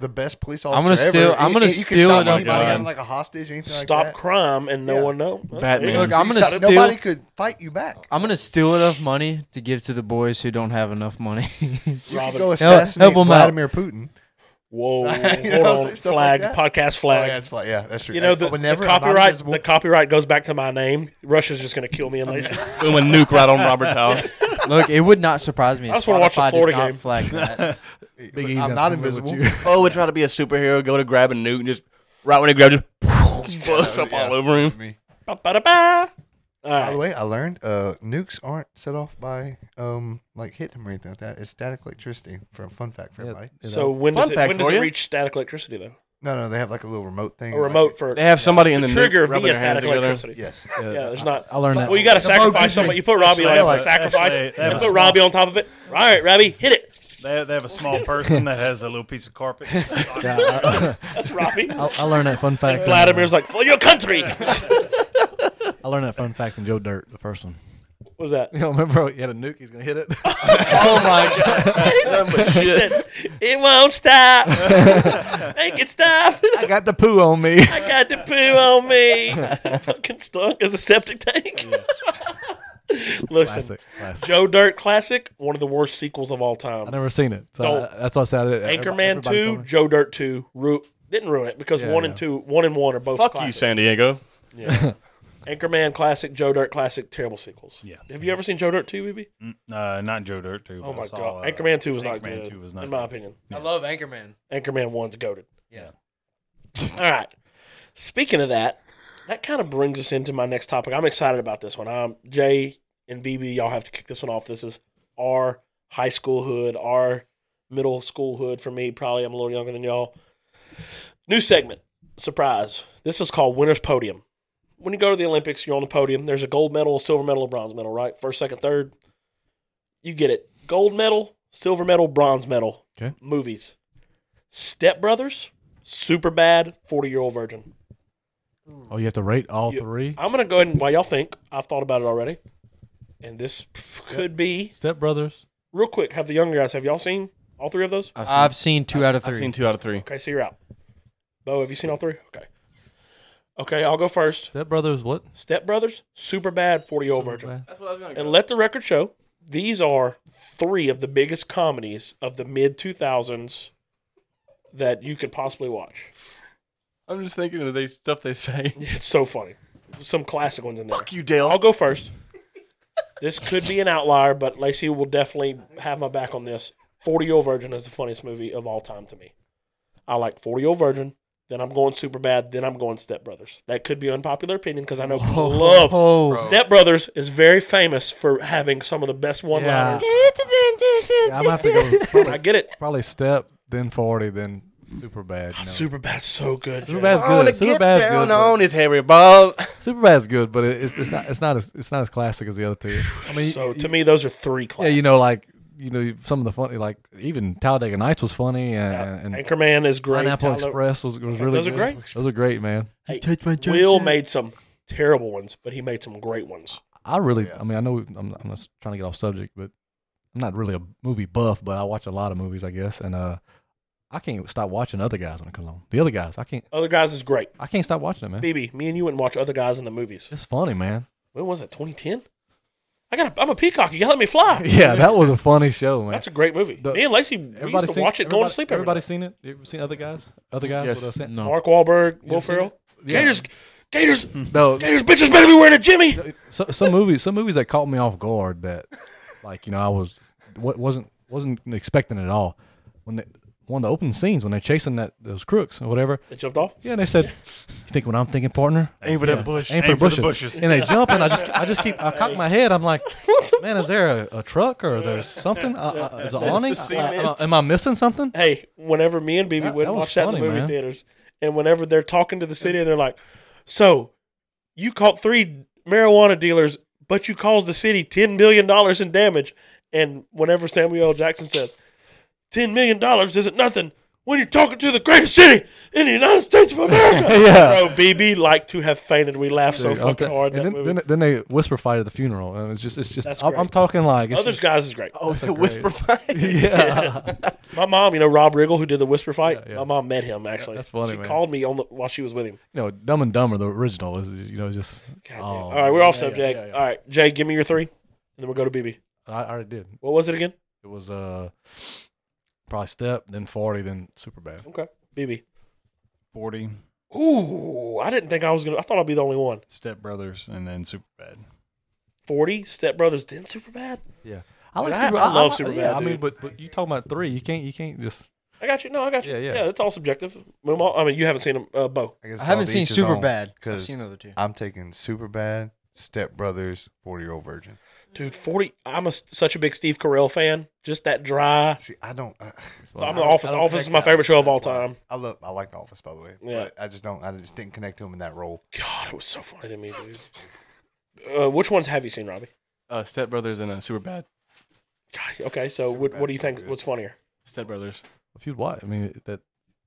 K: the best police officer.
L: I'm gonna
K: ever.
L: steal- I'm
K: You-
L: gonna
K: you could
L: steal
K: stop
L: another
K: anybody
B: guy.
K: having, like a hostage or anything
A: stop
K: like that.
A: crime and no
K: Yeah.
A: one knows? That's
B: Batman.
A: weird.
L: Look, I'm
K: You
L: gonna
K: stop-
L: steal.
K: Nobody could fight you back.
L: I'm gonna steal enough money to give to the boys who don't have enough money.
K: You could
A: Robin.
K: go assassinate
L: help 'em out.
K: Vladimir Putin.
I: Whoa,
K: You know
I: hold
K: what I'm saying?
I: on,
K: Stuff
I: flag,
K: like that.
I: podcast
K: Oh,
I: flag.
K: yeah, it's fine. Yeah, that's true.
I: you know
K: Hey,
I: the,
K: but
I: the
K: never am I
I: copyright.
K: visible.
I: The copyright goes back to my name. Russia's just going to kill me and Lacey.
B: Boom, a nuke right on Robert's house.
L: Look, it would not surprise me.
I: I
L: if
I: just wanna watch the
L: Spotify did
I: Florida
L: not
I: game.
L: Flag that.
K: Look, I'm not invisible.
B: Oh, would try to be a superhero, go to grab a nuke, and just right when he grabbed it, just blows up all over him.
I: Ba-ba-da-ba. All
K: By the
I: right.
K: way, I learned uh, nukes aren't set off by um like hitting them or anything like that. It's static electricity. For a fun fact for everybody.
I: So when
B: Fun
I: does it,
B: fact
I: when does
B: for
I: it
B: you.
I: reach static electricity though?
K: No, no, they have like a little remote thing.
I: A
K: like-
I: remote for
B: They have somebody in the
I: trigger
B: nuke rubbing
I: via
B: their hands
I: static
B: together.
I: electricity.
K: Yes.
I: Yeah, there's not.
G: I learned that.
I: Well, you got to
N: Come on,
I: sacrifice
N: Goofy.
I: somebody. You put Robbie on
N: Actually,
I: it
N: like-
I: sacrifice.
N: actually, they have
I: you
N: a
I: put
N: small-
I: Robbie on top of it. All right, Robbie, hit it.
N: They have, they have a small person that has a little piece of carpet.
G: I,
I: That's Robbie.
G: I, I learned that fun fact. in,
I: Vladimir's like for your country.
G: uh, I learned that fun fact in Joe Dirt, the first one.
I: What's that?
G: You know, remember he had a nuke. He's gonna hit it. Oh
I: He said, it won't stop. Make it stop.
G: I got the poo on me.
I: I got the poo on me. Fucking stunk as a septic tank. Listen,
G: Classic, classic.
I: Joe Dirt classic, one of the worst sequels of all time.
G: I never seen it. So
I: Don't.
G: I- that's why I said it.
I: Anchorman
G: Everybody told
I: two,
G: me.
I: Joe Dirt two, ru- didn't ruin it because
G: Yeah,
I: one
G: yeah.
I: and two, one and one are both.
B: Fuck you,
I: classics.
B: San Diego.
I: Anchorman classic, Joe Dirt classic, terrible sequels. Yeah. Have you ever seen Joe Dirt two, BB?
N: Uh, not Joe Dirt, too.
I: Oh
N: I
I: my
N: saw,
I: god,
N: uh,
I: Anchorman two was not
N: Anchorman
I: good.
N: 2 was not
I: in my
N: good.
I: opinion.
L: I love Anchorman.
I: Anchorman one's goaded.
L: Yeah.
I: All right. Speaking of that, that kind of brings us into my next topic. I'm excited about this one. Um, Jay and BB, y'all have to kick this one off. This is our high school hood, our middle school hood for me. Probably I'm a little younger than y'all. New segment. Surprise. This is called Winner's Podium. When you go to the Olympics, you're on the podium. There's a gold medal, a silver medal, a bronze medal, right? First, second, third. You get it. Gold medal, silver medal, bronze medal.
G: Okay.
I: Movies. Step Brothers, Super Bad, 40 Year Old Virgin.
G: Oh, you have to rate all
I: You-
G: three.
I: I'm going to go ahead and while y'all think, I've thought about it already. And this could be
G: Step Brothers.
I: real quick. Have the younger guys, have y'all seen all three of those?
L: I've seen two out of
B: I've seen
L: three.
B: two out of three.
I: Okay, so you're out. Bo, have you seen all three? Okay. Okay, I'll go first.
G: Step Brothers. What?
I: Step Brothers, Super Bad, 40 Year Old Virgin.
G: Superbad.
I: And let the record show, these are three of the biggest comedies of the mid 2000s that you could possibly watch.
B: I'm just thinking of the stuff they say.
I: It's so funny. Some classic ones in there.
B: Fuck you, Dale.
I: I'll go first. This could be an outlier, but Lacey will definitely have my back on this. 40 Year Old Virgin is the funniest movie of all time to me. I like 40 Year Old Virgin. Then I'm going Super Bad. Then I'm going Step Brothers. That could be unpopular opinion because I know
L: Oh,
I: people love. Step Brothers is very famous for having some of the best one liners.
G: Yeah, I might have to go probably,
I: I get it.
G: probably Step, then Forty, then Super Bad. You know.
I: Super Bad's so good. Jay.
G: Super Bad's good. Super Bad's good. but-
B: on his hairy balls.
G: Super Bad's good, but it- it's, it's not it's not as it's not as classic as the other two. I mean,
I: so to me, those are three
G: yeah,
I: classics.
G: you know, like you know, some of the funny, like even Talladega Nights was funny, and, and
I: Anchorman is great.
G: Pineapple
I: Tyler-
G: Express was, was really
I: those are
G: good.
I: great.
G: Those are great, man.
I: Hey, Will made some terrible ones, but he made some great ones.
G: I really, I mean, I know I'm, I'm just trying to get off subject, but I'm not really a movie buff, but I watch a lot of movies, I guess, and uh, I can't stop watching other guys when it comes on. The other guys, I can't,
I: Other Guys is great.
G: I can't stop watching it, man.
I: BB, me and you went and watched Other Guys in the movies.
G: It's funny, man.
I: When was that? 2010? I got. A, I'm a peacock. You gotta let me fly.
G: Yeah, that was a funny show, man.
I: That's a great movie.
G: The-
I: me and Lacey we used to
G: seen-
I: watch it going to
G: everybody-
I: sleep. Every
G: Everybody
I: night.
G: seen it? You ever seen other guys? Other guys?
B: Yes.
G: What I said?
N: No.
I: Mark Wahlberg, Will
G: ever seen
I: Ferrell,
G: Yeah.
I: Gators, Gators,
G: No,
I: Gators, bitches better be wearing a Jimmy.
G: so, some movies, some movies that caught me off guard that, like you know, I was wa- wasn't wasn't expecting at all. When they, one of the opening scenes when they're chasing that those crooks or whatever,
I: They jumped off.
G: yeah, and they said, "You think what I'm thinking, partner?
N: Aim for that bush.
G: Aim for, bushes. And they jump, and I just I just keep I cock my head. I'm like, man, is there a, a truck or there's something? Uh, uh, is it awning? Uh, uh, am I missing something?
I: Hey, whenever me and BB
G: That-
I: went
G: that
I: and
G: was
I: watched that in
G: funny,
I: the movie
G: man.
I: theaters, and whenever they're talking to the city, they're like, "So, you caught three marijuana dealers, but you caused the city ten million dollars in damage." And whenever Samuel L. Jackson says, 10 million dollars isn't nothing." When you're talking to the greatest city in the United States of America,
G: Yeah.
I: bro, BB liked to have fainted. We laughed so
G: Dude, I'm
I: fucking
G: t-
I: hard in
G: And
I: that
G: then,
I: movie.
G: then, then they whisper fight at the funeral. And it's just it's just
I: That's
G: I'm, I'm
I: great.
G: talking like it's
I: Others
G: just-
I: guys is great.
B: Oh, the
G: great.
B: whisper fight.
G: yeah.
I: My mom, you know Rob Riggle, who did the whisper fight.
G: Yeah, yeah.
I: My mom met him actually.
G: that's funny,
I: She
G: man.
I: called me on the, while she was with him.
G: you know, Dumb and Dumber, the original is you know just.
I: God damn.
G: Oh,
I: All right, we're off subject.
G: yeah, yeah.
I: All right, Jay, give me your three, and then we'll go to BB.
G: I I already did.
I: What was it again?
G: It was uh, Probably step, then forty, then super bad.
A: Okay. BB.
N: Forty
A: Ooh, I didn't think I was gonna. I thought I'd be the only one.
N: Step Brothers and then Super Bad.
A: Forty Step Brothers, then Super Bad.
G: Yeah, I like
A: I-
G: super.
A: I love
G: like-
A: Superbad,
G: Yeah, I mean,
A: dude.
G: but but you talking about three? You can't you can't just
A: I got you. No, I got you.
G: Yeah,
A: Yeah,
G: yeah.
A: yeah. it's all subjective. Moonball. I mean, you haven't seen them, uh, Bo.
K: I, guess
L: I haven't seen Super Bad. I've
K: because
L: seen the other two.
K: I'm taking Super Bad, Step Brothers, Forty Year Old Virgin.
A: Dude, forty. I'm a, such a big Steve Carell fan. Just that dry.
K: See, I don't. I,
A: I'm
K: I
A: the
K: don't-
A: Office.
K: I don't
A: Office is
K: connect
A: my
K: that
A: favorite
K: with
A: show of
K: that.
A: all time.
K: I love. I like The Office, by the way.
A: Yeah.
K: But I just don't. I just didn't connect to him in that role.
A: God, it was so funny to me, dude. Uh, which ones have you seen, Robbie?
B: Uh, Step Brothers and uh, Super Bad.
A: God, okay, so what, what do you think? What's funnier?
B: Step Brothers.
G: if you'd watch. I mean, that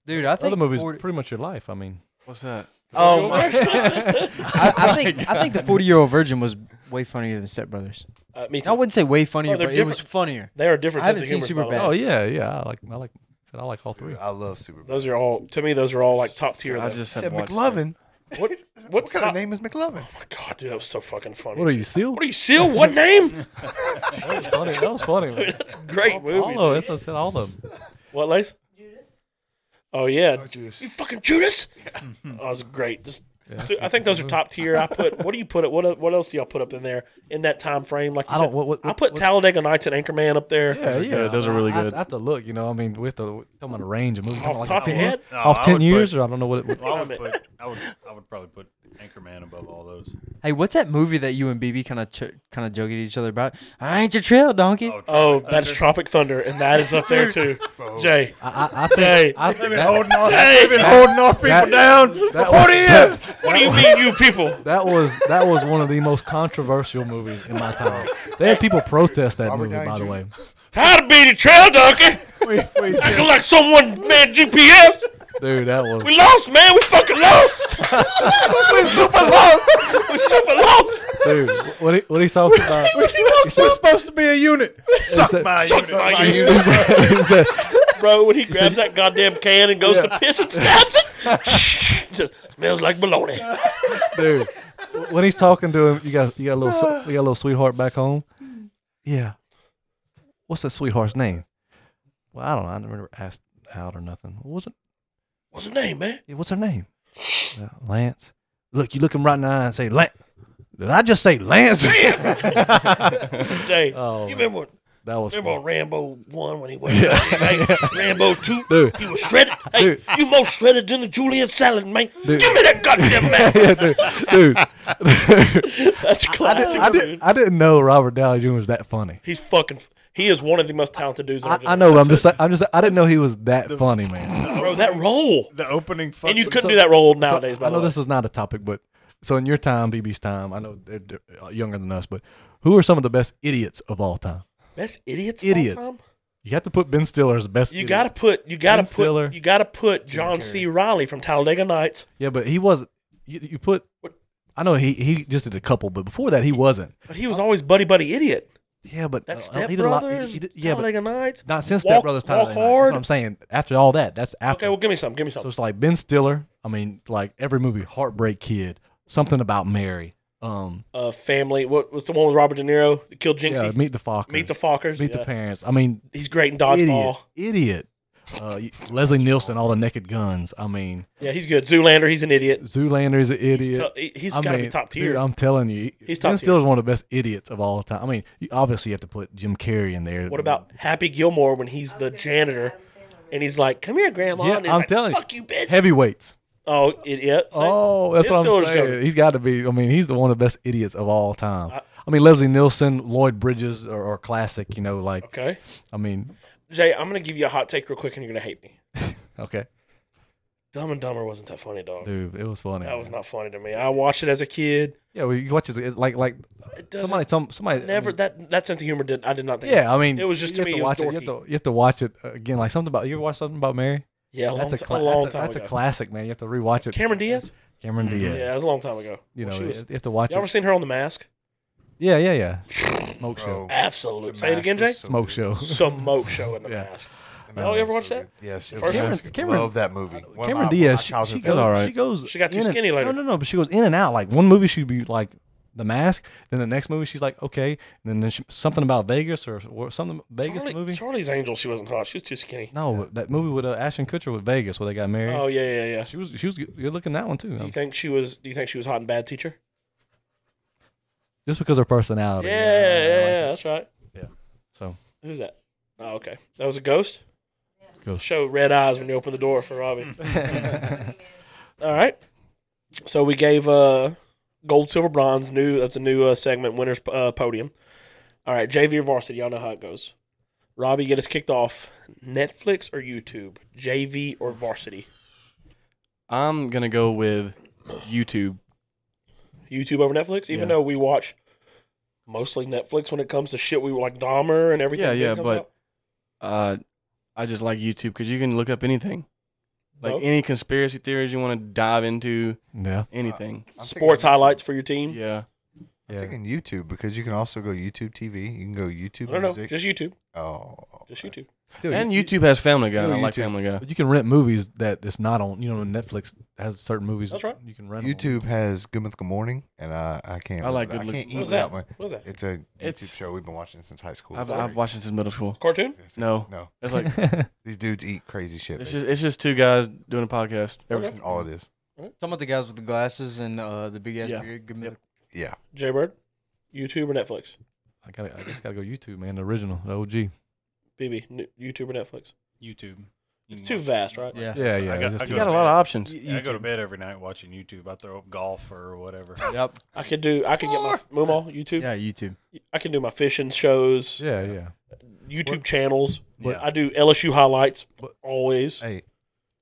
L: Dude, I think
G: other movie's
L: 40
G: pretty much your life. I mean,
B: What's that?
L: Oh my I, I think I think the forty year old virgin was way funnier than Step Brothers.
A: Uh, me too.
L: I wouldn't say way funnier,
A: Oh, they're
L: but it was
A: different.
L: funnier.
A: they are different.
L: I haven't
A: sense of
L: seen
A: humors, by the
L: Superbad.
A: way.
G: oh yeah, yeah. I like I like said I like all three.
K: I love Super Bad.
A: Those are all to me. Those are all like top tier.
B: I
A: though.
B: just
K: Said
B: have watched.
K: McLovin.
A: what,
K: What
A: what's
K: kind
A: top?
K: of name is McLovin?
A: God, dude, that was so fucking funny.
G: What are you seal?
A: What are you seal? What name?
G: That was funny. That was funny. man.
A: That's a great movie.
G: All of that's what I said. All of them.
A: What, Lace? Judas. Oh yeah,
K: Judas.
A: you fucking Judas. oh, that was great. Just, I think those are top tier. I put. What do you put it? What What else do y'all put up in there in that time frame? Like you
G: I don't-
A: said,
G: what- what-
A: I put
G: what-
A: Talladega Nights and Anchorman up there.
G: Yeah, yeah.
B: those are really
G: I- I-
B: good.
G: I, have to look. You know, I mean, we have to talking about a range of movies.
A: Off the top of your
G: ten-
A: head?
N: No,
G: off
N: I
G: ten
N: would
G: years,
N: put-
G: or I don't know what it. What,
N: Well, I would
A: Damn
N: put. I would. I would probably put Anchorman above all those.
L: Hey, what's that movie that you and BB kind of ch- kind of joke at each other about? I ain't your trail donkey.
N: Oh,
A: Oh, that's Tropic Thunder, and that is up there too. Jay,
G: I, I, I think.
A: Jay,
G: I,
N: They've been
G: that,
N: holding on. They've been holding on people
G: that-
N: down
G: that
N: for forty years.
G: was, that,
A: what do you mean, you people?
G: that was that was one of the most controversial movies in my time. They had people protest that
K: Robert
G: movie,
K: Downey
G: by the
K: Jr.
G: way.
A: Tired of being a trail donkey? Acting like someone made GPS.
G: Dude, that was
A: We lost, man. We fucking lost. we super lost. We super lost.
G: dude. What he, what he's talking about?
N: We're supposed to be a unit. Suck
G: said-
N: my
A: Suck
N: unit.
A: my
N: Suck
A: unit.
G: He said- he said,
A: bro, when he grabs that goddamn can and goes to piss and stabs it, just smells like bologna.
G: dude. When he's talking to him, you got you got a little s- you got a little sweetheart back home. Yeah. What's that sweetheart's name? Well, I don't know. I never asked out or nothing. What was it?
A: What's her name, man?
G: Yeah, what's her name? "Uh, Lance. Look, you look him right in the eye and say, Lance. Did I just say Lance?
A: Jay,
G: Oh,
A: you remember,
G: that was
A: remember on
G: fun.
A: Rambo 1 when he was hey, Rambo 2?
G: Dude.
A: He was shredded. Hey,
G: Dude.
A: you more shredded than a Julian salad, man.
G: Dude.
A: Give me that goddamn man.
G: Yeah, dude. dude.
A: That's classic,
G: I,
A: dude.
G: did, I didn't know Robert Downey Jr. was that funny.
A: He's fucking, he is one of the most talented dudes
G: I,
A: I've
G: I know. I'm just. I'm just. I didn't know he was that funny, man.
A: Bro, that role.
N: The opening. Fuck
A: And you couldn't
G: so-
A: do that role
G: So,
A: nowadays, by
G: I know
A: the way.
G: this is not a topic, but so in your time, BB's time, I know they're, they're uh, younger than us, but who are some of the best idiots of all time?
A: Best idiots.
G: Idiots.
A: Idiots.
G: You have to put Ben Stiller as best.
A: You
G: idiot.
A: gotta put you gotta
G: Ben
A: put
G: Stiller.
A: you gotta put John C. Riley from Talladega Nights.
G: Yeah, but he wasn't. You, you put.
A: What?
G: I know he he just did a couple, but before that he wasn't.
A: But he was always buddy buddy idiot.
G: Yeah, but
A: That's
G: uh,
A: Step
G: he did a lot- he-
A: Brothers.
G: he did- yeah, but
A: Talladega Nights.
G: not since
A: Walk-
G: Step Brothers time.
A: Walk
G: That's what
A: Hard.
G: I'm saying. After all that, that's after.
A: Okay, well give me some. Give me some.
G: So it's like Ben Stiller. I mean, like every movie, Heartbreak Kid, something about Mary. Um,
A: uh, family. What was the one with Robert De Niro that killed Jinxie?
G: yeah,
A: meet,
G: Meet the Fockers.
A: the Fockers.
G: Meet
A: yeah.
G: the parents. I mean,
A: He's great in
G: idiot,
A: dodgeball.
G: idiot. Uh, you- Leslie Nielsen, all the Naked Guns. I mean,
A: Yeah, he's good. Zoolander. He's an idiot.
G: Zoolander is an
A: He's,
G: idiot.
A: tou- he- he's
G: I
A: got to be
G: mean,
A: top
G: dude,
A: tier.
G: I'm telling you,
A: He's
G: Ben
A: top
G: Stiller's one of the best idiots of all time. I mean, you obviously have to put Jim Carrey in there.
A: what about Happy Gilmore when he's the janitor and he's like, "Come here, Grandma."
G: Yeah,
A: and he's
G: I'm
A: like,
G: telling you.
A: Fuck you, bitch.
G: heavyweights?
A: oh, idiot. Same.
G: Oh, that's
A: Ben
G: what I'm
A: Stiller's
G: saying.
A: goated.
G: He's got to be. I mean, he's the one of the best idiots of all time. I, mean, Leslie Nielsen, Lloyd Bridges are, are classic. You know, like
A: Okay,
G: I mean,
A: Jay. I'm gonna give you a hot take real quick, and you're gonna hate me.
G: okay,
A: Dumb and Dumber wasn't that funny, dog.
G: dude, it was funny.
A: That was not funny to me. I watched it as a kid.
G: Yeah, well, you watch it it- like like
A: It doesn't
G: somebody, some, somebody I
A: never
G: mean,
A: that that sense of humor did. I did not think.
G: yeah, I mean,
A: it was just
G: you
A: to
G: have
A: me.
G: to
A: it was
G: watch it. You have
A: dorky.
G: to, you have to watch it uh, again. Like something about you ever watch something about Mary?
A: yeah, a long,
G: That's a,
A: ti-
G: cla-
A: a long
G: that's, a,
A: time
G: that's a
A: ago.
G: classic, man. You have to rewatch it.
A: Cameron Diaz. Mm-hmm.
G: Cameron Diaz.
A: Yeah, that was a long time ago.
G: You
A: Well,
G: know,
A: she was-
G: you have to watch
A: you ever
G: it.
A: seen her on The Mask?
G: Yeah, yeah, yeah. Smoke show.
K: Bro,
A: Absolute.
K: The
A: Say it again, Jay.
K: Mask was so
G: Smoke
K: good.
G: show.
A: Smoke show in The
G: Yeah.
A: Mask.
K: The
A: Y'all
K: Mask
A: ever
K: was
A: watched
K: so
A: that?
K: good. Yes,
A: The
K: it
A: first
K: was
A: one?
K: fantastic.
G: Cameron-
K: Love that movie. One of my- one
G: Cameron
K: of my
G: Diaz, she,
K: childhood
G: she goes,
K: favorites.
G: she goes,
A: She got too
G: in and-
A: skinny later.
G: No, no, no, but she goes in and out. Like one movie, she'd be like the mask. Then the next movie, she's like, okay. And then there's something about Vegas or, or something Vegas the
A: Charlie-
G: movie.
A: Charlie's Angel, she wasn't hot. She was too skinny.
G: No, that movie with uh, Ashton Kutcher with Vegas where they got married.
A: Oh yeah, yeah, yeah.
G: She was she was good good looking that one too.
A: Do you think she was? Do you think she was hot and bad teacher?
G: Just because her personality.
A: Yeah, yeah, yeah, that's right.
G: So
A: Who's that? Oh, okay. That was a ghost.
G: Ghost.
A: Show red eyes when you open the door for Robbie. All right. So we gave uh, gold, silver, bronze. New. That's a new uh, segment. Winners uh, podium. All right, JV or varsity. Y'all know how it goes. Robbie, get us kicked off. Netflix or YouTube? JV or varsity?
B: I'm gonna go with YouTube.
A: YouTube over Netflix, even though we watch mostly Netflix when it comes to shit we like Dahmer and everything.
B: Yeah,
A: that
B: yeah,
A: comes
B: but
A: out.
B: Uh, I just like YouTube because you can look up anything, like
A: Nope.
B: any conspiracy theories you want to dive into,
G: yeah.
B: anything.
K: I'm
A: sports
K: thinking,
A: highlights for your team.
B: Yeah,
K: I'm
G: Yeah.
K: thinking YouTube because you can also go YouTube TV. You can go YouTube
A: No, no,
K: music.
A: just YouTube,
K: oh,
A: just YouTube.
K: Still
B: and
K: you-
B: YouTube has Family Guy.
K: Still
B: I like
K: YouTube.
B: Family Guy.
G: But you can rent movies that it's not on. You know, Netflix has certain movies.
A: That's right.
G: You can rent 'em on.
K: YouTube has Good Mythical Morning, and I I can't.
B: I like Good
K: I
B: Mythical Morning.
K: can't eat
A: What's
K: that
A: that?
K: one.
A: What's that?
K: It's a YouTube
B: It's-
K: show we've been watching since high school.
B: I've, I've watched it since middle school.
A: Cartoon.
B: No,
K: No,
B: it's like
K: these dudes eat crazy shit.
B: it's
K: That's
B: just it's just two guys doing a podcast. Ever
A: Okay.
B: since-
K: all it is.
L: Talking about the guys with the glasses and uh, the big ass
B: Yeah.
L: beard. Give me
B: Yep.
K: Yeah.
A: Jaybird, YouTube or Netflix?
G: I gotta. I just gotta go YouTube, man. The original, the OG.
A: BB, n- YouTube or Netflix?
N: YouTube.
A: It's too vast, right?
L: the- Yeah.
G: Yeah,
N: I
G: yeah.
N: got-
G: just
N: I
B: You
G: do
B: got
G: it.
B: a lot of options.
L: Y-
N: Yeah, I go to
L: YouTube.
N: bed every night watching YouTube. I throw up golf or whatever.
L: Yep.
A: I could do. I could get
G: Ah.
A: my Moomaw YouTube.
L: Yeah, YouTube.
A: I can do my fishing shows,
G: yeah, yeah.
A: YouTube channels.
N: Yeah.
A: I do LSU highlights always.
K: Hey,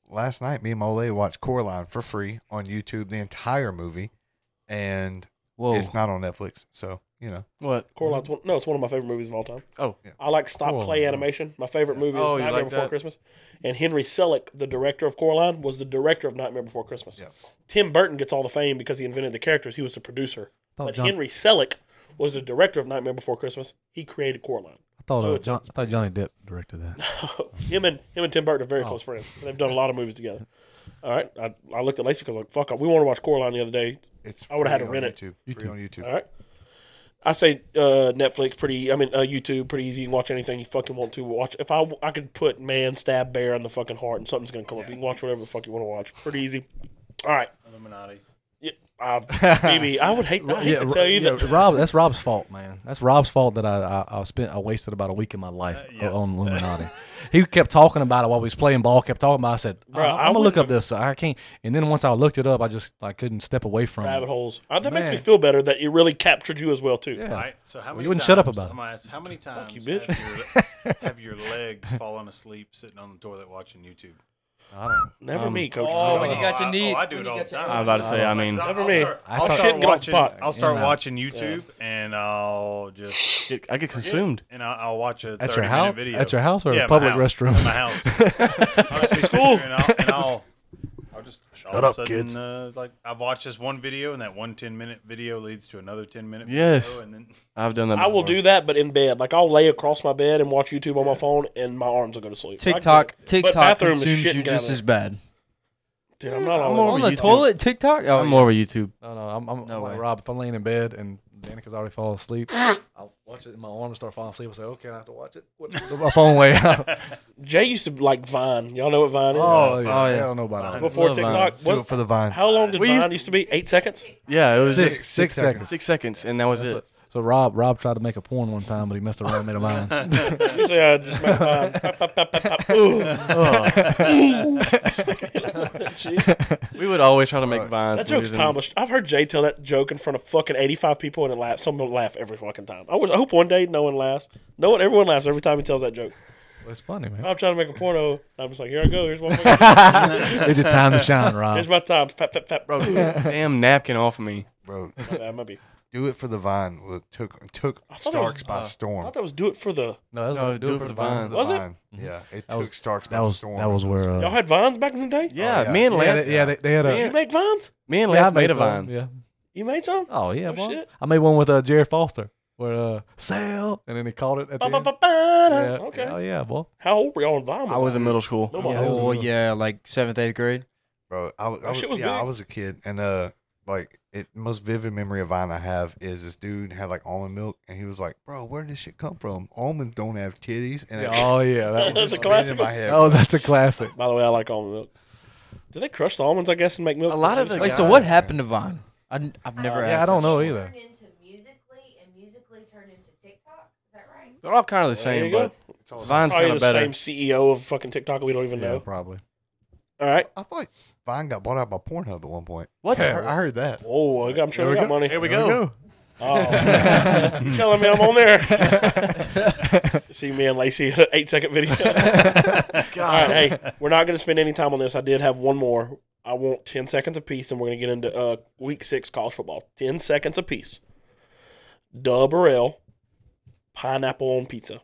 K: last night me and Mole watched Coraline for free on YouTube, the entire movie, and
L: Whoa.
K: it's not on Netflix, so you know.
B: What?
A: Coraline's one, no, it's one of my favorite movies of all time.
B: Mm-hmm. Oh.
K: Yeah.
A: I like stop play
G: Coraline.
A: animation. My favorite movie is
B: Oh, you
A: Nightmare
B: like
A: Before
B: that?
A: Christmas. And Henry Selick, the director of Coraline, was the director of Nightmare Before Christmas.
K: Yeah.
A: Tim Burton gets all the fame because he invented the characters. He was the producer.
G: I
A: but
G: thought, Oh, John,
A: Henry Selick was the director of Nightmare Before Christmas. He created Coraline.
G: I, thought
A: so
G: uh,
A: it's a-
G: John, I thought Johnny Depp directed that.
A: him and him and Tim Burton are very
G: Oh.
A: close friends. They've done a lot of movies together. All right, I, I looked at Lacey because like fuck, up. we want to watch Coraline the other day.
K: It's
A: I would've had
K: free
A: to
K: on
A: rent
K: YouTube.
G: it.
K: Free on YouTube.
A: All right, I say uh, Netflix pretty. I mean uh, YouTube pretty easy. You can watch anything you fucking want to watch. If I I could put man stab bear in the fucking heart and something's gonna come up. You can watch whatever the fuck you want to watch. Pretty easy. All right,
N: Illuminati.
A: yeah, uh, maybe I would hate, I hate to tell you
G: yeah,
A: that.
G: Rob. That's Rob's fault, man. That's Rob's fault that I, I I spent I wasted about a week of my life
A: Uh,
N: yeah.
G: on Illuminati. he kept talking about it while we was playing ball. Kept talking about. It. I said,
A: Bro, I
G: I, am gonna look
A: wouldn't
G: up this. I can't. And then once I looked it up, I just I couldn't step away from
A: Rabbit
G: it.
A: holes. Uh, that makes me
G: Man.
A: feel better that it really captured you as well too.
G: Yeah.
N: All right. So how many?
G: you wouldn't shut up
N: times-
G: about it.
N: I'm gonna ask, how many times
A: you, bitch.
N: Have, your, have your legs fallen asleep sitting on the toilet watching YouTube?
G: I don't.
A: Never me, coach.
N: Oh,
L: when you got
N: I-
L: your
N: oh,
L: knee-
N: I do it
L: when you
N: all the
L: got your-
N: time.
B: I was about to say, I mean-
N: I'll
A: Never me.
N: start-
G: I
N: I'll
G: thought-
N: start
A: Shit got
N: watching.
A: fucked.
N: I'll start
G: Yeah.
N: watching YouTube, and I'll just
B: Get, I get consumed.
N: and I'll, I'll watch a
G: At
N: 30
G: your house?
N: minute video
G: At your house or
N: yeah,
G: a
N: my
G: public
N: house.
G: restroom?
N: At my house. I'll just be sitting there and I'll, and I'll, I'll just all of a
G: up,
N: sudden,
G: kids.
N: Uh, like I've watched this one video, and that one 10 minute video leads to another 10 minute.
B: Yes.
N: video, and then
B: I've done that.
A: I will
B: before.
A: do that, but in bed. Like I'll lay across my bed and watch YouTube on my phone, and my arms will go to sleep. I get
L: TikTok.
A: it. But
L: TikTok
A: bathroom is
L: consumes
A: shit
L: you just
A: gathering.
L: as bad.
A: Dude, I'm not
B: I'm
A: all
B: more
A: over
L: On
B: of
L: the
B: a YouTube-
L: toilet, TikTok. Oh,
B: I'm more of a YouTube.
G: No, no, I'm, I'm,
L: No
G: I'm like
L: way.
G: Rob. If I'm laying in bed and Danica's already fallen asleep, I'll watch it. and My arms start falling asleep. I say, "Okay, I have to watch it." What- my phone way out.
A: Jay used to like Vine. Y'all know what Vine is?
G: Oh, yeah,
L: yeah.
G: I don't know about all that.
A: Before
B: love
A: TikTok,
K: Do
A: what's-
K: it for the vine.
A: how long did
B: We
A: Vine
B: used
A: used to, be? Eight seconds.
B: Yeah, it was
G: Six,
B: just
G: six seconds.
B: six seconds, and that was it.
G: So Rob, Rob tried to make a porn one time, but he messed around and made a line.
A: Usually I just make Vine. Pop, pop, pop, pop, pop. Ooh.
B: We would always try to make vines.
A: That joke's timeless. I've heard Jay tell that joke in front of fucking eighty-five people, and it laughs. Someone laugh every fucking time. I, wish, I hope one day no one laughs. No one, everyone laughs every time he tells that joke.
G: it's funny, man.
A: I'm trying to make a porno. I'm just like, here I go. Here's my, fucking-
G: It's your time to shine, Rob.
A: here's my time. Fap, fap, fap. Bro,
B: Damn napkin off of me.
K: Bro,
A: that might be.
K: do it for the vine wa- took took
A: thought it was-
K: Starks by
A: I
K: storm.
A: thought that was do it for the.
G: No, that's
B: No,
G: what do it for the vine.
K: The
A: Was it? Mm-hmm.
K: Vine. Yeah, it
G: That
K: took
G: was-
K: Starks by
G: That was
K: storm.
G: that was where. Uh,
A: Y'all had vines back in the day.
B: Oh, Yeah,
K: yeah.
B: me and
G: yeah,
B: Lance.
G: they, yeah, they, they had a.
A: Did you make vines?
B: Me and
G: yeah, I
B: Lance made a
G: some,
B: vine.
G: Yeah.
A: You made some?
G: Oh yeah,
A: Oh,
G: boy.
A: shit.
G: I made one with uh, Jared Foster where uh, sale, and then he called it at
A: Ba,
G: the
A: ba,
G: end.
A: ba, ba, da.
G: Yeah.
A: Okay.
G: Oh yeah, boy.
A: How old were y'all in Vine?
B: I was in middle school.
A: No,
G: Yeah,
A: my-
G: it was
L: oh
G: a-
L: yeah, like seventh, eighth grade.
K: Bro, I was, I
A: That
K: was,
A: shit was
K: yeah, I
A: big.
K: was a kid and uh like it most vivid memory of mine I have is this dude had like almond milk and he was like, "Bro, where did this shit come from? Almonds don't have titties." And it
G: Oh yeah, that,
A: That's a
K: been in
A: classic.
K: my head.
G: oh that's a classic.
A: By the way, I like almond milk. Do they crush the almonds, I guess, and make milk?
B: A lot of the
L: Wait, so what happened to Vaughn? I, have never asked.
G: Uh, Yeah, I don't
L: that.
G: know either.
O: into Musically, and Musically turned into TikTok. Is that right?
B: They're all kind of the
A: There you
B: same,
A: go.
B: but Vine's kind
A: Probably
B: of
A: the same
B: better.
A: CEO of fucking TikTok we don't even
G: Yeah,
A: know.
G: probably.
A: All right.
K: I thought Vine got bought out by Pornhub at one point.
L: What?
K: I heard- I heard that.
A: Oh, I'm sure
G: There
A: they
G: we
A: got
G: go.
A: money.
B: Here we go.
A: Oh. you telling me I'm on there? See me and Lacey in an eight second video. All right, hey, we're not going to spend any time on this. I did have one more. I want 10 seconds apiece, and we're going to get into uh, week six college football. 10 seconds apiece. Dub or L, pineapple on pizza.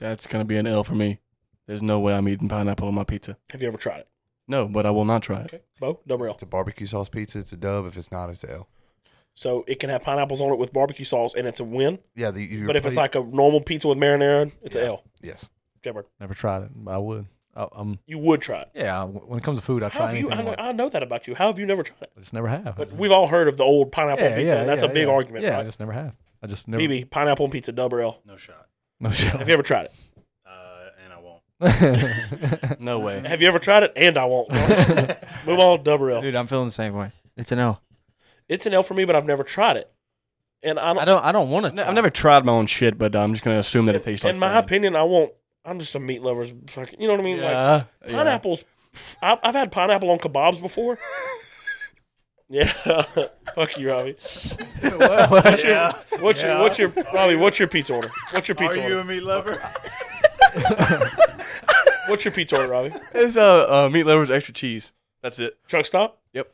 B: That's gonna be an L for me. There's no way I'm eating pineapple on my pizza.
A: Have you ever tried it?
B: No, but I will not try it.
A: Okay. Bo, dub or L.
K: It's a barbecue sauce pizza. It's a dub. If it's not, it's a L.
A: So it can have pineapples on it with barbecue sauce, and it's a win.
K: Yeah, the, you
A: But if it's like
K: replace-
A: a normal pizza with marinara, it's a L.
K: yes,
A: Jaybird,
G: Never tried it, but I would. I, I'm
A: you would try it.
G: yeah. I- When it comes to food, I
A: How
G: try
A: have you?
G: anything.
A: I know,
G: once.
A: I know that about you. How have you never tried it?
G: I just never have.
A: But we've all heard of the old pineapple on
G: Yeah,
A: pizza,
G: yeah,
A: and that's
G: yeah,
A: a big
G: yeah.
A: argument,
G: Yeah, I
A: right?
G: just never have. I just never.
A: BB, pineapple on pizza, double L.
N: No shot.
G: No shit.
A: Have you ever tried it?
N: Uh, and I won't.
B: No way.
A: Have you ever tried it? And I won't. Move on, double L.
L: Dude, I'm feeling the same way. It's an L.
A: It's an L for me, but I've never tried it. And I don't.
L: I don't. I don't want to.
B: No, I've never tried my own shit, but uh, I'm just gonna assume that it tastes like.
A: in my
B: bad.
A: opinion, I won't. I'm just a meat lover's fucking. You know what I mean?
B: Yeah.
A: Like pineapples. I've, I've had pineapple on kebabs before. yeah. Fuck you, Robbie. What's your what's your what's your Robbie? What's your pizza order? What's your
N: Are
A: pizza
N: you
A: order?
N: a meat lover?
A: What's your pizza order, Robbie?
B: It's uh, uh meat lovers extra cheese. That's it.
A: Truck stop.
B: Yep.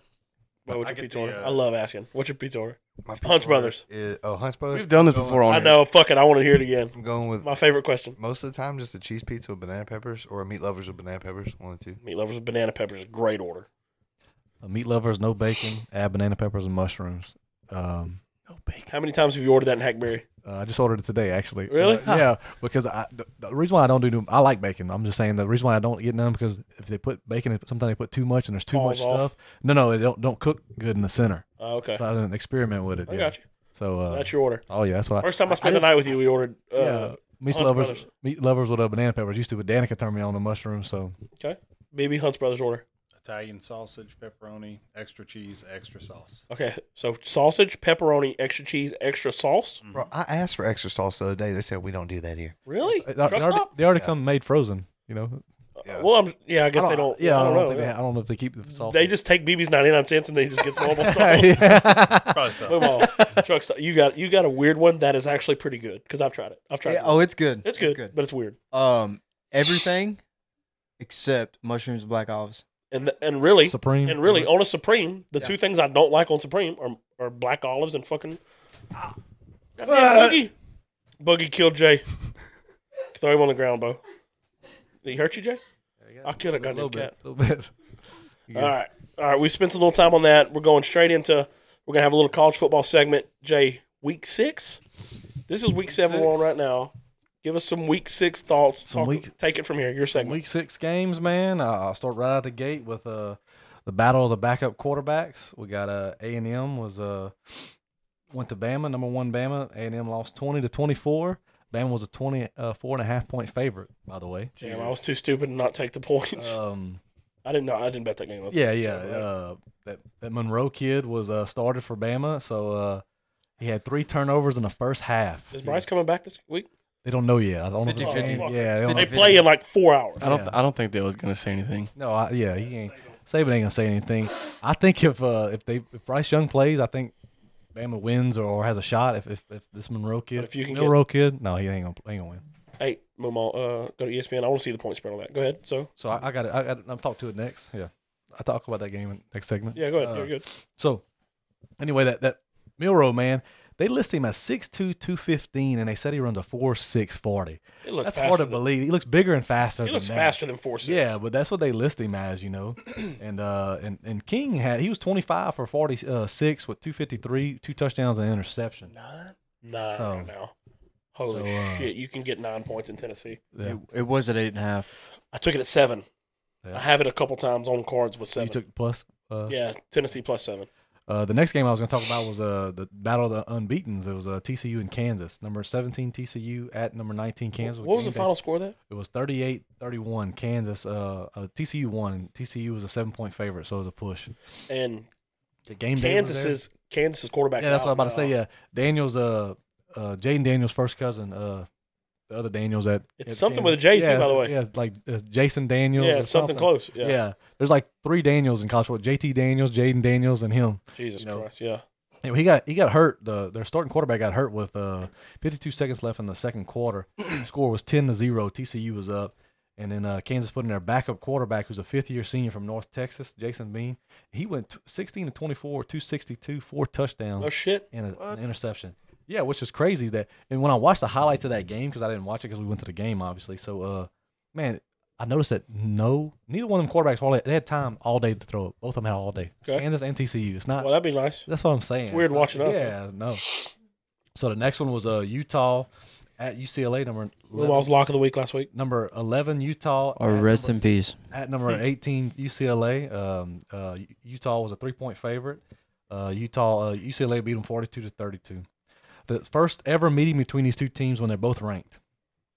A: Well, what's
N: I
A: your
N: get
A: pizza
N: the,
A: order?
N: uh,
A: I love asking. What's your pizza order?
K: my pizza
A: Hunch
K: order
A: Brothers.
K: Is, oh, Hunch Brothers.
B: We've done this before on
A: I
B: here.
A: know. Fuck it. I want to hear it again.
K: I'm going with
A: My favorite question.
K: most of the time just a cheese pizza with banana peppers or a meat lovers with banana peppers. One of the two.
A: Meat lovers with banana peppers. Great order.
G: Uh, meat lovers, no bacon. Add banana peppers and mushrooms. Um,
A: How many times have you ordered that in Hackberry?
G: uh, I just ordered it today, actually.
A: Really?
G: Uh, yeah, because I, the, the reason why I don't do them, I like bacon. I'm just saying the reason why I don't get none because if they put bacon, they- sometimes they put too much and there's too
A: Falls
G: much
A: off.
G: stuff. No, no, they don't don't cook good in the center.
A: Oh, okay.
G: So I didn't experiment with it.
A: I
G: yeah.
A: got you.
G: So, uh,
A: So that's your order.
G: oh yeah, that's what
A: First time I spent the night with you, we ordered. Uh,
G: I, yeah, meat
A: Hunts
G: lovers,
A: Brothers.
G: meat lovers with uh, banana peppers. Used to, but Danica turned me on to mushrooms. So
A: BB Hunt's Brothers order.
N: Italian sausage, pepperoni, extra cheese, extra sauce.
A: Okay. So sausage, pepperoni, extra cheese, extra sauce.
K: Bro, I asked for extra sauce the other day. They said we don't do that here.
A: Really?
G: they, they
A: Truck
G: already,
A: stop?
G: they already come made frozen. You know,
A: Uh, Well, I'm, yeah, I guess they don't.
G: Yeah, I don't,
A: know.
G: think
A: yeah.
G: They, I don't know if they keep the sauce.
A: They just take BB's 99 cents and they just get some normal sauce.
G: yeah.
N: Probably so.
A: Move on. Truck stop. You got you got a weird one that is actually pretty good because I've tried it. I've tried
L: Yeah,
A: it.
L: oh, it's good.
A: it's, good, but it's weird.
L: Um, everything except mushrooms, and black olives.
A: And th- and really,
G: Supreme.
A: And really, on a Supreme, the
L: Yeah.
A: two things I don't like on Supreme are, are black olives and fucking. Goddamn Boogie. Boogie killed Jay. Throw him on the ground, Bo. Did he hurt you, Jay? I killed a goddamn cat.
G: little bit.
A: All right. All right. We spent a little time on that. We're going straight into, we're going to have a little college football segment. Jay, week six? This is week seven we're on right now. Give us some week six thoughts.
G: Some
A: Talk-
G: week-
A: take it from here. Your segment.
G: Week six games, man. Uh, I'll start right out the gate with uh, the battle of the backup quarterbacks. We got uh, A and M was uh, went to Bama, number one Bama. A and M lost twenty to twenty four. Bama was a 24 and a half point favorite, by the way.
A: Damn, I was too stupid to not take the points.
G: Um,
A: I didn't know. I didn't bet that game.
G: Yeah, yeah. Uh, that that Monroe kid was uh, started for Bama, so uh, he had three turnovers in the first half.
A: Is Bryce coming back this week?
G: They don't know yet. I don't know. if
L: 50-50.
G: he's- Yeah, they don't
A: They
G: know.
L: Fifty-
A: play in like four hours.
B: I don't. I don't think they were gonna say anything.
G: No, I, yeah, he ain't. Saban ain't gonna say anything. I think if uh, if they if Bryce Young plays, I think Bama wins or, or has a shot. If if, if this Monroe kid,
A: if you can get-
G: Monroe kid, no, he ain't gonna ain't gonna win.
A: Hey, Mumal, uh, go to ESPN. I want to see the point spread on that. Go ahead. So,
G: So I, I got it. I got. I'm talk to it next. Yeah, I talk about that game in next segment.
A: yeah, go ahead.
G: Uh,
A: You're good.
G: So anyway, that that Milrow man, they list him at 6'2", 215, and they said he runs a four six forty.
A: It looks
G: That's
A: faster.
G: hard to
A: than-
G: believe. He looks bigger and faster.
A: He looks
G: than that.
A: faster than four six.
G: Yeah, but that's what they list him as, you know. and uh and, and King had he was twenty five for forty uh, six with two fifty three, two touchdowns and an interception.
A: nine, nine
G: So-
A: right now. Holy
G: so, uh,
A: shit! You can get nine points in Tennessee.
G: Yeah.
L: It, it was at eight and a half.
A: I took it at seven.
G: Yeah.
A: I have it a couple times on cards with
G: So
A: seven.
G: you took plus uh,
A: yeah, Tennessee plus seven.
G: Uh, the next game I was going to talk about was uh, the Battle of the Unbeaten. It was uh, TCU in Kansas. Number 17 TCU at number 19 Kansas.
A: What was the
G: Game day.
A: final score of that?
G: It was 38 31 Kansas. Uh, uh, TCU won. and TCU was a seven point favorite, so it was a push.
A: And
G: The game day was there.
A: Kansas's Kansas's quarterback.
G: Yeah, that's what I'm about to say. Yeah, Daniels, uh, uh, Jaden Daniels' first cousin, uh, the other Daniels at
A: It's
G: at
A: something with a J, too,
G: Yeah,
A: by the way.
G: Yeah, it's like uh, Jason Daniels.
A: Yeah,
G: or
A: it's something close, yeah.
G: there's like three Daniels in college football: JT Daniels, Jaden Daniels, and him.
A: Jesus
G: you know.
A: Christ, yeah.
G: Anyway, he got he got hurt. The, their starting quarterback got hurt with uh, 52 seconds left in the second quarter. Score was 10 to zero. TCU was up, and then uh, Kansas put in their backup quarterback, who's a fifth year senior from North Texas, Jason Bean. He went t- 16 to 24, 262, four touchdowns.
A: Oh, shit.
G: And a, an interception. Yeah, which is crazy that. And when I watched the highlights of that game, because I didn't watch it because we went to the game, obviously. So, uh, man, I noticed that no, neither one of them quarterbacks probably they had time all day to throw it. Both of them had all day.
A: Okay.
G: Kansas and TCU. It's not.
A: Well, that'd be nice.
G: That's what I'm saying.
A: It's weird
G: not-
A: watching us,
G: Yeah, no. So the next one was uh Utah at UCLA number.
A: Lumos lock of the week last week.
G: Number eleven Utah.
L: Or
G: at
L: rest
G: number-
L: in peace.
G: At number
A: Hmm.
G: eighteen UCLA. Um, uh, U- Utah was a three point favorite. Uh, Utah uh, UCLA beat them forty two to thirty two. The first ever meeting between these two teams when they're both ranked.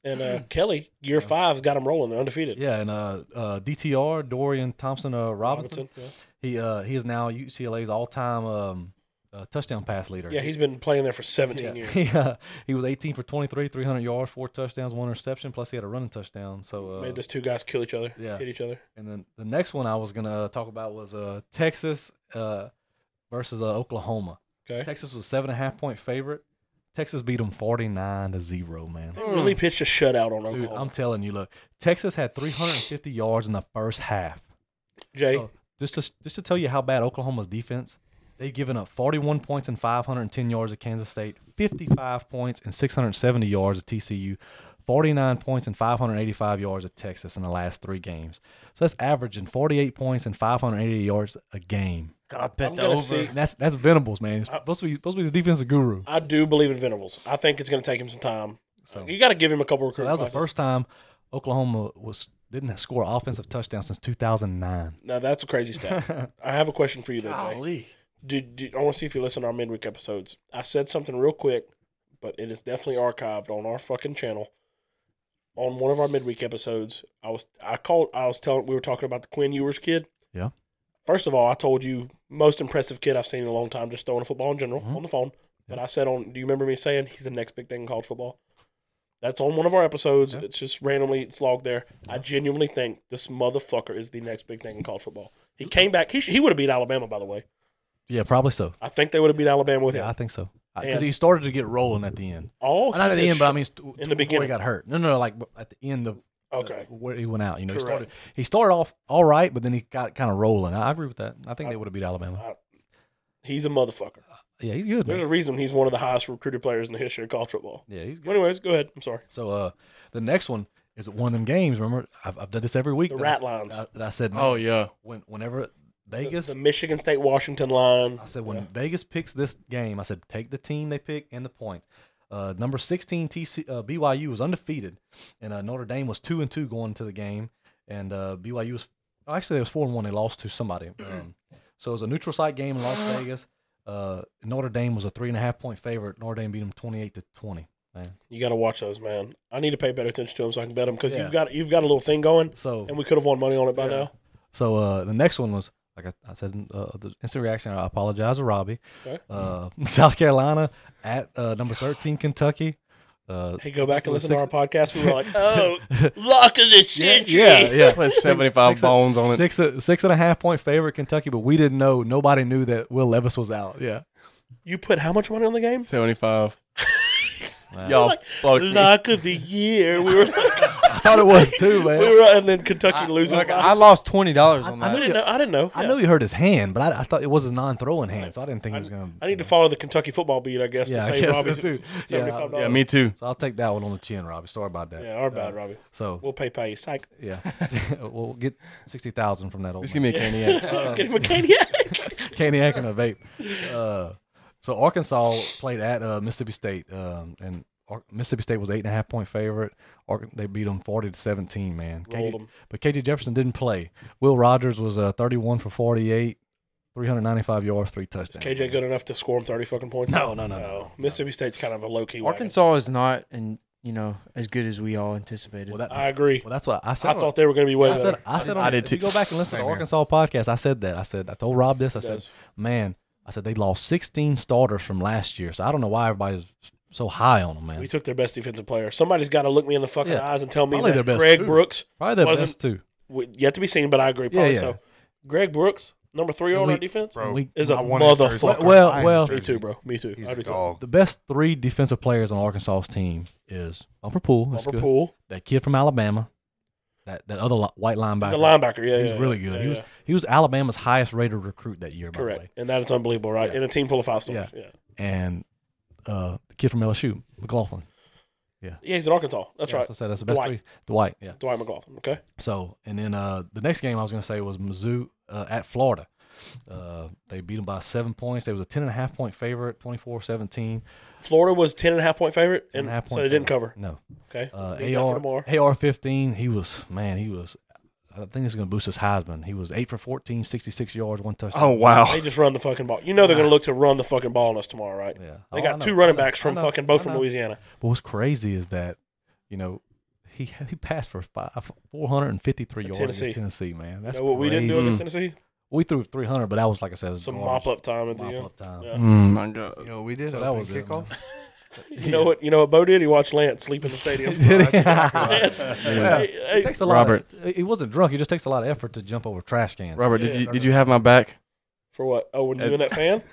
A: And uh, Kelly, year five's got him rolling. They're undefeated.
G: Mm. Yeah, and uh, uh, DTR Dorian Thompson uh, Robinson.
A: Robinson, yeah.
G: He uh, he is now UCLA's all time um, uh, touchdown pass leader.
A: Yeah, he's been playing there for 17
G: yeah.
A: years.
G: He, uh, he was 18 for 23, 300 yards, four touchdowns, one interception, plus he had a running touchdown. So uh,
A: Made those two guys kill each other,
G: yeah.
A: hit each other.
G: And then the next one I was going to talk about was uh, Texas uh, versus uh, Oklahoma.
A: Okay.
G: Texas was a seven and a half point favorite. Texas beat them 49 to zero, man.
A: They really pitched a shutout on
G: Mm. Dude,
A: Oklahoma.
G: I'm telling you, look, Texas had 350 yards in the first half.
A: Jay,
G: So, just to just to tell you how bad Oklahoma's defense, they've given up 41 points and 510 yards at Kansas State, 55 points and 670 yards at TCU, 49 points and 585 yards at Texas in the last three games. So that's averaging 48 points and 580 yards a game.
L: God,
A: bet I'm the gonna over. see-
G: And that's that's Venables, man. It's supposed to be supposed to be his defensive guru.
A: I do believe in Venables. I think it's going to take him some time. you got to give him a couple
G: So
A: recruiting
G: that was the
A: classes.
G: first time Oklahoma was didn't score offensive touchdown since 2009.
A: Now that's a crazy stat. I have a question for you though, Jay. Did, did- I want to see if you listen to our midweek episodes? I said something real quick, but it is definitely archived on our fucking channel. On one of our midweek episodes, I was I called I was telling we were talking about the Quinn Ewers kid.
G: Yeah.
A: First of all, I told you most impressive kid I've seen in a long time, just throwing a football in general
G: Mm-hmm.
A: on the phone. But I said on, do you remember me saying he's the next big thing in college football? That's on one of our episodes. It's just randomly it's logged there. I genuinely think this motherfucker is the next big thing in college football. He came back. He, sh- he would have beat Alabama, by the way.
G: Yeah, probably so.
A: I think they would have beat Alabama with
G: Yeah,
A: him.
G: I think so.
A: And-
G: Because he started to get rolling at the end.
A: All
G: Well, not at the
A: his
G: end, but I
A: sh-
G: mean, st-
A: in the
G: before
A: beginning,
G: he got hurt. No, no, no, like at the end of uh,
A: Okay.
G: where he went out. You know, he
A: Correct.
G: started he started off all right, but then he got kind of rolling. I agree with that. I think they would have beat Alabama.
A: He's a motherfucker.
G: Yeah, he's good.
A: There's
G: man.
A: a reason he's one of the highest recruited players in the history of college football.
G: Yeah, he's good.
A: Well, anyways, go ahead. I'm sorry.
G: So uh, the next one is one of them games. Remember, I've, I've done this every week.
A: The
G: that I-
A: rat lines.
G: that I, said,
B: Oh yeah.
G: when whenever
A: The,
G: Vegas,
A: the Michigan State Washington line.
G: I said when Vegas picks this game, I said take the team they pick and the points. Uh, number sixteen TC uh, BYU was undefeated, and uh, Notre Dame was two and two going into the game, and uh, BYU was oh, actually it was four and one. They lost to somebody, um, so it was a neutral site game in Las
A: Uh-huh.
G: Vegas. Uh, Notre Dame was a three and a half point favorite. Notre Dame beat them twenty eight to twenty. Man.
A: You got to watch those, man. I need to pay better attention to them so I can bet them because
G: Yeah.
A: you've got you've got a little thing going,
G: So
A: and we could have won money on it by now.
G: So uh, the next one was like I, I said, uh, the instant reaction. I apologize to Robbie.
A: Okay.
G: Uh, South Carolina at uh, number thirteen, Kentucky. Uh,
A: Hey, go back and
G: was
A: listen to our podcast. We were like, oh,
B: Lock of the century. Yeah, yeah. With seventy five bones on it.
G: six uh, six and a half point favorite Kentucky, but we didn't know. Nobody knew that Will Levis was out. Yeah,
A: you put how much money on the game?
B: Seventy five. Y'all fucked me.
A: Lock of the year. We were like,
G: I thought it was too, man.
A: we were, and then Kentucky loses.
L: Look,
A: by-
L: I lost twenty dollars on
A: I
L: that.
A: didn't know. I didn't know.
G: I
A: Yeah.
G: know you hurt his hand, but I, I thought it was his non-throwing hand, so I didn't think he was gonna.
A: I need to follow the Kentucky football beat, I guess,
G: Yeah,
A: to
G: I
A: save
G: guess
A: Robbie's
G: so, too.
A: seventy-five dollars.
B: Yeah, me too.
G: So I'll take that one on the chin, Robbie. Sorry about that.
A: Yeah, our bad, Robbie.
G: So
A: We'll pay pay. Psych.
G: yeah, we'll get sixty thousand from that old.
B: Just
G: man.
B: give me a candy. apple.
A: Get him a Caniac.
G: candy act and a vape. Uh, so Arkansas played at uh, Mississippi State, um, and Ar- Mississippi State was eight and a half point favorite. Ar- they beat them forty to seventeen. Man,
A: Rolled
G: Katie,
A: 'em.
G: but Katie Jefferson didn't play. Will Rogers was uh, thirty-one for forty-eight. 395 yards, three touchdowns.
I: Is KJ good enough to score him 30 fucking points?
G: No, no, no, no,
I: Mississippi State's kind of a low key
L: Arkansas is not, and you know, as good as we all anticipated.
G: Well, that-
I: I agree.
G: Well, that's what I said.
I: I
G: on-
I: thought uh, they were going to be way
G: I said,
I: better.
G: I said,
B: I
G: on,
B: did
G: if you
B: too.
G: go back and listen to
K: Same
G: the
K: here.
G: Arkansas podcast, I said that. I said, I told Rob this. I said,
I: Yes.
G: man, I said they lost 16 starters from last year. So I don't know why everybody's so high on them, man.
I: we took their best defensive player. Somebody's got to look me in the fucking
G: Yeah.
I: eyes and tell me
G: Probably their
I: that
G: best
I: Greg
G: two.
I: Brooks
G: Probably their
I: wasn't-
G: best two.
I: w- yet to be seen, but I agree. Probably
G: yeah.
I: so. Greg Brooks, number three on
K: We-
I: our defense,
K: Bro,
G: We-
I: is a
K: I wanted his jersey.
I: motherfucker.
G: Well,
K: I am
G: well-
K: his
I: me
K: jersey.
I: too, bro. Me too.
K: He's
I: I
K: a
I: do too.
K: dog.
G: The best three defensive players on Arkansas's team is Bumper Pool. that's
I: Bumper
G: good.
I: Pool.
G: That kid from Alabama. That that other li- white linebacker.
I: He's a linebacker. Yeah,
G: He was
I: yeah,
G: really
I: yeah,
G: good.
I: yeah,
G: he was
I: yeah.
G: he was Alabama's highest rated recruit that year, by the way.
I: correct, and that is unbelievable, right?
G: Yeah.
I: In a team full of five stars. Yeah. yeah,
G: And uh, the kid from LSU, McLaughlin.
I: he's in Arkansas. That's
G: Yeah,
I: right.
G: So I said that's the best
I: Dwight.
G: three. Dwight, yeah.
I: Dwight McLaughlin. Okay,
G: So, and then uh, the next game I was going to say was Mizzou uh, at Florida. Uh, they beat them by seven points. They was a 10.5 point favorite, 24 17.
I: Florida was ten and a half point favorite, and,
G: half
I: so they didn't cover.
G: No.
I: Okay,
G: Uh,
I: Need that for tomorrow.
G: AR, AR 15, he was, man, he was, I think it's going to boost his Heisman. He was 8 for 14, 66 yards, one touchdown.
B: Oh wow.
I: They just run the fucking ball. You know they're going to look to run the fucking ball on us tomorrow, right?
G: Yeah.
I: They
G: Oh, I
I: got
G: know,
I: two running
G: I know,
I: backs from
G: I know,
I: fucking both
G: I
I: from
G: know.
I: Louisiana.
G: But what's crazy is that, you know, he, he passed for five, 453 yards
I: Tennessee.
G: against Tennessee, man. That's
I: You know what we didn't do
G: crazy.
I: against Tennessee?
G: We threw 300, but that was, like I said, it was
I: Some
G: garbage.
I: mop up time at the
G: Mop
I: end.
G: up time.
I: Yeah.
B: Mm, my God.
K: Yo, we did
G: So
K: so
G: that
K: open
G: was it,
K: kickoff.
I: You know what? You know what Bo did? He watched Lance sleep in the stadium. Lance, hey, hey,
G: It takes a lot.
B: Robert.
G: Of, he wasn't drunk. It just takes a lot of effort to jump over trash cans.
B: Robert, did you did you have my back?
I: for what? Oh, when you in that fan?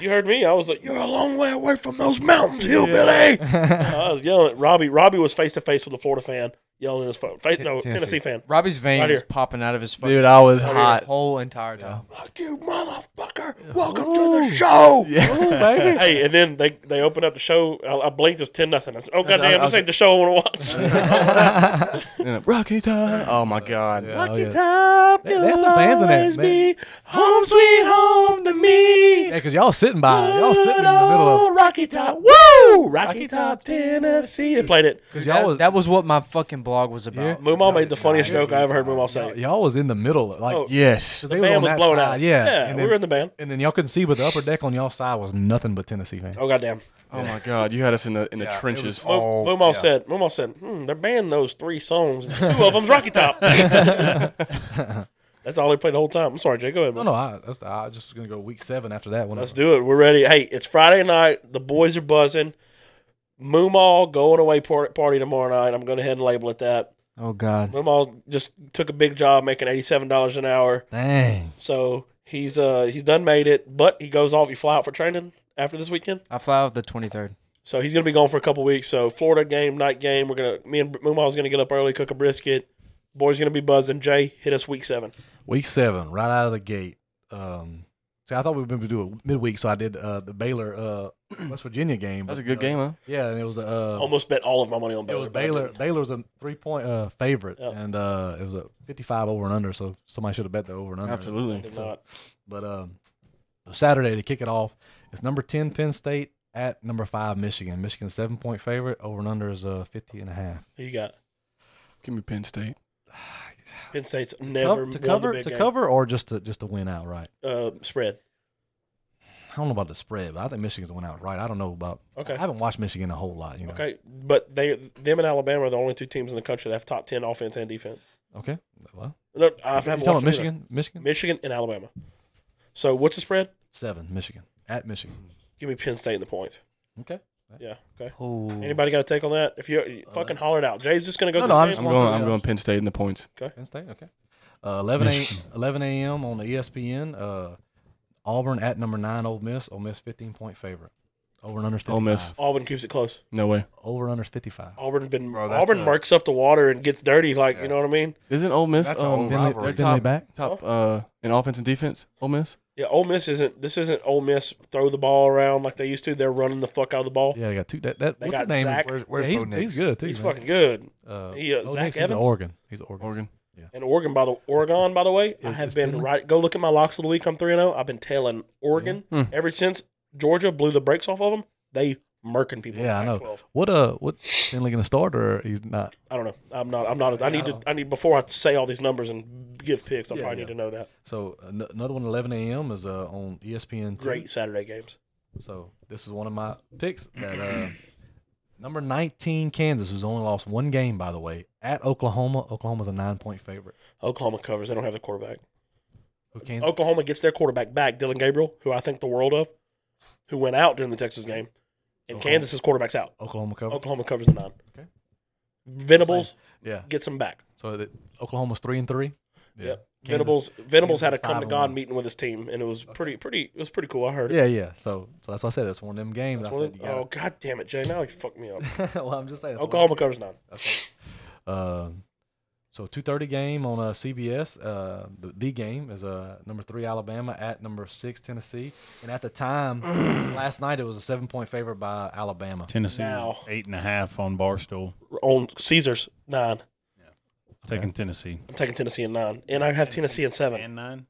I: You heard me. I was like, "You're a long way away from those mountains, hillbilly." I was yelling at Robbie. Robbie was face to face with a Florida fan, yelling at his phone. Face, no, Tennessee,
K: Tennessee.
I: fan.
L: Robbie's vein
I: Right
L: was
I: here.
L: popping out of his fucking
B: Dude, I was
L: the
B: hot.
L: whole entire time.
I: Fuck you, motherfucker! Welcome to the show.
G: baby.
I: Hey, and then they they opened up the show. I, I blinked. It was ten nothing. I said, "Oh
B: That's-
I: goddamn,
B: I- I
I: this ain't the show I want to watch."
B: And, Rocky time. Oh my God.
G: Oh, yeah.
I: Top,
G: They- they had some bands in there,
I: always
G: man.
I: be home sweet home to me.
G: Yeah, because y'all sitting by, y'all sitting
I: Good
G: in the middle of.
I: old Rocky Top. Woo! Rocky Top, Tennessee. They played it.
G: Because
L: That,
G: y'all was
L: that was what my fucking blog was about.
I: Moomaw made the funniest joke I ever heard Moomaw say.
G: y'all was in the middle, of, like
I: Oh,
G: 'cause
B: Yes.
G: they
I: The band was
G: that
I: blown
G: side,
I: out.
G: Yeah,
I: yeah
G: and
I: we
G: then,
I: were in the band.
G: and then y'all couldn't see, but the upper deck on y'all side was nothing but Tennessee fans.
I: Oh goddamn!
B: Oh my God. You had us in the in the
K: Yeah, it
B: trenches.
K: was all-
I: Moomaw
K: yeah.
I: said. Moomaw said. Hmm, they're banning those three songs. and Two of them's Rocky Top. That's all they played the whole time. I'm sorry, Jay. Go ahead.
G: No,
I: man.
G: no, I, that's, I was just gonna go week seven after that one.
I: Let's do it. We're ready. Hey, it's Friday night. The boys are buzzing. Moomaw going away par- party tomorrow night. I'm going to head and label it that.
L: Oh God.
I: Moomaw just took a big job making eighty-seven dollars an hour.
G: Dang,
I: So he's uh he's done made it, but he goes off. You fly out for training after this weekend,
L: I fly out the twenty third.
I: so he's gonna be gone for a couple weeks. So Florida game, night game. We're gonna me and Moomaw's gonna get up early, cook a brisket. Boys gonna be buzzing. Jay hit us week seven.
G: week seven, right out of the gate. Um, see, I thought we were gonna do it midweek, so I did uh, the Baylor uh, West Virginia game.
B: That was a
G: but,
B: good
G: uh,
B: game, huh?
G: Yeah, and it was uh,
I: Almost bet all of my money on
G: It
I: Baylor.
G: was
I: but I
G: Baylor.
I: didn't.
G: Baylor was a three point uh, favorite,
I: Yeah.
G: and uh, it was a fifty five over and under. So somebody should have bet the over and
B: Oh,
G: under.
B: Absolutely.
I: Did not.
G: But um, Saturday to kick it off, it's number ten Penn State at number five Michigan. Michigan seven point favorite. Over and under is uh, fifty and a half.
I: Who you got?
B: Give me Penn State.
I: Penn State's never
G: to
I: won
G: cover
I: the big
G: to
I: game.
G: cover or just to just to win outright.
I: uh, spread.
G: I don't know about the spread, but I think Michigan's win outright. I don't know about.
I: Okay.
G: I haven't watched Michigan a whole lot. You know.
I: Okay, but they them and Alabama are the only two teams in the country that have top ten offense and defense.
G: Okay. Well,
I: No, I
G: you
I: haven't
G: talking
I: watched
G: about
I: them
G: Michigan? Michigan
I: either. Michigan and Alabama. So what's the spread?
G: seven. Michigan at Michigan.
I: Give me Penn State in the points.
G: Okay.
I: Yeah. Okay.
L: Oh.
I: Anybody got a take on that? If you you fucking holler it out, Jay's just gonna go.
G: Mm. No,
I: through
G: no,
I: the
G: I'm
I: names.
B: I'm
G: Just one
B: going.
G: for
B: I'm
G: the
B: going Penn State in the points.
G: Penn State. Okay. Uh, 11 a, 11 a.m. on E the ESPN. Uh, Auburn at number nine. Ole Miss. Ole Miss 15 point favorite. Over and under. 55.
B: Ole Miss.
I: Auburn keeps it close.
B: No way.
G: Over and under 55.
I: Auburn been
K: Bro, that's
I: Auburn
K: a-
I: marks up the water and gets dirty. Like you know what I mean?
B: Isn't Ole Miss
K: That's
B: um,
K: all
B: their
K: rivalry.
G: Finley
B: top
G: back?
B: top uh, in offense and defense? Ole Miss.
I: Yeah. Ole Miss isn't. This isn't Ole Miss throw the ball around like they used to. They're running the fuck out of the ball.
G: Yeah, they got two. That, that
I: They
G: what's
I: got
G: his name?
I: Zach.
K: Where's, where's
G: Yeah, he's,
K: Bo Nix?
G: he's good too.
I: He's
G: man.
I: fucking good.
G: Uh,
I: he, uh,
G: Bo
I: Zach
G: Nix is
I: Evans?
G: Oregon. He's Oregon.
B: Oregon.
I: And Oregon, by the Oregon, by the way, I
G: is-
I: have
G: is
I: been
G: Finley-
I: right. Go look at my locks oh. of the week. I'm three and zero. I've been tailing Oregon
B: Yeah. Hmm.
I: ever since Georgia blew the brakes off of them. They murking people.
G: Yeah, I know. What uh, what Finley gonna start or he's not?
I: I don't know. I'm not. I'm not. I need to. I need before I say all these numbers and give picks. I
G: Yeah,
I: probably
G: yeah.
I: need to know that.
G: So an- another one, 11 a.m. is uh on ESPN. two.
I: Great Saturday games.
G: So this is one of my picks that uh number 19 Kansas, who's only lost one game by the way, at Oklahoma. Oklahoma's a nine point favorite.
I: Oklahoma covers. They don't have the quarterback.
G: Who Kansas?
I: Oklahoma gets their quarterback back, Dylan Gabriel, who I think the world of, who went out during the Texas game, and
G: Oklahoma-
I: Kansas's quarterback's out.
G: Oklahoma covers.
I: Oklahoma covers the nine.
G: Okay.
I: Venables
G: Yeah.
I: gets him back.
G: So that Oklahoma's three and three. Yeah.
I: Yep.
G: Kansas-
I: Venables Venables had a
G: Kansas
I: come to
G: five and
I: God
G: one.
I: meeting with his team, and it was pretty pretty. It was pretty cool. I heard. it.
G: Yeah, yeah. So so that's why I said that's one of them games.
I: That's
G: I
I: one of
G: said
I: the-
G: you gotta-
I: oh god damn it, Jay! Now he fucked me up.
G: well, I'm just saying. that's one of
I: Oklahoma
G: them.
I: covers nine.
G: Um, so two thirty game on uh, CBS. Uh, the, the game is uh, number three Alabama at number six Tennessee, and at the time last night it was a seven point favorite by Alabama.
J: Tennessee's
I: Now.
J: eight and a half on Barstool.
I: On Caesars nine.
J: Taking Tennessee.
I: I'm taking Tennessee in nine, and I have Tennessee in seven.
J: And nine.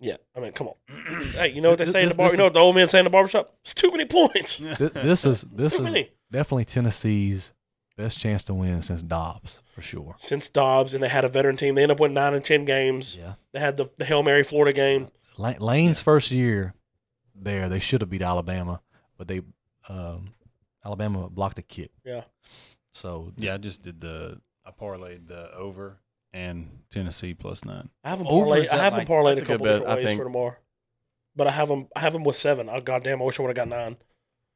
I: Yeah, I mean, come on. hey, you know what they
G: This-
I: say in the
G: this-
I: bar?
G: this
I: You know
G: is-
I: what the old man say in the barbershop? It's too many points.
G: Th- this is this
I: too
G: is
I: many.
G: definitely Tennessee's best chance to win since Dobbs for sure.
I: Since Dobbs, and they had a veteran team, they end up winning nine and ten games.
G: Yeah.
I: They had the, the Hail Mary Florida game.
G: La- Lane's first year there, they should have beat Alabama, but they um, Alabama blocked a kick.
I: Yeah.
G: So
J: Yeah, I just did the I parlayed the over and Tennessee plus nine.
I: I have them
B: Over
I: parlayed.
B: is
I: I
B: at
I: have them
B: like-
I: parlayed a
B: that's a good
I: couple
B: bet,
I: different
B: I
I: ways
B: think.
I: for tomorrow, but I have them. I have them with seven. Oh goddamn! I wish I would have got nine.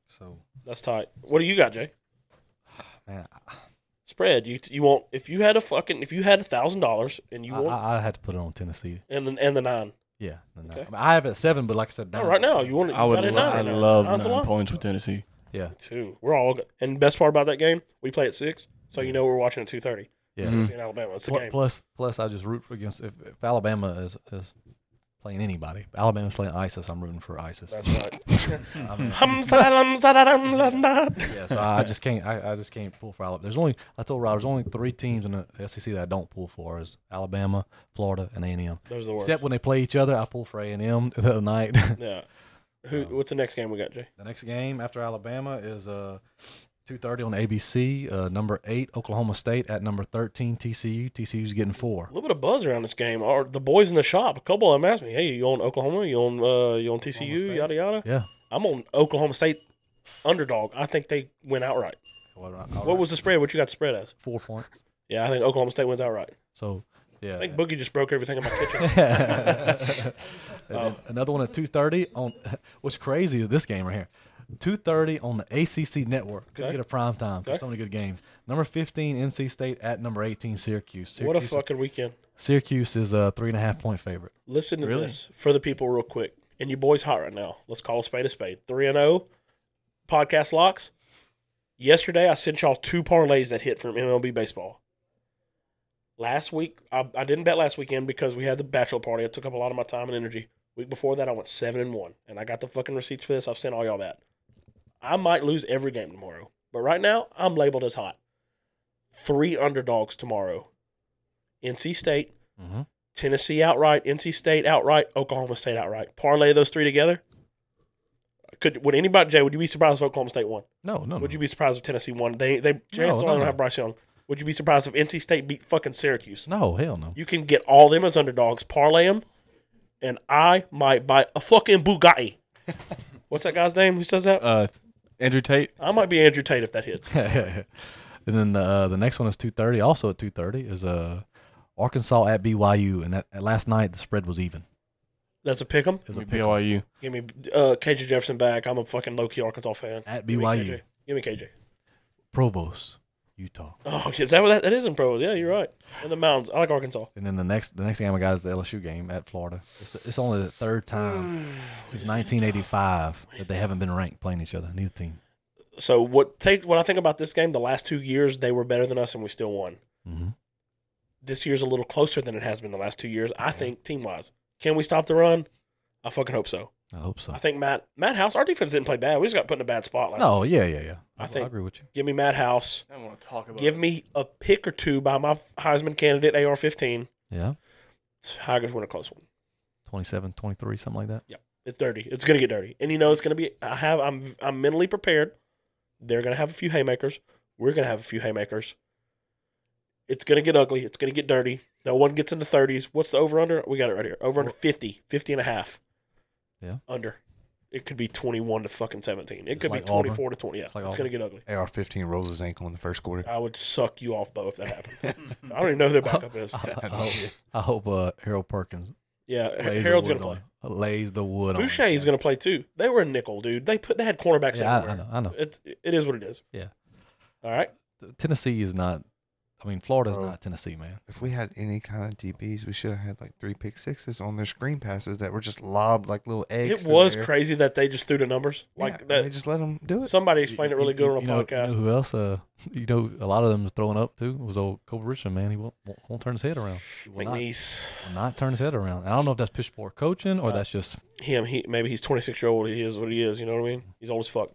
G: so
I: That's tight. What do you got, Jay?
G: man,
I: Spread. You you want if you had a fucking if you had a thousand dollars and you
G: I,
I: want
G: I, I had to put it on Tennessee.
I: and the, and the nine.
G: Yeah, no, no.
I: Okay.
G: I, mean, I have it at seven, but like I said,
I: No,
G: down-
I: right now you want it.
B: I would.
I: got it at
B: lo-
I: nine
B: I
I: right now.
B: love
I: Nine's a
B: nine
I: lot.
B: points with Tennessee.
G: Yeah,
I: Two. We're all go- and best part about that game, we play at six, so you know we're watching at two thirty.
G: yeah.
B: Mm.
I: Tennessee and Alabama. It's the
G: Pl-
I: game.
G: Plus, plus, I just root for against if, if Alabama is, is playing anybody. If Alabama's playing ISIS. I'm rooting for ISIS.
I: That's right.
G: I mean,
I: Hum, sa-da-dum, sa-da-dum, la-da-da.
G: yeah, so I just can't. I, I just can't pull for Alabama. There's only I told Rob. There's only three teams in the SEC that I don't pull for is Alabama, Florida, and A and M.
I: Those are the worst.
G: Except when they play each other, I pull for A and M the other night.
I: yeah. Who? What's the next game we got, Jay?
G: The next game after Alabama is uh, two thirty on ABC. Uh, number eight Oklahoma State at number thirteen TCU. TCU's getting four.
I: A little bit of buzz around this game. Or the boys in the shop. A couple of them asked me, "Hey, you on Oklahoma? You on uh, you on TCU? Yada yada."
G: Yeah.
I: I'm on Oklahoma State underdog. I think they win outright.
G: What,
I: What was the spread? What you got the spread as?
G: four points?
I: Yeah, I think Oklahoma State wins outright.
G: So yeah.
I: I think Boogie just broke everything in my kitchen.
G: And
I: Oh.
G: then Another one at two thirty on. What's crazy is this game right here. 2.30 on the ACC network. Could
I: Okay.
G: get a prime time for
I: Okay.
G: so many good games. Number 15, NC State at number 18, Syracuse.
I: what a
G: Syracuse,
I: fucking weekend.
G: Syracuse is a three and a half point favorite.
I: Listen to this for the people real quick. And you boys hot right now. Let's call a spade a spade. 3 and oh. 0 podcast locks. Yesterday I sent y'all two parlays that hit from MLB baseball. Last week I, I didn't bet last weekend because we had the bachelor party. It took up a lot of my time and energy. Week before that I went 7 and 1 and I got the fucking receipts for this. I've sent all y'all that. I might lose every game tomorrow. But right now I'm labeled as hot. 3 underdogs tomorrow. NC State
G: Mm-hmm.
I: Tennessee outright, NC State outright, Oklahoma State outright. Parlay those three together. Could would anybody Jay? Would you be surprised if Oklahoma State won?
G: No, no.
I: Would you be surprised if Tennessee won? They they James
G: Hmm. no,
I: don't
G: no.
I: have Bryce Young. Would you be surprised if NC State beat fucking Syracuse?
G: No, hell no.
I: You can get all them as underdogs, parlay them, and I might buy a fucking Bugatti. What's that guy's name who says that?
B: Uh, Andrew Tate.
I: I might be Andrew Tate if that hits.
G: and then the uh, the next one is two thirty. Also at two thirty is uh, Arkansas at BYU, and that, and last night the spread was even.
I: That's a pick 'em.
G: It was a
B: With
G: pick 'em.
B: BYU.
I: Give me uh, KJ Jefferson back. I'm a fucking low key Arkansas fan.
G: At
I: Give me
G: BYU.
I: KJ. Give me KJ.
G: Provost, Utah,
I: Oh, is that what that, that is in Provo? Yeah, you're right. In the mountains. I like Arkansas.
G: and then the next the next game I got is the LSU game at Florida. It's, it's only the third
A: Mm.
G: time since nineteen eighty five that they haven't been ranked playing each other. Neither team.
I: So what takes what I think about this game, the last two years they were better than us and we still won.
G: hmm
I: This year's a little closer than it has been the last two years, I think, team wise. Can we stop the run? I fucking hope so.
G: I hope so.
I: I think Matt Matt House, our defense didn't play bad. We just got put in a bad spot last night.
G: No, yeah, yeah, yeah.
I: I think-
G: agree with you.
I: Give me Matt House.
B: I don't want to talk about.
I: Give me a pick or two by my Heisman candidate AR fifteen.
G: Yeah,
I: Tigers win a close one.
G: 27, 23, something like that.
I: It's dirty. It's gonna get dirty. And you know it's gonna be I have I'm I'm mentally prepared
A: They're going to have a few haymakers. We're going to have a few haymakers. It's going to get ugly. It's going to get dirty. No one gets in the 30s. What's the over under? We got it right here. Over under 50, 50 and a half.
G: Yeah.
A: Under. It could be 21 to fucking 17. It
G: It's
A: could
G: like
A: be
G: Auburn.
A: 24 to 20. Yeah.
G: It's like
A: it's going to get ugly.
K: AR 15 rolls his ankle in the first quarter.
A: I would suck you off, Bo, if that happened. I don't even know who their backup is.
G: I hope, I hope uh, Harold Perkins.
A: Yeah,
G: lays the
A: Harold's
G: wood
A: gonna
G: on- Lays the wood on.
A: Boucher is going to play too. They were a nickel, dude. They put they had cornerbacks
G: Yeah, I- I
A: everywhere.
G: know, I know.
A: It's it is what it is.
G: Yeah.
A: All right.
G: Tennessee is not. I mean, Florida's
K: Bro.
G: not Tennessee, man.
K: If we had any kind of DBs, we should have had like three pick sixes on their screen passes that were just lobbed like little eggs.
A: It
K: in the
A: was
K: air.
A: crazy that they just threw the numbers
K: Yeah,
A: like
K: and
A: that.
K: They just let them do it.
A: Somebody explained it really good on a
G: You know- you
A: podcast.
G: know who else? Uh, you know, a lot of them was throwing up too. Was old Kobe Richmond, man. He won't, won't, won't turn his head around. He will not,
A: McNeese,
G: will not turn his head around. I don't know if that's pish poor coaching or that's just
A: him. He maybe he's twenty six year old. He is what he is. You know what I mean? He's old as fuck.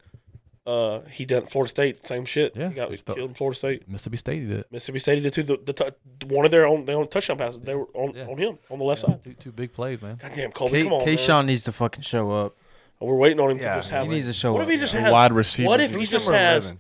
A: Uh, he done Florida State. Same shit.
G: Yeah,
A: he got
G: he's the-
A: killed in Florida State.
G: Mississippi State did it.
A: Mississippi State he did too. The, the tou- one of their own their own touchdown passes. They were on,
G: Yeah.
A: on him on the left side.
G: Two, two big plays, man.
A: Goddamn, Colby,
L: K-
A: come on, man.
L: Kayshawn needs to fucking show up.
A: We're waiting on him
K: Yeah,
A: to just have.
L: he
A: a-
L: needs to show
A: What
L: up.
A: if he just
B: A
A: has
B: wide receiver.
A: What if he
K: He's
A: just
K: number
A: has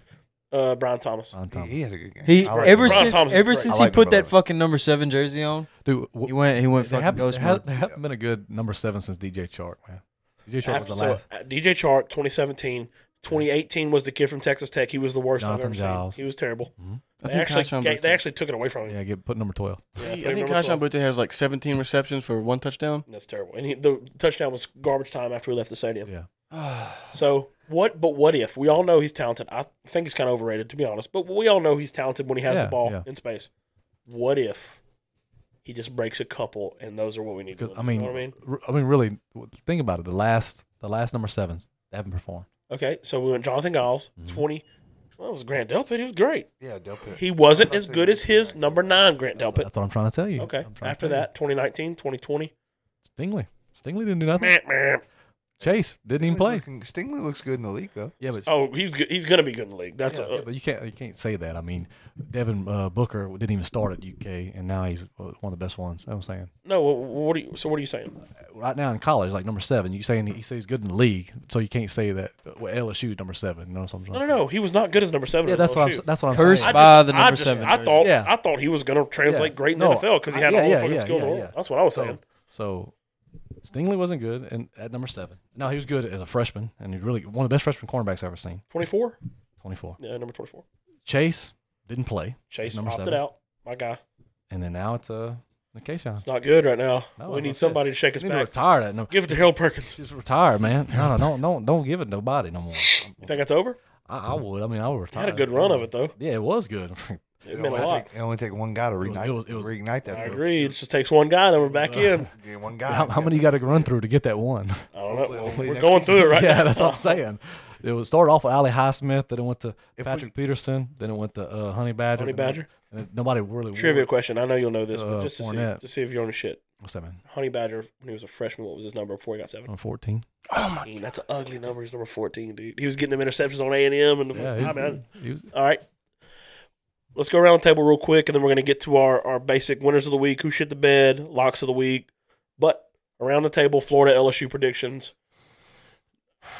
K: 11.
A: uh, Brian Thomas?
G: Ron
K: He,
G: Thomas.
K: he had a good game.
L: He
K: I like
L: ever
K: him.
A: Brown
L: since
A: Thomas is
L: ever
A: great.
L: since
K: I like
L: he put
K: him,
L: that
K: brother.
L: fucking number seven jersey on,
G: Dude, wh-
L: he went he went
G: there
L: fucking
G: haven't,
L: ghost
G: there, has,
L: mode.
G: there hasn't been a good number seven since DJ Chark, man. DJ Chark
A: After,
G: was the
A: so,
G: last.
A: uh, DJ Chark, 2017. 2018 was the kid from Texas Tech. He was the worst I've
G: Jonathan
A: ever
G: Giles.
A: seen. He was terrible.
L: I
A: They
L: think
A: actually,
L: Kayshawn
A: ga-
L: Butte-
A: they actually took it away from him.
G: Yeah, get put number twelve.
A: Yeah,
B: I
A: put him
B: think
A: number 12.
B: Kaishan Butte has like 17 receptions for one touchdown.
A: That's terrible. And he, the touchdown was garbage time after we left the stadium.
G: Yeah.
A: So what? But what if we all know he's talented? I think he's kind of overrated, to be honest. But we all know he's talented when he has
G: Yeah,
A: the ball
G: yeah.
A: in space. What if he just breaks a couple, and those are what we need? To
G: Because
A: win,
G: I mean,
A: you know what I mean?
G: r- I mean, really, w- think about it. The last, the last number sevens they haven't performed.
A: Okay, so we went Jonathan Giles,
G: Mm-hmm.
A: 20. Well, it was Grant Delpit. He was great.
K: Yeah, Delpit.
A: He wasn't as good as his number nine, Grant
G: That's,
A: Delpit.
G: that's what I'm trying to tell you.
A: Okay,
G: I'm trying to
A: after
G: tell you.
A: that, 2019, 2020.
G: Stingley, Stingley didn't do nothing.
A: Meh, meh.
G: Chase didn't even
K: Stingley's
G: play.
K: looking- Stingley looks good in the league though.
G: Yeah, but
A: Oh, he's go- he's gonna be good in the league. That's
G: yeah,
A: a,
G: yeah, but you can't you can't say that. I mean, Devin uh, Booker didn't even start at UK, and now he's uh, one of the best ones. I'm saying
A: no. wh- What are you? So what are you saying?
G: right now in college, like number seven. You saying he says good in the league, so you can't say that uh, well, LSU is number seven. You know what I'm
A: No,
G: saying?
A: no, no. He was not good as number seven.
G: Yeah,
A: at
G: that's what I'm.
A: LSU.
G: s- That's what I'm
L: Cursed
G: saying.
L: by the number
A: I just,
L: seven
A: I
L: jersey.
A: thought
G: Yeah.
A: I thought he was gonna translate
G: Yeah.
A: great in
G: No,
A: the NFL because he
G: I-
A: had
G: yeah,
A: all the
G: yeah,
A: fucking
G: yeah,
A: skill in the
G: yeah,
A: world.
G: yeah.
A: That's what I was
G: So-
A: saying.
G: So Stingley wasn't good and at number seven. No, he was good as a freshman, and he's really one of the best freshman cornerbacks I've ever seen.
A: Twenty four.
G: 24.
A: Yeah, number twenty four.
G: Chase didn't play,
A: Chase
G: number
A: opted
G: seven.
A: out. My guy,
G: and then now it's uh, Nikeishawn.
A: it's not good right now.
G: No,
A: we
G: that's
A: need
G: it.
A: somebody to shake us
G: He's
A: back.
G: retired. At no,
A: Give it to Harold Perkins.
G: just retire, man. No, no, don't, don't, don't give it to nobody no more.
A: You think that's over?
G: I, I would. I mean, I would
A: He
G: retire.
A: had a good run of it though.
G: Yeah, it was good. It
A: It
K: It
A: meant a
K: only
A: lot.
K: take- it only take one guy to reignite,
G: it was- it was-
K: reignite that.
A: I
K: though.
A: agree. It just takes one guy, then we're back in.
K: Yeah, one guy.
G: how, how many you got to run through to get that one?
A: I don't know.
K: hopefully
A: we're
K: next
A: going through it right
G: yeah,
A: now.
G: that's what I'm saying. It was started off with Ali Highsmith, then it went to
K: If
G: Patrick Peterson, then it went to uh, Honey Badger.
A: Honey
G: then it-
A: Badger?
G: and it- nobody really
A: Trivia
G: wore-
A: question. I know you'll know this,
G: Uh,
A: but just to see,
G: Fournette.
A: to see if you're on the shit.
G: What's that man?
A: Honey Badger, when he was a freshman, what was his number before he got seven?
G: Number
K: Uh,
G: 14.
A: Fourteen. That's an ugly number. He's number fourteen, dude. He was getting them interceptions on A and M, and the,
G: Yeah, he
A: I
G: was,
A: mean, I-
G: he was-
A: All right. Let's go around the table real quick, and then we're going to get to our, our basic winners of the week, who shit the bed, locks of the week. But around the table, Florida LSU predictions.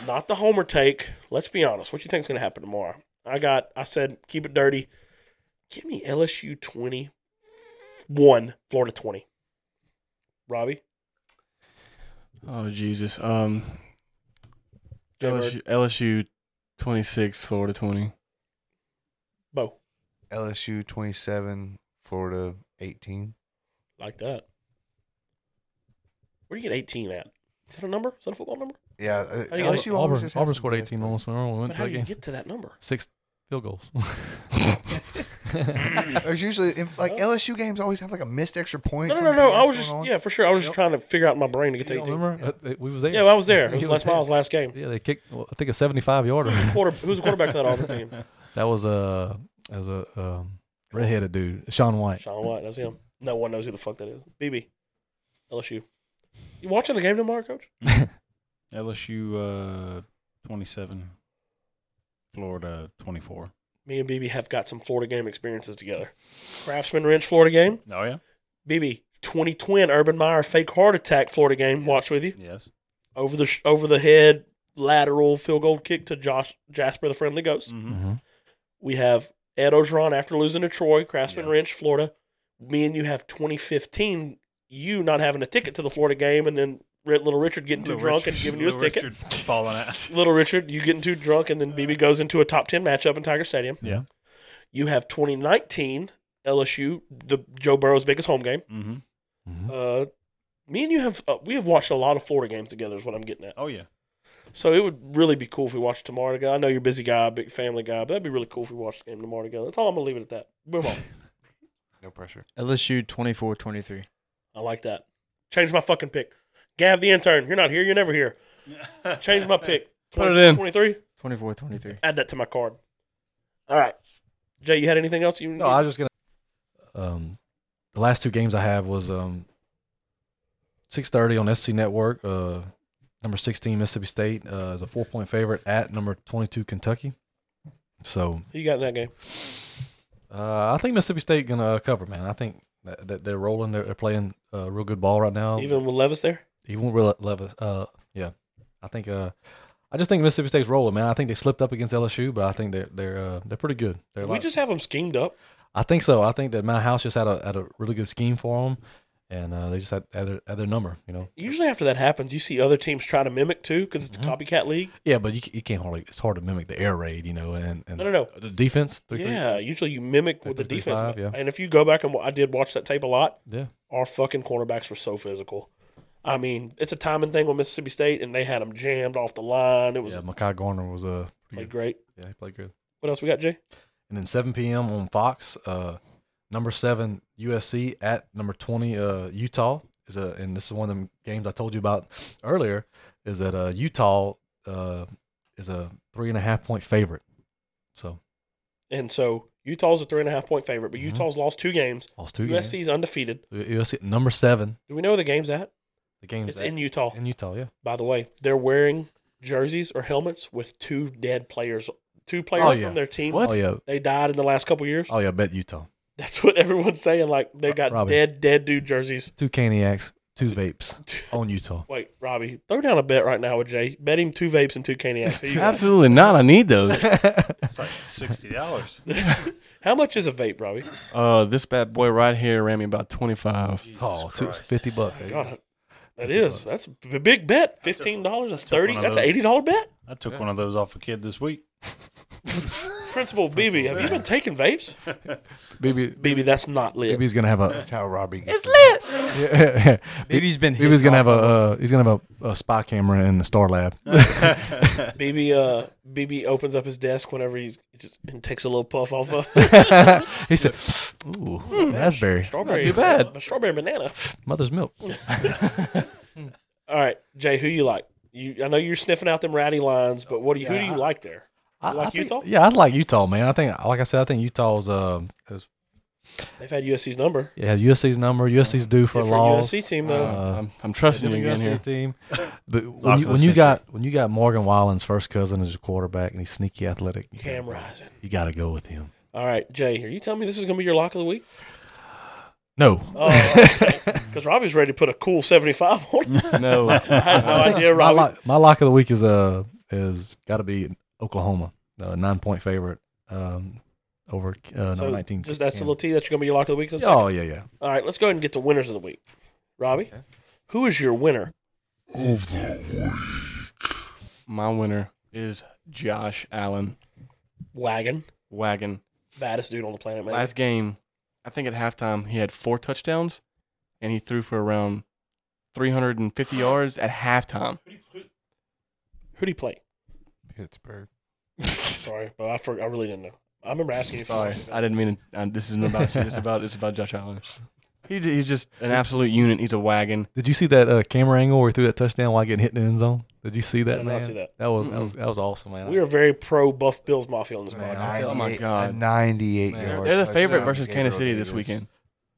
A: Not the homer take. Let's be honest. What you think's going to happen tomorrow? I got. I said keep it dirty. Give me LSU twenty one, Florida twenty. Robbie,
B: Oh, Jesus. Um,
A: Jaybird.
B: LSU, LSU 26, Florida 20.
A: Bo,
K: LSU twenty seven, Florida eighteen.
A: like that. Where do you get eighteen at? Is that a number? Is that a football number?
K: Yeah,
A: do
K: uh,
A: you-
K: LSU always
G: Auburn,
K: just has
G: Auburn
K: some
G: scored
K: big ass
G: 18
K: plays.
G: almost when we
A: But
G: went to
A: how
G: that
A: do you
G: game.
A: get to that number?
G: Six field goals.
K: There's usually if, like LSU games always have like a missed extra point.
A: No, no, no,
K: some
A: no.
K: big
A: I
K: ass
A: was just
K: going on.
A: yeah, for sure. I was just
G: Yep.
A: trying to figure out in my brain to get to
G: You don't
A: 18.
G: remember? Uh, uh, we was there.
A: Yeah, well, I was there. It was
G: He
A: Les
G: there.
A: Miles' last game.
G: Yeah, they kicked. Well, I think a 75 yarder.
A: Quarter, who was the quarterback for that Auburn team?
G: that was a as a um, redheaded dude, Sean White.
A: Sean White. That's him. No one knows who the fuck that is. BB, LSU. You watching the game tomorrow, Coach?
N: LSU uh, 27, Florida 24.
A: Me and BB have got some Florida game experiences together. Craftsman Ranch Florida game.
N: Oh, yeah?
A: BB, 20 twin Urban Meyer fake heart attack Florida game. Watch with you
N: Yes.
A: over the sh- over the head lateral field goal kick to Josh Jasper, the friendly ghost.
J: Mm-hmm.
G: Mhm.
A: We have Ed Ogeron after losing to Troy, Craftsman Ranch, Florida. Me and you have 2015. You not having a ticket to the Florida game, and then Ri- little Richard getting too drunk and giving you his ticket.
N: Falling out.
A: Little Richard, you getting too drunk, and then BB goes into a top 10 matchup in Tiger Stadium.
N: Yeah.
A: You have 2019 LSU, the Joe Burrow's biggest home game.
N: Mm-hmm.
A: Uh, me and you have uh, we have watched a lot of Florida games together. Is what I'm getting at.
N: Oh yeah.
A: So it would really be cool if we watched tomorrow together. I know you're a busy guy, big family guy, but that'd be really cool if we watched the game tomorrow together. That's all I'm gonna leave it at that. Boom on.
K: No pressure.
L: LSU 24-23.
A: I like that. Change my fucking pick. Gav the intern, you're not here. You're never here. Change my pick.
B: Put it in.
A: 23.
L: 24-23.
A: Add that to my card. All right, Jay, you had anything else? You
G: Mm-hmm. No, I was just gonna. Um, the last two games I have was um. Six thirty on SC Network. Uh, number sixteen Mississippi State uh, is a four point favorite at number twenty two Kentucky. So
A: Who you got in that game.
G: uh, I think Mississippi State gonna uh, cover, man. I think that, that they're rolling. They're, they're playing uh, real good ball right now.
A: Even with Levis there,
G: Even real Levis. Uh, yeah, I think. Uh, I just think Mississippi State's rolling, man. I think they slipped up against LSU, but I think they're they're uh, they're pretty good. They're
A: Did we
G: like-
A: just have them schemed up.
G: I think so. I think that Mount House just had a had a really good scheme for them, and uh, they just had, had, their, had their number, you know.
A: Usually after that happens, you see other teams try to mimic too because it's a copycat league.
G: Yeah, but you, c- you can't hardly. It's hard to mimic the air raid, you know, and, and
A: No, no, no.
G: the defense. three, three.
A: Yeah, usually you mimic with the
G: three,
A: defense.
G: five,
A: man.
G: yeah.
A: And if you go back and wa- I did watch that tape a lot.
G: Yeah.
A: Our fucking cornerbacks were so physical. I mean, it's a timing thing with Mississippi State, and they had them jammed off the line. It was
G: yeah. Makai Garner was a. Uh, pretty
A: played
G: good.
A: great.
G: yeah, he played good.
A: What else we got, Jay?
G: And then 7 p.m. on Fox, uh, number seven USC at number 20 uh, Utah is a, and this is one of them games I told you about earlier. Is that uh, Utah uh, is a three and a half point favorite, so
A: And so Utah's a three and a half point favorite, but
G: Mhm.
A: Utah's lost two games.
G: lost two games.
A: USC's undefeated.
G: USC number seven.
A: Do we know where the game's at?
G: The game
A: It's in Utah.
G: in Utah. Yeah.
A: By the way, they're wearing jerseys or helmets with two dead players, two players
G: Oh, yeah.
A: from their team.
G: Oh yeah.
A: They died in the last couple years.
G: Oh yeah. Bet Utah.
A: That's what everyone's saying. Like they
G: Ro-
A: got
G: Robbie.
A: dead, dead dude jerseys.
G: Two caniacs, two vapes on Utah.
A: Wait, Robbie, throw down a bet right now with Jay. Bet him two vapes and two caniacs. Who you got?
B: Absolutely not. I need those.
N: It's like sixty dollars.
A: How much is a vape, Robbie?
B: Uh, this bad boy right here ran me about twenty five.
G: Oh, two, 50 bucks. eh?
A: God, that is that's a big bet. Fifteen dollars. That's
N: one
A: thirty.
N: of
A: That's an
N: those.
A: eighty dollar bet.
N: I took one of those off a kid this week.
A: Principal BB, have you been taking vapes?
G: BB,
A: BB, that's not lit.
G: BB's gonna have a
K: That's how Robbie gets.
G: Yeah.
L: Baby's been
G: He was gonna have a uh, he's gonna have a, a spy camera in the Star Lab.
A: BB, uh, BB opens up his desk whenever he's he just and takes a little puff off of
G: he said, "Ooh,
A: Hmm.
G: raspberry,
A: strawberry.
B: too bad.
A: a strawberry banana.
G: mother's milk."
A: All right, Jay, who you like? You, I know you're sniffing out them ratty lines, but what do you, who do you like there?
G: I,
A: like
G: I think-
A: Utah?
G: Yeah, I like Utah, man. I think, like I said, I think Utah's um, is,
A: They've had USC's number.
G: yeah, USC's number. USC's due for a
A: Different
G: loss.
A: USC team though.
G: Uh,
B: I'm, I'm trusting you
G: different
B: again
G: USC
B: here.
G: team. But when
N: Lock
G: you,
N: of the
G: when you
N: century.
G: got when you got Morgan Wallen's first cousin as your quarterback and he's sneaky athletic, you gotta-
A: Cam Rising.
G: you got to go with him.
A: All right, Jay, are you telling me this is going to be your lock of the week?
G: No,
A: Oh, because Robbie's ready to put a cool 75 on. it.
J: Oh,
B: No,
A: I had no idea,
G: my
A: Robbie.
G: lock, my lock of the week is uh is got to be Oklahoma, uh, nine point favorite um, over uh,
A: so
G: number nineteen.
A: just that's a
G: Kansas.
A: little tea that's going to be your lock of the week. in a second.
G: Oh yeah, yeah.
A: All right, let's go ahead and get to winners of the week. Robbie, who is your winner?
B: my winner is Josh Allen
A: Wagon,
B: Wagon.
A: baddest dude on the planet, man.
B: Last game, I think at halftime he had four touchdowns, and he threw for around three hundred and fifty yards at halftime.
A: Who do you play?
K: Pittsburgh.
A: Sorry, but I, for, I really didn't know. I remember asking you. if you
B: Sorry,
A: watched it.
B: I didn't mean it. Uh, this isn't about you. It's about it's about Josh Allen. He, j- he's just an absolute unit. He's a wagon.
G: Did you see that uh, camera angle where he threw that touchdown while getting hit in the end zone? Did you see that?
A: did not
G: man?
A: see that.
G: was
B: Mm-mm.
G: that was that was awesome, man.
A: We are very pro Buff Bills Mafia on this
K: Man,
A: podcast.
B: Oh my
K: 98
B: God.
K: a 98
G: Man,
K: yard.
B: They're the
K: touchdown
B: favorite
K: to
B: versus
K: Gabriel
B: Kansas City this
K: Davis.
B: weekend.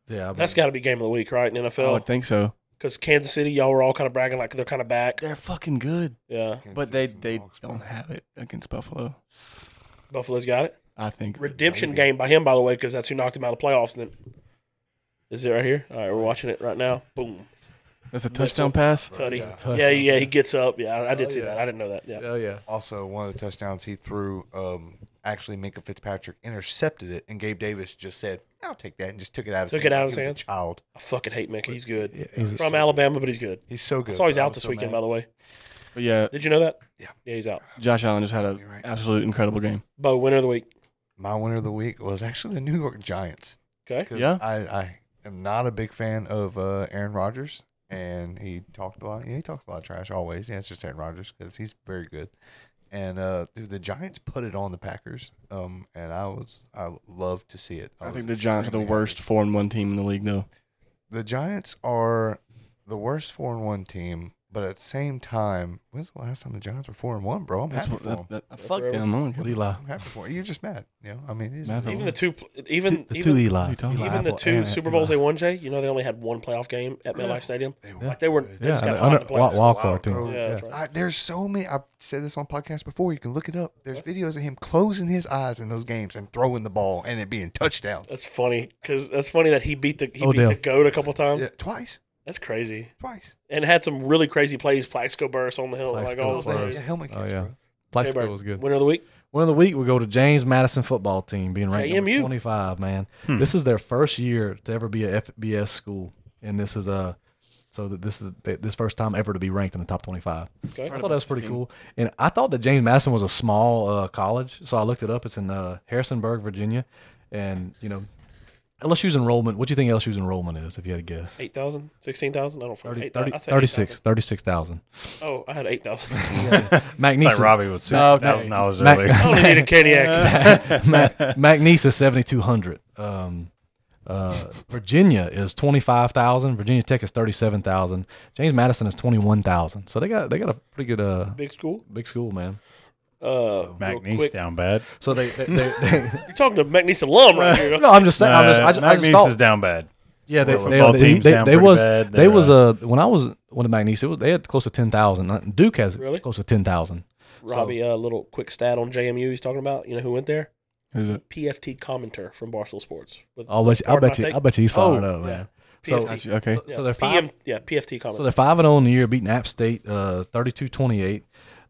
G: yeah, I mean,
A: That's got to be game of the week, right? In
B: I
A: NFL,
B: would think so.
A: because Kansas City, y'all were all kind of bragging like they're kind of back.
B: They're fucking good,
A: Yeah,
K: Kansas
B: but they
K: City
B: they
K: Seahawks,
B: don't
K: man.
B: have it against Buffalo.
A: Buffalo's got it.
B: I think
A: Redemption game by him, by the way, because that's who knocked him out of the playoffs. Then is it right here? All right, we're watching it right now. Boom.
B: That's a touchdown pass.
A: Tutty. Yeah, yeah, he gets up. Yeah, I, I did see that. I didn't know that. Yeah.
G: Oh yeah.
K: Also, one of the touchdowns he threw, um, actually Minka Fitzpatrick intercepted it, and Gabe Davis just said, "I'll take that," and just took it out of
A: Took
K: his
A: it out
K: hands.
A: of his
K: He was
A: hands.
K: A child,
A: I fucking hate Mickey. He's good.
G: he's-
A: from Alabama, but he's good.
K: he's so good.
A: I saw he's
K: bro.
A: out
K: I'm
A: this
K: so
A: weekend,
K: mad.
A: by the way.
B: But yeah,
A: Did you know that?
K: Yeah.
A: Yeah, he's out.
B: Josh Allen just had an
K: You're right.
B: absolute incredible game.
A: Bo, winner of the week.
K: My winner of the week was actually the New York Giants.
A: Okay.
K: 'Cause
B: Yeah?
K: I, I am not a big fan of uh, Aaron Rodgers, and he talked a lot. Yeah, he talked a lot of trash always. Yeah, it's just Aaron Rodgers because he's very good. And uh, dude, the Giants put it on the Packers, um, and I was I love to see it.
B: I
K: was
B: think the Giants are the
K: extremely happy.
B: worst four and one team in the league, though.
K: The Giants are the worst four and one team, but at the same time, when's the last time the Giants were four and one, bro? I'm
B: That's
K: happy
B: what
K: for them.
B: that, that, fuck
A: forever.
B: them. I don't care.
G: What Eli?
K: I'm happy for 'em. You're just mad, you know. I mean, it's-
B: Mad for
A: Even
B: what?
A: the two, even
G: the
A: even,
G: two Eli.
B: Even
A: even the two Super Bowls they won, Jay. You know they only had one playoff game at MetLife Stadium. Like they were, they
G: Yeah,
A: just got
G: an
A: hot in
G: under,
A: the
G: wild,
A: playoffs.
G: card team.
K: bro.
A: Yeah, that's right.
K: I, there's so many. I've said this on podcasts before. You can look it up. There's videos of him closing his eyes in those games and throwing the ball and it being touchdowns.
A: That's funny because that's funny that he beat the he
G: Odell.
A: beat the goat a couple times.
K: Yeah, twice,
A: That's crazy.
K: twice.
A: And had some really crazy plays. Plaxico Burris on the hill, like
G: Plaxico
A: all
G: Burris.
A: those
K: Yeah,
A: things.
K: helmet
G: Oh
K: kicks,
G: yeah.
K: bro.
A: Hey,
G: Plaxico
A: Bert,
G: was good.
A: Winner of the week.
G: One of the week, we go to James Madison football team being ranked number
A: JMU.
G: 25, man. This is their first year to ever be a FBS school. And this is a, so that this is th- this first time ever to be ranked in the top 25.
A: Okay.
G: I thought that was pretty cool. And I thought that James Madison was a small uh, college. So I looked it up. It's in uh, Harrisonburg, Virginia. And, you know, LSU's enrollment, what do you think LSU's enrollment is, if you had to guess?
A: 8,000? 16,000? I don't know.
G: 30,
A: 8,
G: 30,
A: I said
G: 36, 36,000.
A: 8,000. Oh, I had 8,000.
G: McNeese.
J: It's like Robbie with six
G: No,
J: thousand
G: no.
J: dollars
G: Mac-
J: earlier.
A: I only need a Cadillac.
G: Mac, McNeese is 7,200. Um, uh, Virginia is 25,000. Virginia Tech is 37,000. James Madison is 21,000. So they got they got a pretty good uh,
A: Big school.
G: big school, man.
A: Uh, real
J: McNeese
A: quick.
J: down bad.
G: So they, they, they, they
A: You're talking to McNeese alum right here.
G: no, I'm just saying. I'm just, I just, I just
J: McNeese
G: thought,
J: is down bad.
G: yeah, they,
J: Well,
G: they,
J: football
G: they,
J: team's
G: they-
J: down
G: they
J: pretty
G: was
J: bad.
G: they
J: They're,
G: was
J: uh,
G: uh, when I was one of McNeese, it was they had close to 10,000. Duke has
A: Really?
G: close to 10,000.
A: Robbie, a little quick stat on JMU he's talking about. You know who went there?
B: Who's it?
A: PFT commenter from Barstool Sports. With,
G: I'll bet you, I
A: Pardon my
G: bet you,
A: take.
G: I bet you
J: Oh,
G: he's fired up,
A: yeah.
G: man. So,
A: PFT.
B: Gotcha, Okay.
G: so,
A: yeah,
G: so they're five,
A: PM, yeah, PFT commenter.
G: So they're five and zero in the year, beating App State uh, 32-28.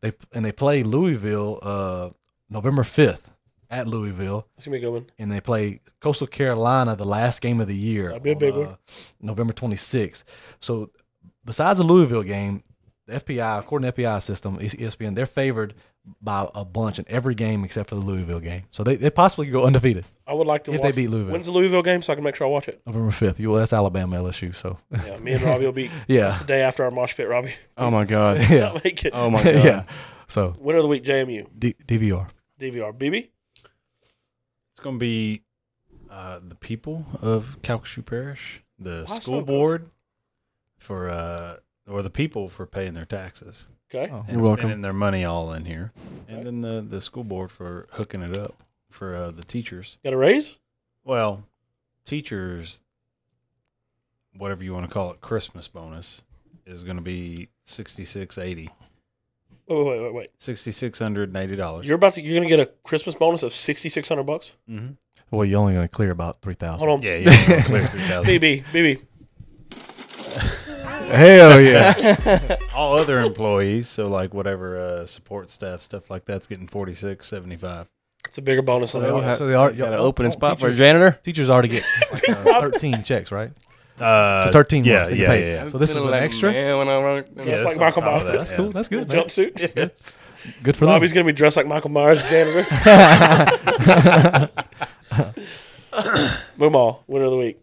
G: They and they play Louisville uh, November fifth at Louisville,
A: That's going to be a good one.
G: and they play Coastal Carolina the last game of the year, uh,
A: That'd be a big one.
G: November twenty sixth. So besides the Louisville game, the FPI according to FPI system E ESPN they're favored by a bunch in every game except for the Louisville game. So they, they possibly could go undefeated
A: I would like to
G: if
A: watch.
G: they beat Louisville
A: When's the Louisville game so I can make sure I watch it?
G: November fifth. You well, that's Alabama LSU. So
A: Yeah, me and Robbie will be
G: Yeah.
A: the day after our mosh pit, Robbie.
B: Oh my god.
G: yeah,
A: Make it.
B: Oh my god.
G: yeah. So
A: Winner of the week, JMU,
G: D- DVR.
A: DVR. BB?
J: It's going to be uh, the people of Calcasieu Parish, the
A: Why so
J: school
A: good?
J: board for uh, or the people for paying their taxes
A: Okay.
G: Oh.
J: and
B: You're welcome.
J: spending their money all in here,
A: Right.
J: and then the the school board for hooking it up for uh, the teachers.
A: Got a raise?
J: Well, teachers, whatever you want to call it, Christmas bonus is going to be sixty six eighty.
A: Wait, wait, wait, wait.
J: Sixty six hundred and eighty dollars.
A: You're about to you're gonna get a Christmas bonus of sixty six hundred bucks.
J: mm-hmm.
G: Well, you're only going to clear about three thousand.
A: Hold on,
J: Yeah, you're gonna clear three thousand.
A: BB, BB.
G: Hell yeah!
J: All other employees, so like whatever uh, support staff, stuff like that's getting forty six seventy five.
A: It's a bigger bonus than
G: So they
A: that.
G: are- so they are
B: Got an
G: oh,
B: opening
G: oh,
B: spot for a
G: teachers,
B: janitor.
G: teachers already get like, uh, thirteen checks, right?
J: Uh,
G: To thirteen,
J: Yeah,
G: months they get
J: yeah,
G: paid.
J: yeah, yeah.
G: So this is an
B: Like,
G: extra.
B: man, when I run-
J: Yeah,
A: That's like
J: on
A: Michael
J: top
A: Myers.
J: of that,
G: That's
J: yeah.
G: cool. That's good. Man.
A: Jumpsuit.
G: Good for them.
A: Bobby's gonna be dressed like Michael Myers, janitor. Moomaw, winner of the week.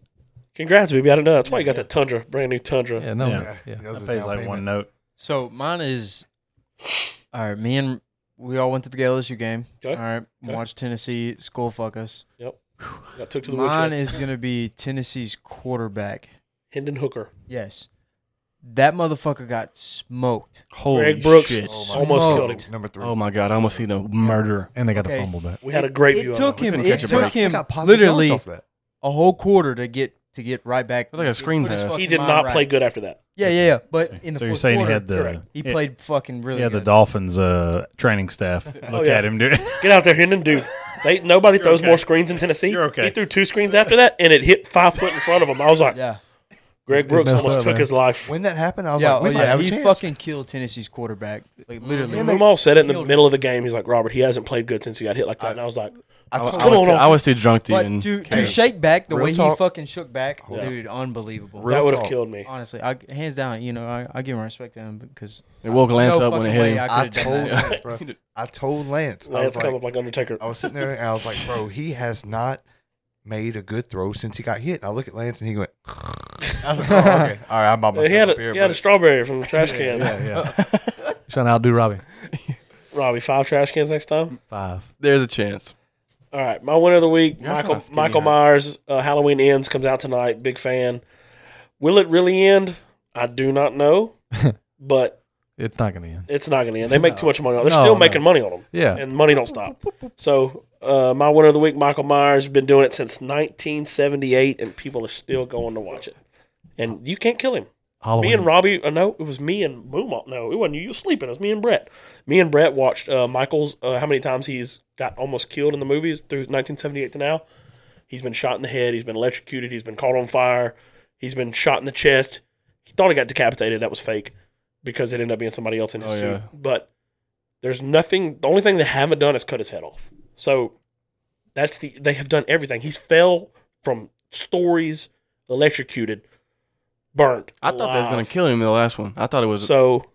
A: Congrats, BB. I didn't know that's why you got that Tundra, brand new Tundra.
G: Yeah, no,
J: Yeah.
G: man. yeah.
K: That was
J: That
K: his
J: pays
K: down
J: like
K: payment.
J: one note.
L: So mine is all right. Me and we all went to the LSU game.
A: Okay.
L: All right,
A: Okay.
L: watched Tennessee school fuck us.
A: Got took to the
L: Mine
A: woodshed.
L: is gonna be Tennessee's quarterback.
A: Hendon Hooker.
L: Yes, that motherfucker got smoked.
B: Holy
A: Greg Brooks
B: shit.
K: Oh my
A: almost
K: God.
A: killed him.
K: Number three.
B: Oh my god. I almost seen a murder.
G: And they got a
L: Okay.
G: fumble back.
A: We had a great
L: It
A: view of
L: took
A: him.
L: him.
B: couldn't
L: It
B: catch a
L: took
B: break.
L: him
K: They got positive yards
L: literally
K: off that.
L: a whole quarter to get to get right back.
B: was like a screen
L: put his
B: pass.
L: fucking
A: He did
L: mind
A: not
L: right.
A: play good after that.
L: Yeah, yeah, yeah. But in the
J: So
L: fourth
J: you're saying
L: quarter,
J: he had the
L: he played fucking really.
J: yeah the
L: good.
J: Dolphins uh, training staff look
A: yeah.
J: at him do it.
A: Get out there, Hendon, dude. They nobody throws
J: okay.
A: more screens in Tennessee.
J: You're okay.
A: He threw two screens after that, and it hit five foot in front of him. I was like,
L: Yeah,
A: Greg
K: It
A: Brooks
K: messed
A: almost
K: up,
A: took
K: man.
A: his life.
K: When that happened, I was
L: yeah,
K: like, we
L: oh,
K: might
L: yeah,
K: have a
L: he
K: chance.
L: fucking killed Tennessee's quarterback. Like literally,
A: And all said it in the middle of the game. He's like, Robert, he hasn't played good since he got hit like that. and I was like,
K: I
B: was, I
K: thought-
A: Come
B: was,
A: on,
B: too, I was
A: offense.
B: too drunk to
L: But
B: even.
L: dude,
B: care.
L: dude, shake back the
K: Real
L: way he
K: talk.
L: fucking shook back,
A: Hold on.
L: dude, unbelievable.
A: that would have killed me.
L: Honestly, I hands down, you know, I, I give him respect to him because
B: it woke Lance up when it
L: fucking
B: hit
L: way
B: him.
L: I
K: I
L: could've
K: told
L: done
K: Lance, bro. I told Lance. I
A: Lance
K: was
A: come up
K: like,
A: like Undertaker.
K: I was sitting there and I was like, bro, he has not made a good throw since he got hit. I look at Lance and he went. I was like, oh, okay, all right, I'm by myself
A: He had,
K: up
A: a,
K: here.
A: he had a
K: but-
A: strawberry from the trash can.
G: Yeah, yeah. Trying to outdo Robbie.
A: Robbie, five trash cans next time.
G: Five.
B: There's a chance.
A: All right, my winner of the week,
B: You're not
A: Michael
B: trying to
A: Michael
B: give me
A: Myers. Uh, Halloween ends comes out tonight. Big fan. Will it really end? I do not know, but
G: It's not gonna end.
A: it's not going to end. They make too much money on. It. They're
G: No,
A: still
G: no.
A: making money on them,
G: Yeah.
A: and money don't stop. So, uh, my winner of the week, Michael Myers, been doing it since 1978, and people are still going to watch it. And you can't kill him.
G: Halloween.
A: Me and Robbie, uh, no, it was me and Moomaw. No, it wasn't you. You were sleeping. It was me and Brett. Me and Brett watched uh, Michael's, uh, how many times he's got almost killed in the movies through 1978 to now. He's been shot in the head. He's been electrocuted. He's been caught on fire. He's been shot in the chest. He thought he got decapitated. That was fake because it ended up being somebody else in his
B: Oh,
A: suit.
B: yeah.
A: But there's nothing. The only thing they haven't done is cut his head off. So that's the they have done everything. He's fell from stories, electrocuted, burnt.
B: I thought they was gonna
A: alive.
B: kill him in the last one. I thought it was.
A: So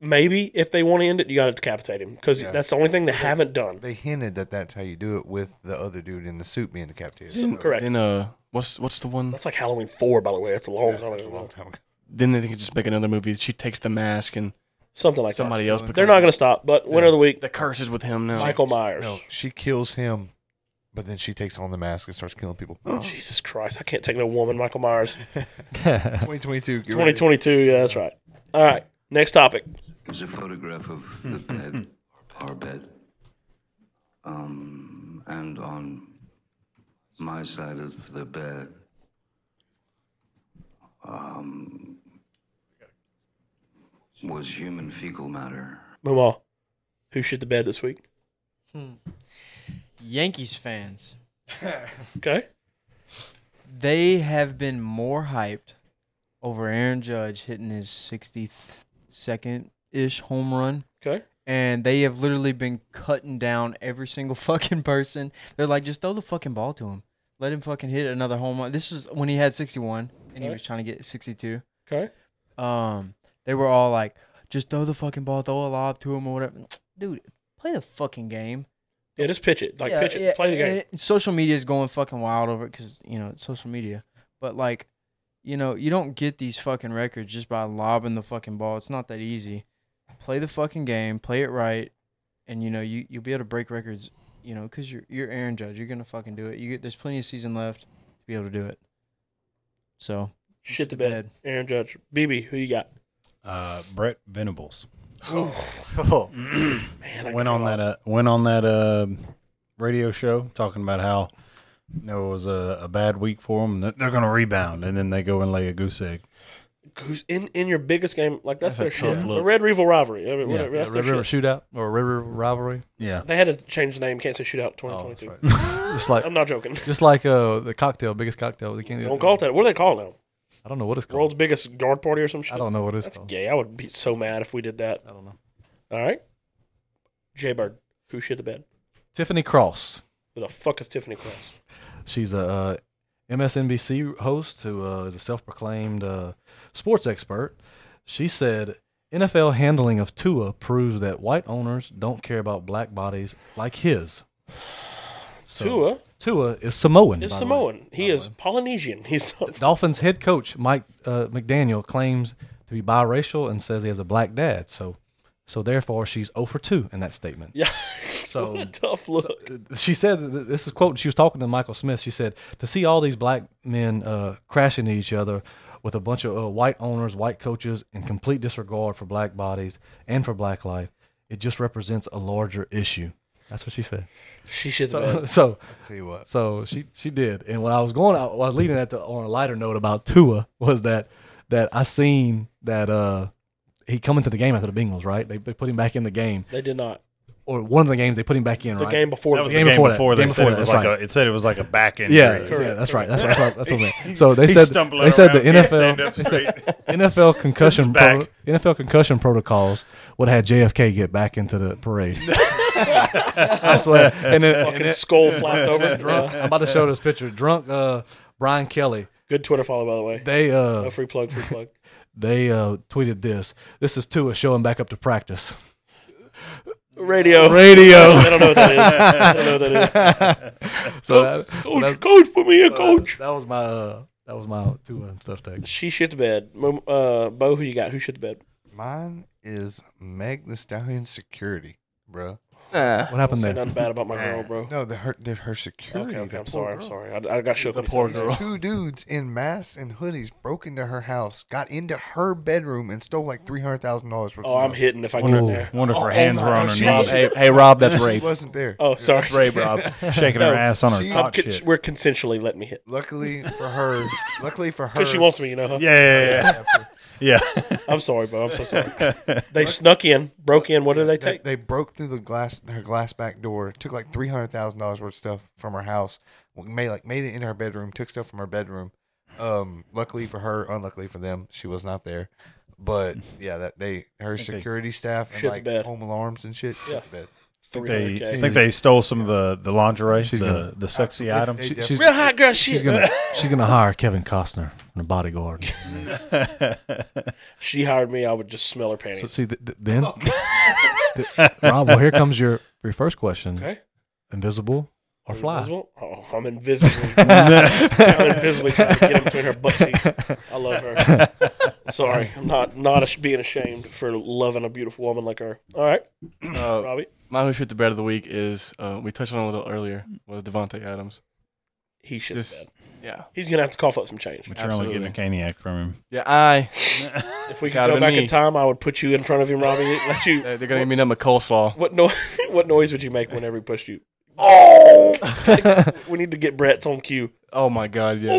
A: maybe if they want to end it, you got to decapitate him because
K: Yeah.
A: that's the only thing they haven't done.
K: They hinted that that's how you do it with the other dude in the suit being decapitated.
A: So- correct.
B: Then uh, what's what's the one?
A: That's like Halloween four, by the way. That's a long time.
K: That's a long
A: ago.
K: time ago.
B: Then they could just make another movie. She takes the mask and
A: Something like
B: somebody
A: that.
B: else.
A: They're
B: becomes-
A: not going to stop. But winner of the week,
B: The curse is with him now.
A: Michael Myers.
K: No, she kills him, but then she takes on the mask and starts killing people.
L: Oh.
A: Jesus Christ, I can't take no woman, Michael Myers.
K: 2022. get ready.
A: 2022. Yeah, that's right. All right. Next topic.
P: There's a photograph of the bed, our bed. Um, and on my side of the bed, um, was human fecal matter.
A: Moomaw, who shit the bed this week?
L: Hmm. Yankees fans,
A: Okay.
L: they have been more hyped over Aaron Judge hitting his 62nd ish home run
A: Okay.
L: and they have literally been cutting down every single fucking person. They're like, just throw the fucking ball to him. Let him fucking hit another home run. This was when he had 61 and he
A: Okay.
L: was trying to get 62.
A: Okay.
L: Um, they were all like, just throw the fucking ball, throw a lob to him or whatever. Dude, play a fucking game.
A: Yeah, just pitch it. Like
L: Yeah,
A: pitch it.
L: yeah,
A: Play the game.
L: and social media is going fucking wild over it because you know it's social media. But like, you know, you don't get these fucking records just by lobbing the fucking ball. It's not that easy. Play the fucking game. Play it right, and you know you you'll be able to break records. You know, because you're you're Aaron Judge. You're gonna fucking do it. You get there's plenty of season left to be able to do it. So
A: Shit the bed.
L: bed.
A: Aaron Judge. BB, who you got?
N: Uh, Brett Venables
G: Oh.
A: Man,
N: went on that uh, went on that uh, radio show talking about how you know, it was a, a bad week for them. They're going to rebound, and then they go and lay a goose egg.
A: Goose- in in your biggest game. Like that's,
B: That's a
A: their
B: tough
A: shit.
B: look.
A: The Red River rivalry. I mean,
N: Yeah,
A: whatever,
G: Yeah,
A: that's
G: Red
A: their
G: River
A: shit.
G: Shootout or River Rivalry.
N: Yeah,
A: They had to change the name. Can't say shootout
G: Oh, that's
A: 2022.
G: right. just like
A: I'm not joking.
G: just like uh the cocktail, biggest cocktail. They can't
A: Don't call it that. What do they call it now?
G: I don't know what it's called.
A: World's biggest guard party or some shit.
G: I don't know what it's
A: That's
G: called.
A: gay. I would be so mad if we did that.
G: I don't know.
A: All right. Jay Bird, who shit the bed?
G: Tiffany Cross.
A: Who the fuck is Tiffany Cross?
G: She's a uh, MSNBC host who uh, is a self-proclaimed uh, sports expert. She said NFL handling of Tua proves that white owners don't care about black bodies like his. So,
A: Tua
G: Tua is Samoan.
A: is
G: Oh, by the way.
A: Samoan. He
G: by the
A: is Polynesian. He's not.
G: Dolphins head coach Mike uh, McDaniel claims to be biracial and says he has a black dad. So, so therefore, she's 0 for 2 in that statement.
A: Yeah.
G: So-
A: What a tough look.
G: Uh, She said th- th- this is quote. She was talking to Michael Smith. She said to see all these black men uh, crashing into each other with a bunch of uh, white owners, white coaches, and complete disregard for black bodies and for black life. It just represents a larger issue. That's what she said.
A: she shit the
G: So,
A: bed.
G: so
K: Tell you what.
G: so she she did. And when I was going out, what I was leading at the on a lighter note about Tua was that that I seen that uh he come into the game after the Bengals, right? They they put him back in the game.
A: They did not.
G: or one of the games they put him back in.
A: The
G: right?
A: game before
J: That was the game before, they
G: Game
J: said it
G: that,
J: was
G: that's
J: like
G: right.
J: a. It said it was like a back injury.
G: Yeah, yeah, that's right. That's right. That's, what- that's what I meant. So they
J: He's
G: said
J: stumbling
G: they said the
J: around, can't stand
G: NFL
J: up
G: they said
J: straight.
G: NFL concussion
J: This is
G: pro, NFL concussion protocols would have had JFK get back into the parade. I swear. And then
A: Fucking
G: and then-
A: skull flapped over. Uh,
G: Drunk.
A: Yeah.
G: I'm about to show this picture. Drunk. Uh, Brian Kelly.
A: Good Twitter follow, by the way.
G: They uh
A: no free plug, free plug.
G: they uh tweeted this. This is Tua showing back up to practice.
A: Radio.
G: Radio.
A: Oh. I don't know what that is. I don't know what that is.
G: so
A: Oh,
G: that,
A: coach,
G: that's-
A: coach, put me in,
G: so
A: coach.
G: That was my uh, that was my Tua and stuff tag.
A: She shit the bed. Mo- Uh, Bo, who you got? Who shit the bed?
K: Mine is Meg the Stallion security, bruh.
G: What happened
A: Say
G: there?
A: nothing bad about my girl, bro.
K: No, the her, the, her security.
A: Okay, okay,
K: that
A: I'm
K: poor
A: sorry, I'm
K: girl.
A: sorry. I, I got shook.
G: The
A: when you
G: poor
A: said
G: girl.
A: that.
K: Two dudes in masks and hoodies broke into her house, got into her bedroom, and stole like three hundred thousand dollars worth.
A: Oh, I'm
K: stuff.
A: hitting if I get in
N: Ooh,
A: there.
N: wonder if
J: Oh,
N: her hands were on her
K: she-
N: knees.
B: hey, hey, Rob, that's
K: She
B: rape.
K: wasn't there.
A: Oh, sorry.
B: Rape, Rob.
N: shaking
A: No,
N: her ass on her
K: she-
A: I'm
N: cock
A: con-
N: shit.
A: we're consensually letting me hit
K: Luckily for her, luckily for her,
A: because she wants me. You know, huh?
N: Yeah, yeah, yeah. yeah.
A: I'm sorry, Bo. I'm so sorry. they snuck in, broke in. What did they
K: They,
A: take?
K: they broke through the glass, her glass back door, took like three hundred thousand dollars worth of stuff from her house. Made like made it into her bedroom, took stuff from her bedroom. Um, luckily for her, unluckily for them, she was not there. But yeah, that they her security staff and
A: Shit the
K: like
A: bed.
K: home alarms and shit. Yeah. Bed.
N: I think they, I
A: 300K.
N: think they stole some of the, the lingerie, the,
G: gonna-
N: the sexy
K: They-
N: items.
K: they
G: She-
K: definitely-
A: Real hot girl shit.
G: She's gonna she's gonna hire Kevin Costner from the Bodyguard.
A: she hired me. I would just smell her panties.
G: So see, th- th- then th- Rob, well, here comes your your first question:
A: okay.
G: invisible or fly?
A: Invisible? Oh, I'm invisibly. I'm invisibly trying to get in between her butt cheeks. I love her. Sorry, I'm not not ash- being ashamed for loving a beautiful woman like her. All right,
B: Uh,
A: Robbie.
B: my who shoot the bed of the week is uh, we touched on it a little earlier was Devonte Adams.
A: He should.
B: Just-
A: bed.
B: Yeah,
A: He's gonna have to cough up some change.
N: But you're only getting a caniac from him.
B: yeah. I
A: If we could
B: Gotta
A: go
B: be
A: back in
B: me.
A: time, I would put you in front of him, Robbie. Let you.
B: they're gonna give me number coleslaw.
A: What noise? What noise would you make whenever he pushed you? Oh! we need to get Brett's on cue.
B: Oh my god, yeah.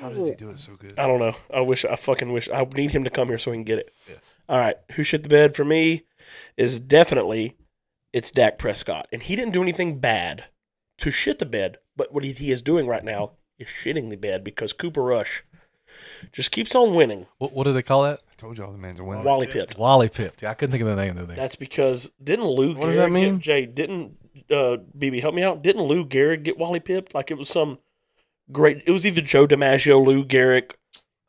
K: How does he do it so good?
A: I don't know. I wish. I fucking wish. I need him to come here so we can get it. All right. Who shit the bed for me is definitely it's Dak Prescott, and he didn't do anything bad to shit the bed. But what he, he is doing right now is shitting the bed because Cooper Rush just keeps on winning.
G: What, what do they call that?
K: I told y'all the man's a winner.
A: Wally pipped.
G: Wally pipped. Yeah, I couldn't think of the name of the thing.
A: That's because didn't Lou
B: What
A: Gehrig
B: does that mean?
A: get Jay? Didn't uh, BB help me out? Didn't Lou Gehrig get Wally pipped? Like it was some great. It was either Joe DiMaggio, Lou Gehrig.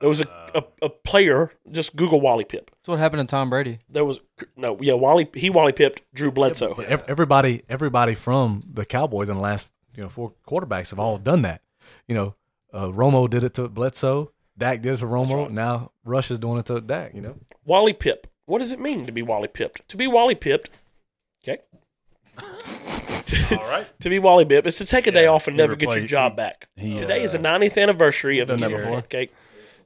A: There was a, a, a player. Just Google Wally Pip.
L: That's what happened to Tom Brady.
A: There was no yeah Wally. He Wally pipped Drew Bledsoe.
G: But ev- everybody everybody from the Cowboys in the last you know four quarterbacks have all done that. You know, uh, Romo did it to Bledsoe. Dak did it to Romo. Now Rush is doing it to Dak. You know,
A: Wally Pip. What does it mean to be Wally pipped? To be Wally pipped. Okay.
J: All right.
A: To be Wally Pip is to take a day
J: Yeah,
A: off and
J: he
A: never get your
J: replaced-
A: job
J: he-
A: back.
J: he,
A: Today is
J: uh,
A: the 90th anniversary of the
B: done that before.
A: Cake.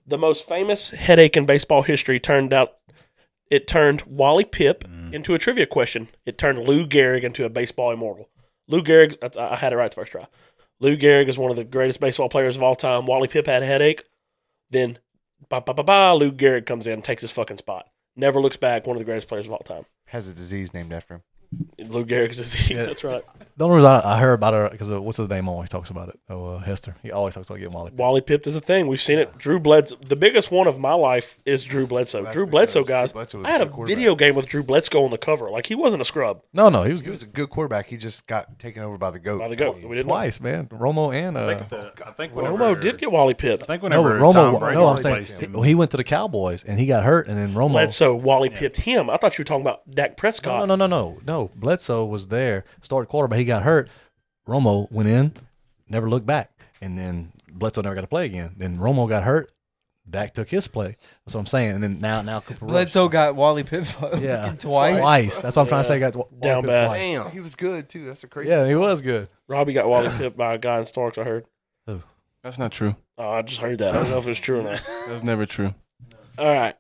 A: The most famous headache in baseball history turned out it turned Wally Pip
B: Mm.
A: into a trivia question. It turned Lou Gehrig into a baseball immortal. Lou Gehrig, that's, I I had it right the first try. Lou Gehrig is one of the greatest baseball players of all time. Wally Pip had a headache. Then, ba ba ba ba, Lou Gehrig comes in, takes his fucking spot. Never looks back. One of the greatest players of all time.
K: Has a disease named after him.
A: Lou Gehrig's disease. That's right.
G: the only reason I, I heard about it because what's his name always talks about it. Oh, uh, Hester. He always talks about getting Wally.
A: Wally Pipped is a thing. We've seen it. Drew Bledsoe. The biggest one of my life is Drew Bledsoe.
K: That's
A: Drew Bledsoe,
K: because Drew
A: guys.
K: Bledsoe was
A: I had
K: a
A: a
K: good quarterback.
A: video game with Drew Bledsoe on the cover. Like he wasn't a scrub
G: No, no, he was
K: He
G: good
K: was a good quarterback. He just got taken over by the goat.
A: by the goat. We didn't.
G: twice, man. Romo and
J: I
G: uh,
J: think, the, I think whenever,
A: Romo did get Wally Pipped.
J: I think
G: no,
J: whenever
G: but Romo.
J: Tom Brady
G: no, I'm
J: replaced
G: saying
J: him,
G: he, he went to the Cowboys and he got hurt, and then Romo.
A: Bledsoe Wally Pipped him. I thought you were talking about Dak Prescott.
G: No, no, no, no, no. Bledsoe was there, started quarterback. He got hurt. Romo went in, never looked back, and then Bledsoe never got to play again. Then Romo got hurt. Dak took his play. That's what I'm saying. And then now, now Cooper Rush-
L: Bledsoe got Wally Pitt
G: yeah,
L: twice.
G: twice. That's what I'm trying to say. Got tw-
A: Down
G: Pitt
A: bad.
G: twice.
K: He was good too. That's a crazy.
G: Yeah, he was good.
A: Robbie got Wally Pipped by a guy in Starks. I heard.
B: That's not true.
A: Oh, I just heard that. I don't know if it's true or not.
B: That's never true.
A: All right.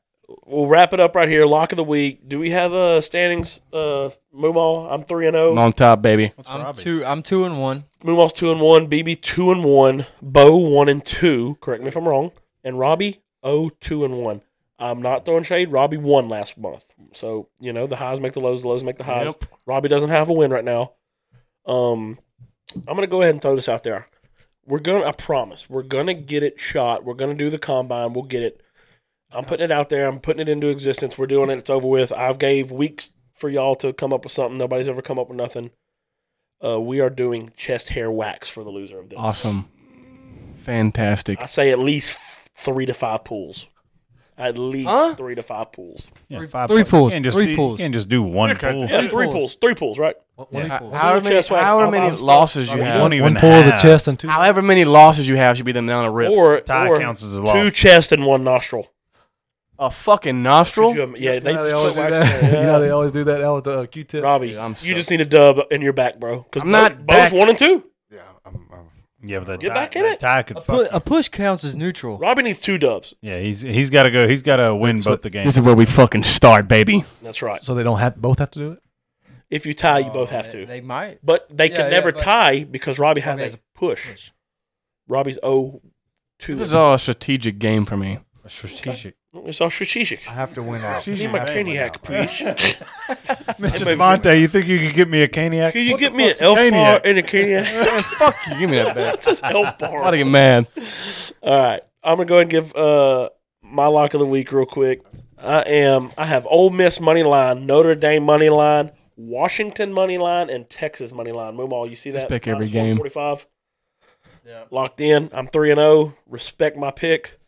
A: We'll wrap it up right here. Lock of the week. Do we have uh, standings? Uh, Mumal, I'm three and oh. zero.
B: I'm on top, baby.
J: what's
L: I'm
J: Robbie's?
L: two. I'm two and one.
A: Mumal's two and one, BB two and one, Bo one and two. Correct me if I'm wrong. And Robbie oh two and one. I'm not throwing shade. Robbie won last month, so you know the highs make the lows, the lows make the highs.
I: Yep.
A: Robbie doesn't have a win right now. Um, I'm gonna go ahead and throw this out there. We're gonna, I promise, we're gonna get it shot. We're gonna do the combine. We'll get it. I'm putting it out there. I'm putting it into existence. We're doing it. It's over with. I've gave weeks for y'all to come up with something. Nobody's ever come up with nothing. Uh, we are doing chest hair wax for the loser of this.
B: Awesome. Fantastic.
A: I say at least three to five pools. At least
B: Huh?
A: three to five pools.
N: Yeah, five
G: three
N: pools.
G: pools,
N: You can't just,
G: three
N: you
G: pools.
N: can't just do one pool.
A: Yeah, three pools. Three pools, right?
N: one Yeah. pool.
A: We're
B: However
A: doing
B: many,
A: chest wax.
B: however
A: I'm-
B: many
A: I'm-
B: losses you
N: You
B: have.
N: don't even
G: One pull of the
N: have-
G: chest and two.
B: However many losses you have should be the amount of rips.
A: Or,
N: Tie
A: or
N: counts as a
A: two
N: loss.
A: chest and one nostril.
B: a fucking
A: Could
B: nostril.
A: you- yeah, they
G: You know they
A: just
G: always
A: put
G: do
A: wax in
G: that.
A: there.
G: You
A: yeah.
G: know they always do that now with the uh, Q-tips.
A: Robbie,
B: I'm
A: you
B: so-
A: just need a dub in your back, bro. Because
B: I'm not
A: both
B: back.
A: one and two.
K: Yeah, I'm, I'm
N: Yeah, but that
A: Get
N: tie,
A: back in
N: that
A: it.
N: tie could
L: A,
N: fuck.
L: pu- a push counts as neutral.
A: Robbie needs two dubs.
N: yeah, he's he's got to go. He's got to win both the games.
B: This is where we fucking start, baby.
A: That's right.
G: So they don't have both have to do it.
A: If you tie, you both have
L: Oh, They,
A: to.
L: they might.
A: but they
L: Yeah,
A: can
L: yeah,
A: never
L: but-
A: tie because Robbie has
L: Robbie
A: a
L: has
A: push.
L: push.
A: Robbie's oh, 0 2.
B: This is all a strategic game for me.
N: A strategic.
A: It's all strategic.
K: I have to win out.
N: She's
A: Need
K: I
N: Usually
A: my
N: I
K: have to win
A: cognac,
K: out, right?
A: please.
N: Mr.
A: maybe-
N: Devontae, you think you could get me a caniac?
A: Can you
N: What
A: get
N: the
A: me an
N: fuck's a
A: elf bar
N: Caniac?
A: and a cognac?
B: Man, fuck you. Give me that back.
A: That's an elf
B: I'm
A: bar.
B: about to get mad.
A: All right, I'm gonna go ahead and give uh, my lock of the week real quick. I am. I have Ole Miss money line, Notre Dame money line, Washington money line, and Texas money line. Moomaw, you see that?
B: Just pick every
A: Minus
B: game.
A: 145. Locked in. I'm three and zero. Respect my pick.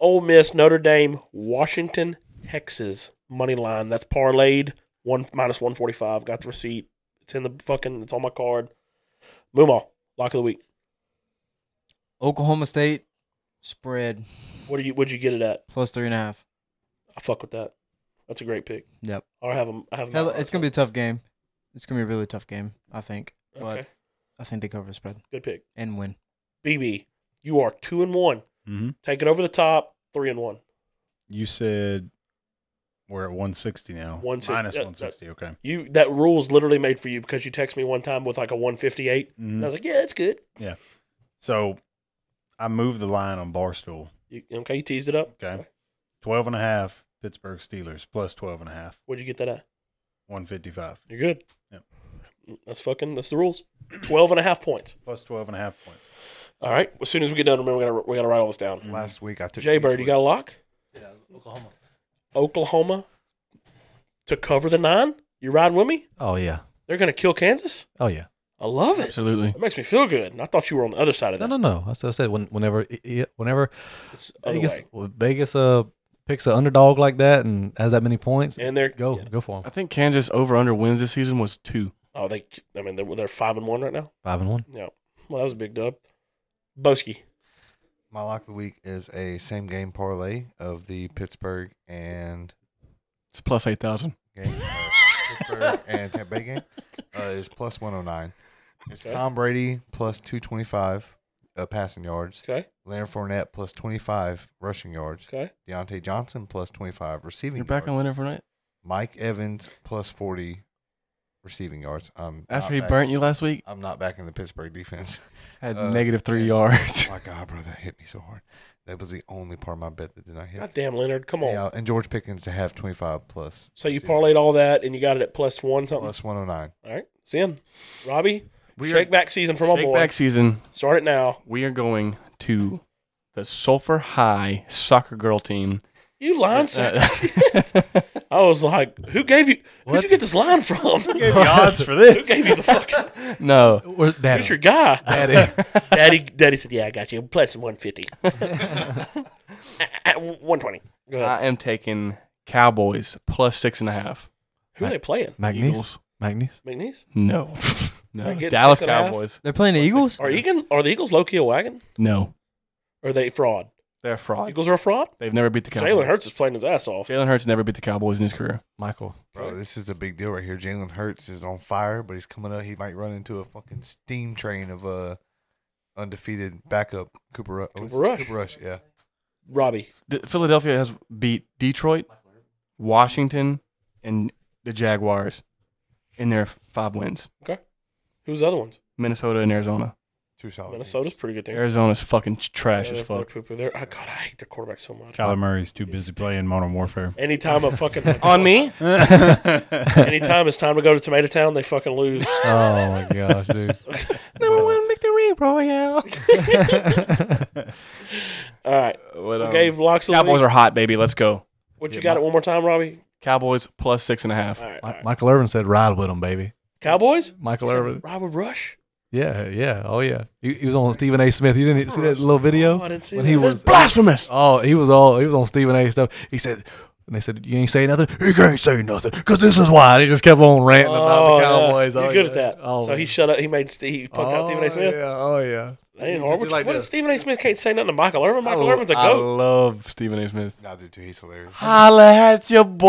A: Ole Miss, Notre Dame, Washington, Texas money line. That's parlayed one minus 145. Got the receipt. It's in the fucking. It's on my card. Moomaw, lock of the week.
L: Oklahoma State spread
A: What do you? Would you get it at?
L: plus three and a half.
A: I fuck with that. That's a great pick.
L: Yep.
A: Or have them. I have 'em
L: Hell,
A: outright,
L: it's gonna be a tough game. It's gonna be a really tough game. I think.
A: so-
L: But
A: okay.
L: I think they cover the spread
A: Good pick,
L: and win.
A: BB. You are two and one.
J: Mm-hmm.
N: Mhm.
A: Take it over the top. Three and one.
N: You said we're at 160 now.
A: 160,
N: Minus
A: yeah,
N: 160. Okay.
A: You that rule is literally made for you because you text me one time with like a one fifty eight,
N: Mhm.
B: Mm-hmm.
A: and I was like, yeah, it's good.
N: So I moved the line on Barstool.
A: You, okay, you teased it up.
N: Okay. 12 and a half Pittsburgh Steelers plus 12 and a half,
A: Where'd you get that at?
N: 155.
A: You're good.
N: Yep.
A: That's fucking. That's the rules. 12 and a half points.
N: Plus 12 and a half points.
A: All right. As soon as we get done, remember we gotta we gotta write all this down.
K: Last week I took
A: Jay Bird, you
K: Detroit.
A: got a lock?
G: Oklahoma.
A: Oklahoma to cover the nine. You riding with me?
G: Oh yeah.
A: They're gonna kill Kansas.
G: Oh yeah.
A: I love it.
B: Absolutely.
A: It makes me feel good. And I thought you were on the other side of
G: No
A: that.
G: no no. That's what I said. When, whenever it- it- whenever
A: It's the other
G: Vegas
A: way.
G: well, Vegas uh picks an underdog like that and has that many points,
A: And they're
G: go
A: yeah.
G: go for
B: I
G: them.
B: think Kansas over under wins this season was two.
A: Oh, they. I mean, they're, they're five and one right now.
G: Five and one.
A: Yeah. Well, that was a big dub. Boski.
K: My lock of the week is a same game parlay of the Pittsburgh and
B: It's plus eight thousand.
K: game, uh, Pittsburgh and Tampa Bay game uh, is plus 109. It's
A: Okay.
K: Tom Brady plus 225 uh, passing yards,
A: Okay.
K: Leonard Fournette plus 25 rushing yards,
A: Okay.
K: Deontay Johnson plus 25 receiving
B: You're back
K: yards,
B: on Leonard Fournette
K: Mike Evans plus 40 receiving yards. I'm
B: after
K: not
B: he
K: back-
B: burnt you last week.
K: I'm not backing the Pittsburgh defense.
B: Had
K: Uh,
B: negative three
K: yeah.
B: yards.
K: Oh my God, bro, that hit me so hard. That was the only part of my bet that did not hit.
A: Goddamn, Leonard. Come on.
K: Yeah, and George Pickens to have 25 plus.
A: So you
K: receiving
A: parlayed all
K: yards.
A: that and you got it at plus one something.
K: Plus 109.
A: All right. See him. Robbie,
B: We
A: shake
B: are-
A: back season for my
B: Shake
A: boy.
B: back season.
A: Start it now.
B: We are going to the Sulphur High soccer girl team.
A: You line
B: Uh,
A: I was like, who gave you? Where'd
G: uh, What?
A: you get this line from? who
N: Gave you odds for this.
A: gave you the fucking?
B: no,
G: Where's
A: Who's your
G: that?
A: guy?
G: Daddy.
A: Daddy, Daddy said, yeah, I got you. Plus one fifty. One twenty. Go ahead.
B: I am taking Cowboys plus six and a half.
G: Uh,
A: Who are they playing?
G: Magnesium.
B: Eagles.
G: Magnesium.
A: McNeese
B: No,
A: They
B: no.
A: get
B: Dallas
A: six and a half?
B: Cowboys.
L: They're playing the Eagles.
A: are Egan? Are the Eagles low key a wagon?
B: No,
A: Or are they fraud?
B: they're a fraud.
A: Eagles are a fraud.
B: They've never beat the
A: Jalen
B: Cowboys.
A: Hurts is playing his ass off.
B: Jalen Hurts never beat the Cowboys in his career.
G: Michael.
K: Bro, this is a big deal right here. Jalen Hurts is on fire, but he's coming up. He might run into a fucking steam train of uh, undefeated backup Cooper Rush.
A: Cooper Rush.
K: Cooper Rush, yeah.
A: Robbie,
B: The- Philadelphia has beat Detroit, Washington, and the Jaguars in their five wins.
A: who's the other ones?
B: Minnesota and Arizona.
I: Two solid.
A: Minnesota's pretty good team.
B: Arizona's fucking trash
A: Yeah,
B: as
A: they're pretty
B: fuck.
A: poo-poo. They're- I- God, I hate their quarterback so much.
J: Kyler Murray's too busy playing Modern Warfare.
A: Anytime I fucking
B: On me?
A: Anytime it's time to go to Tomato Town, they fucking lose.
G: Oh my gosh, dude.
B: Number one victory royale.
A: All right,
B: What,
A: We
B: um,
A: gave Locks a
B: Cowboys
A: lead.
B: are hot, baby. Let's go.
A: what you got? It one more time, Robbie.
B: Cowboys plus six and a half.
A: All right, all
G: Mi-
A: right.
G: Michael Irvin said, "Ride with him, baby."
A: Cowboys.
G: Michael
A: Is that
G: Irvin.
A: Robert Rush.
G: Yeah, yeah, oh yeah. He, he was on Stephen A. Smith. You didn't see that little video?
A: Oh, I didn't see
G: When
A: that.
G: He
A: That's
G: was
B: blasphemous.
G: Oh, he was all he was on Stephen A. stuff. He said, and they said, "You ain't say nothing." He can't say nothing because this is why. They just kept on ranting about the
A: yeah.
G: Cowboys.
A: You're
G: Oh,
A: good
G: yeah.
A: at that.
G: Oh,
A: so he shut up. He made Steve. He punked out Stephen A. Smith.
G: Yeah, oh yeah.
A: That ain't
I: He
A: hard.
I: just
A: What,
I: did like
A: what if
I: this.
A: Stephen A. Smith can't say nothing to Michael Irvin? Michael
G: Oh,
B: I-
A: Irvin's a
B: I
A: goat.
B: love Stephen A. Smith.
I: I do too. He's hilarious.
B: Holla at your boy.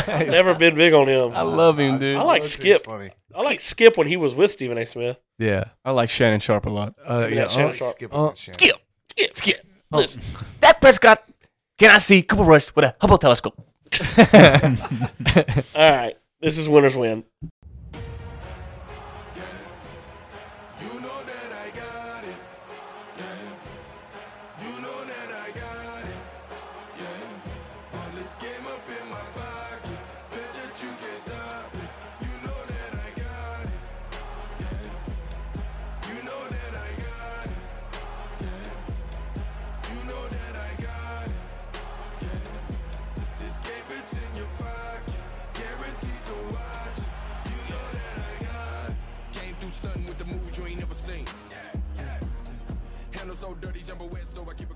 A: I've never been big on him.
B: I love him, dude.
A: I like
I: He's
A: Skip.
I: Funny.
A: I like Skip when he was with Stephen A. Smith.
G: Yeah,
B: I like Shannon Sharp a lot.
G: uh,
A: Give me
G: yeah.
A: that Shannon
G: uh,
A: Sharp.
I: Skip.
G: Uh,
I: Skip.
B: Skip, skip. Listen, that Prescott can I see Cooper Rush with a Hubble telescope?
A: All right, this is winners win.
K: You know that I got it. Yeah. You know that I got it. Yeah. All this game up in my pocket. Bet that you can't stop it. You know that I got it. Yeah. You know that I got it. Yeah. You know that I got it. Yeah. This game fits in your pocket. Guaranteed to watch it. You know that I got it. Game through stunting with the moves you ain't never seen. Yeah, yeah. Handle so dirty, jumper wet, so I keep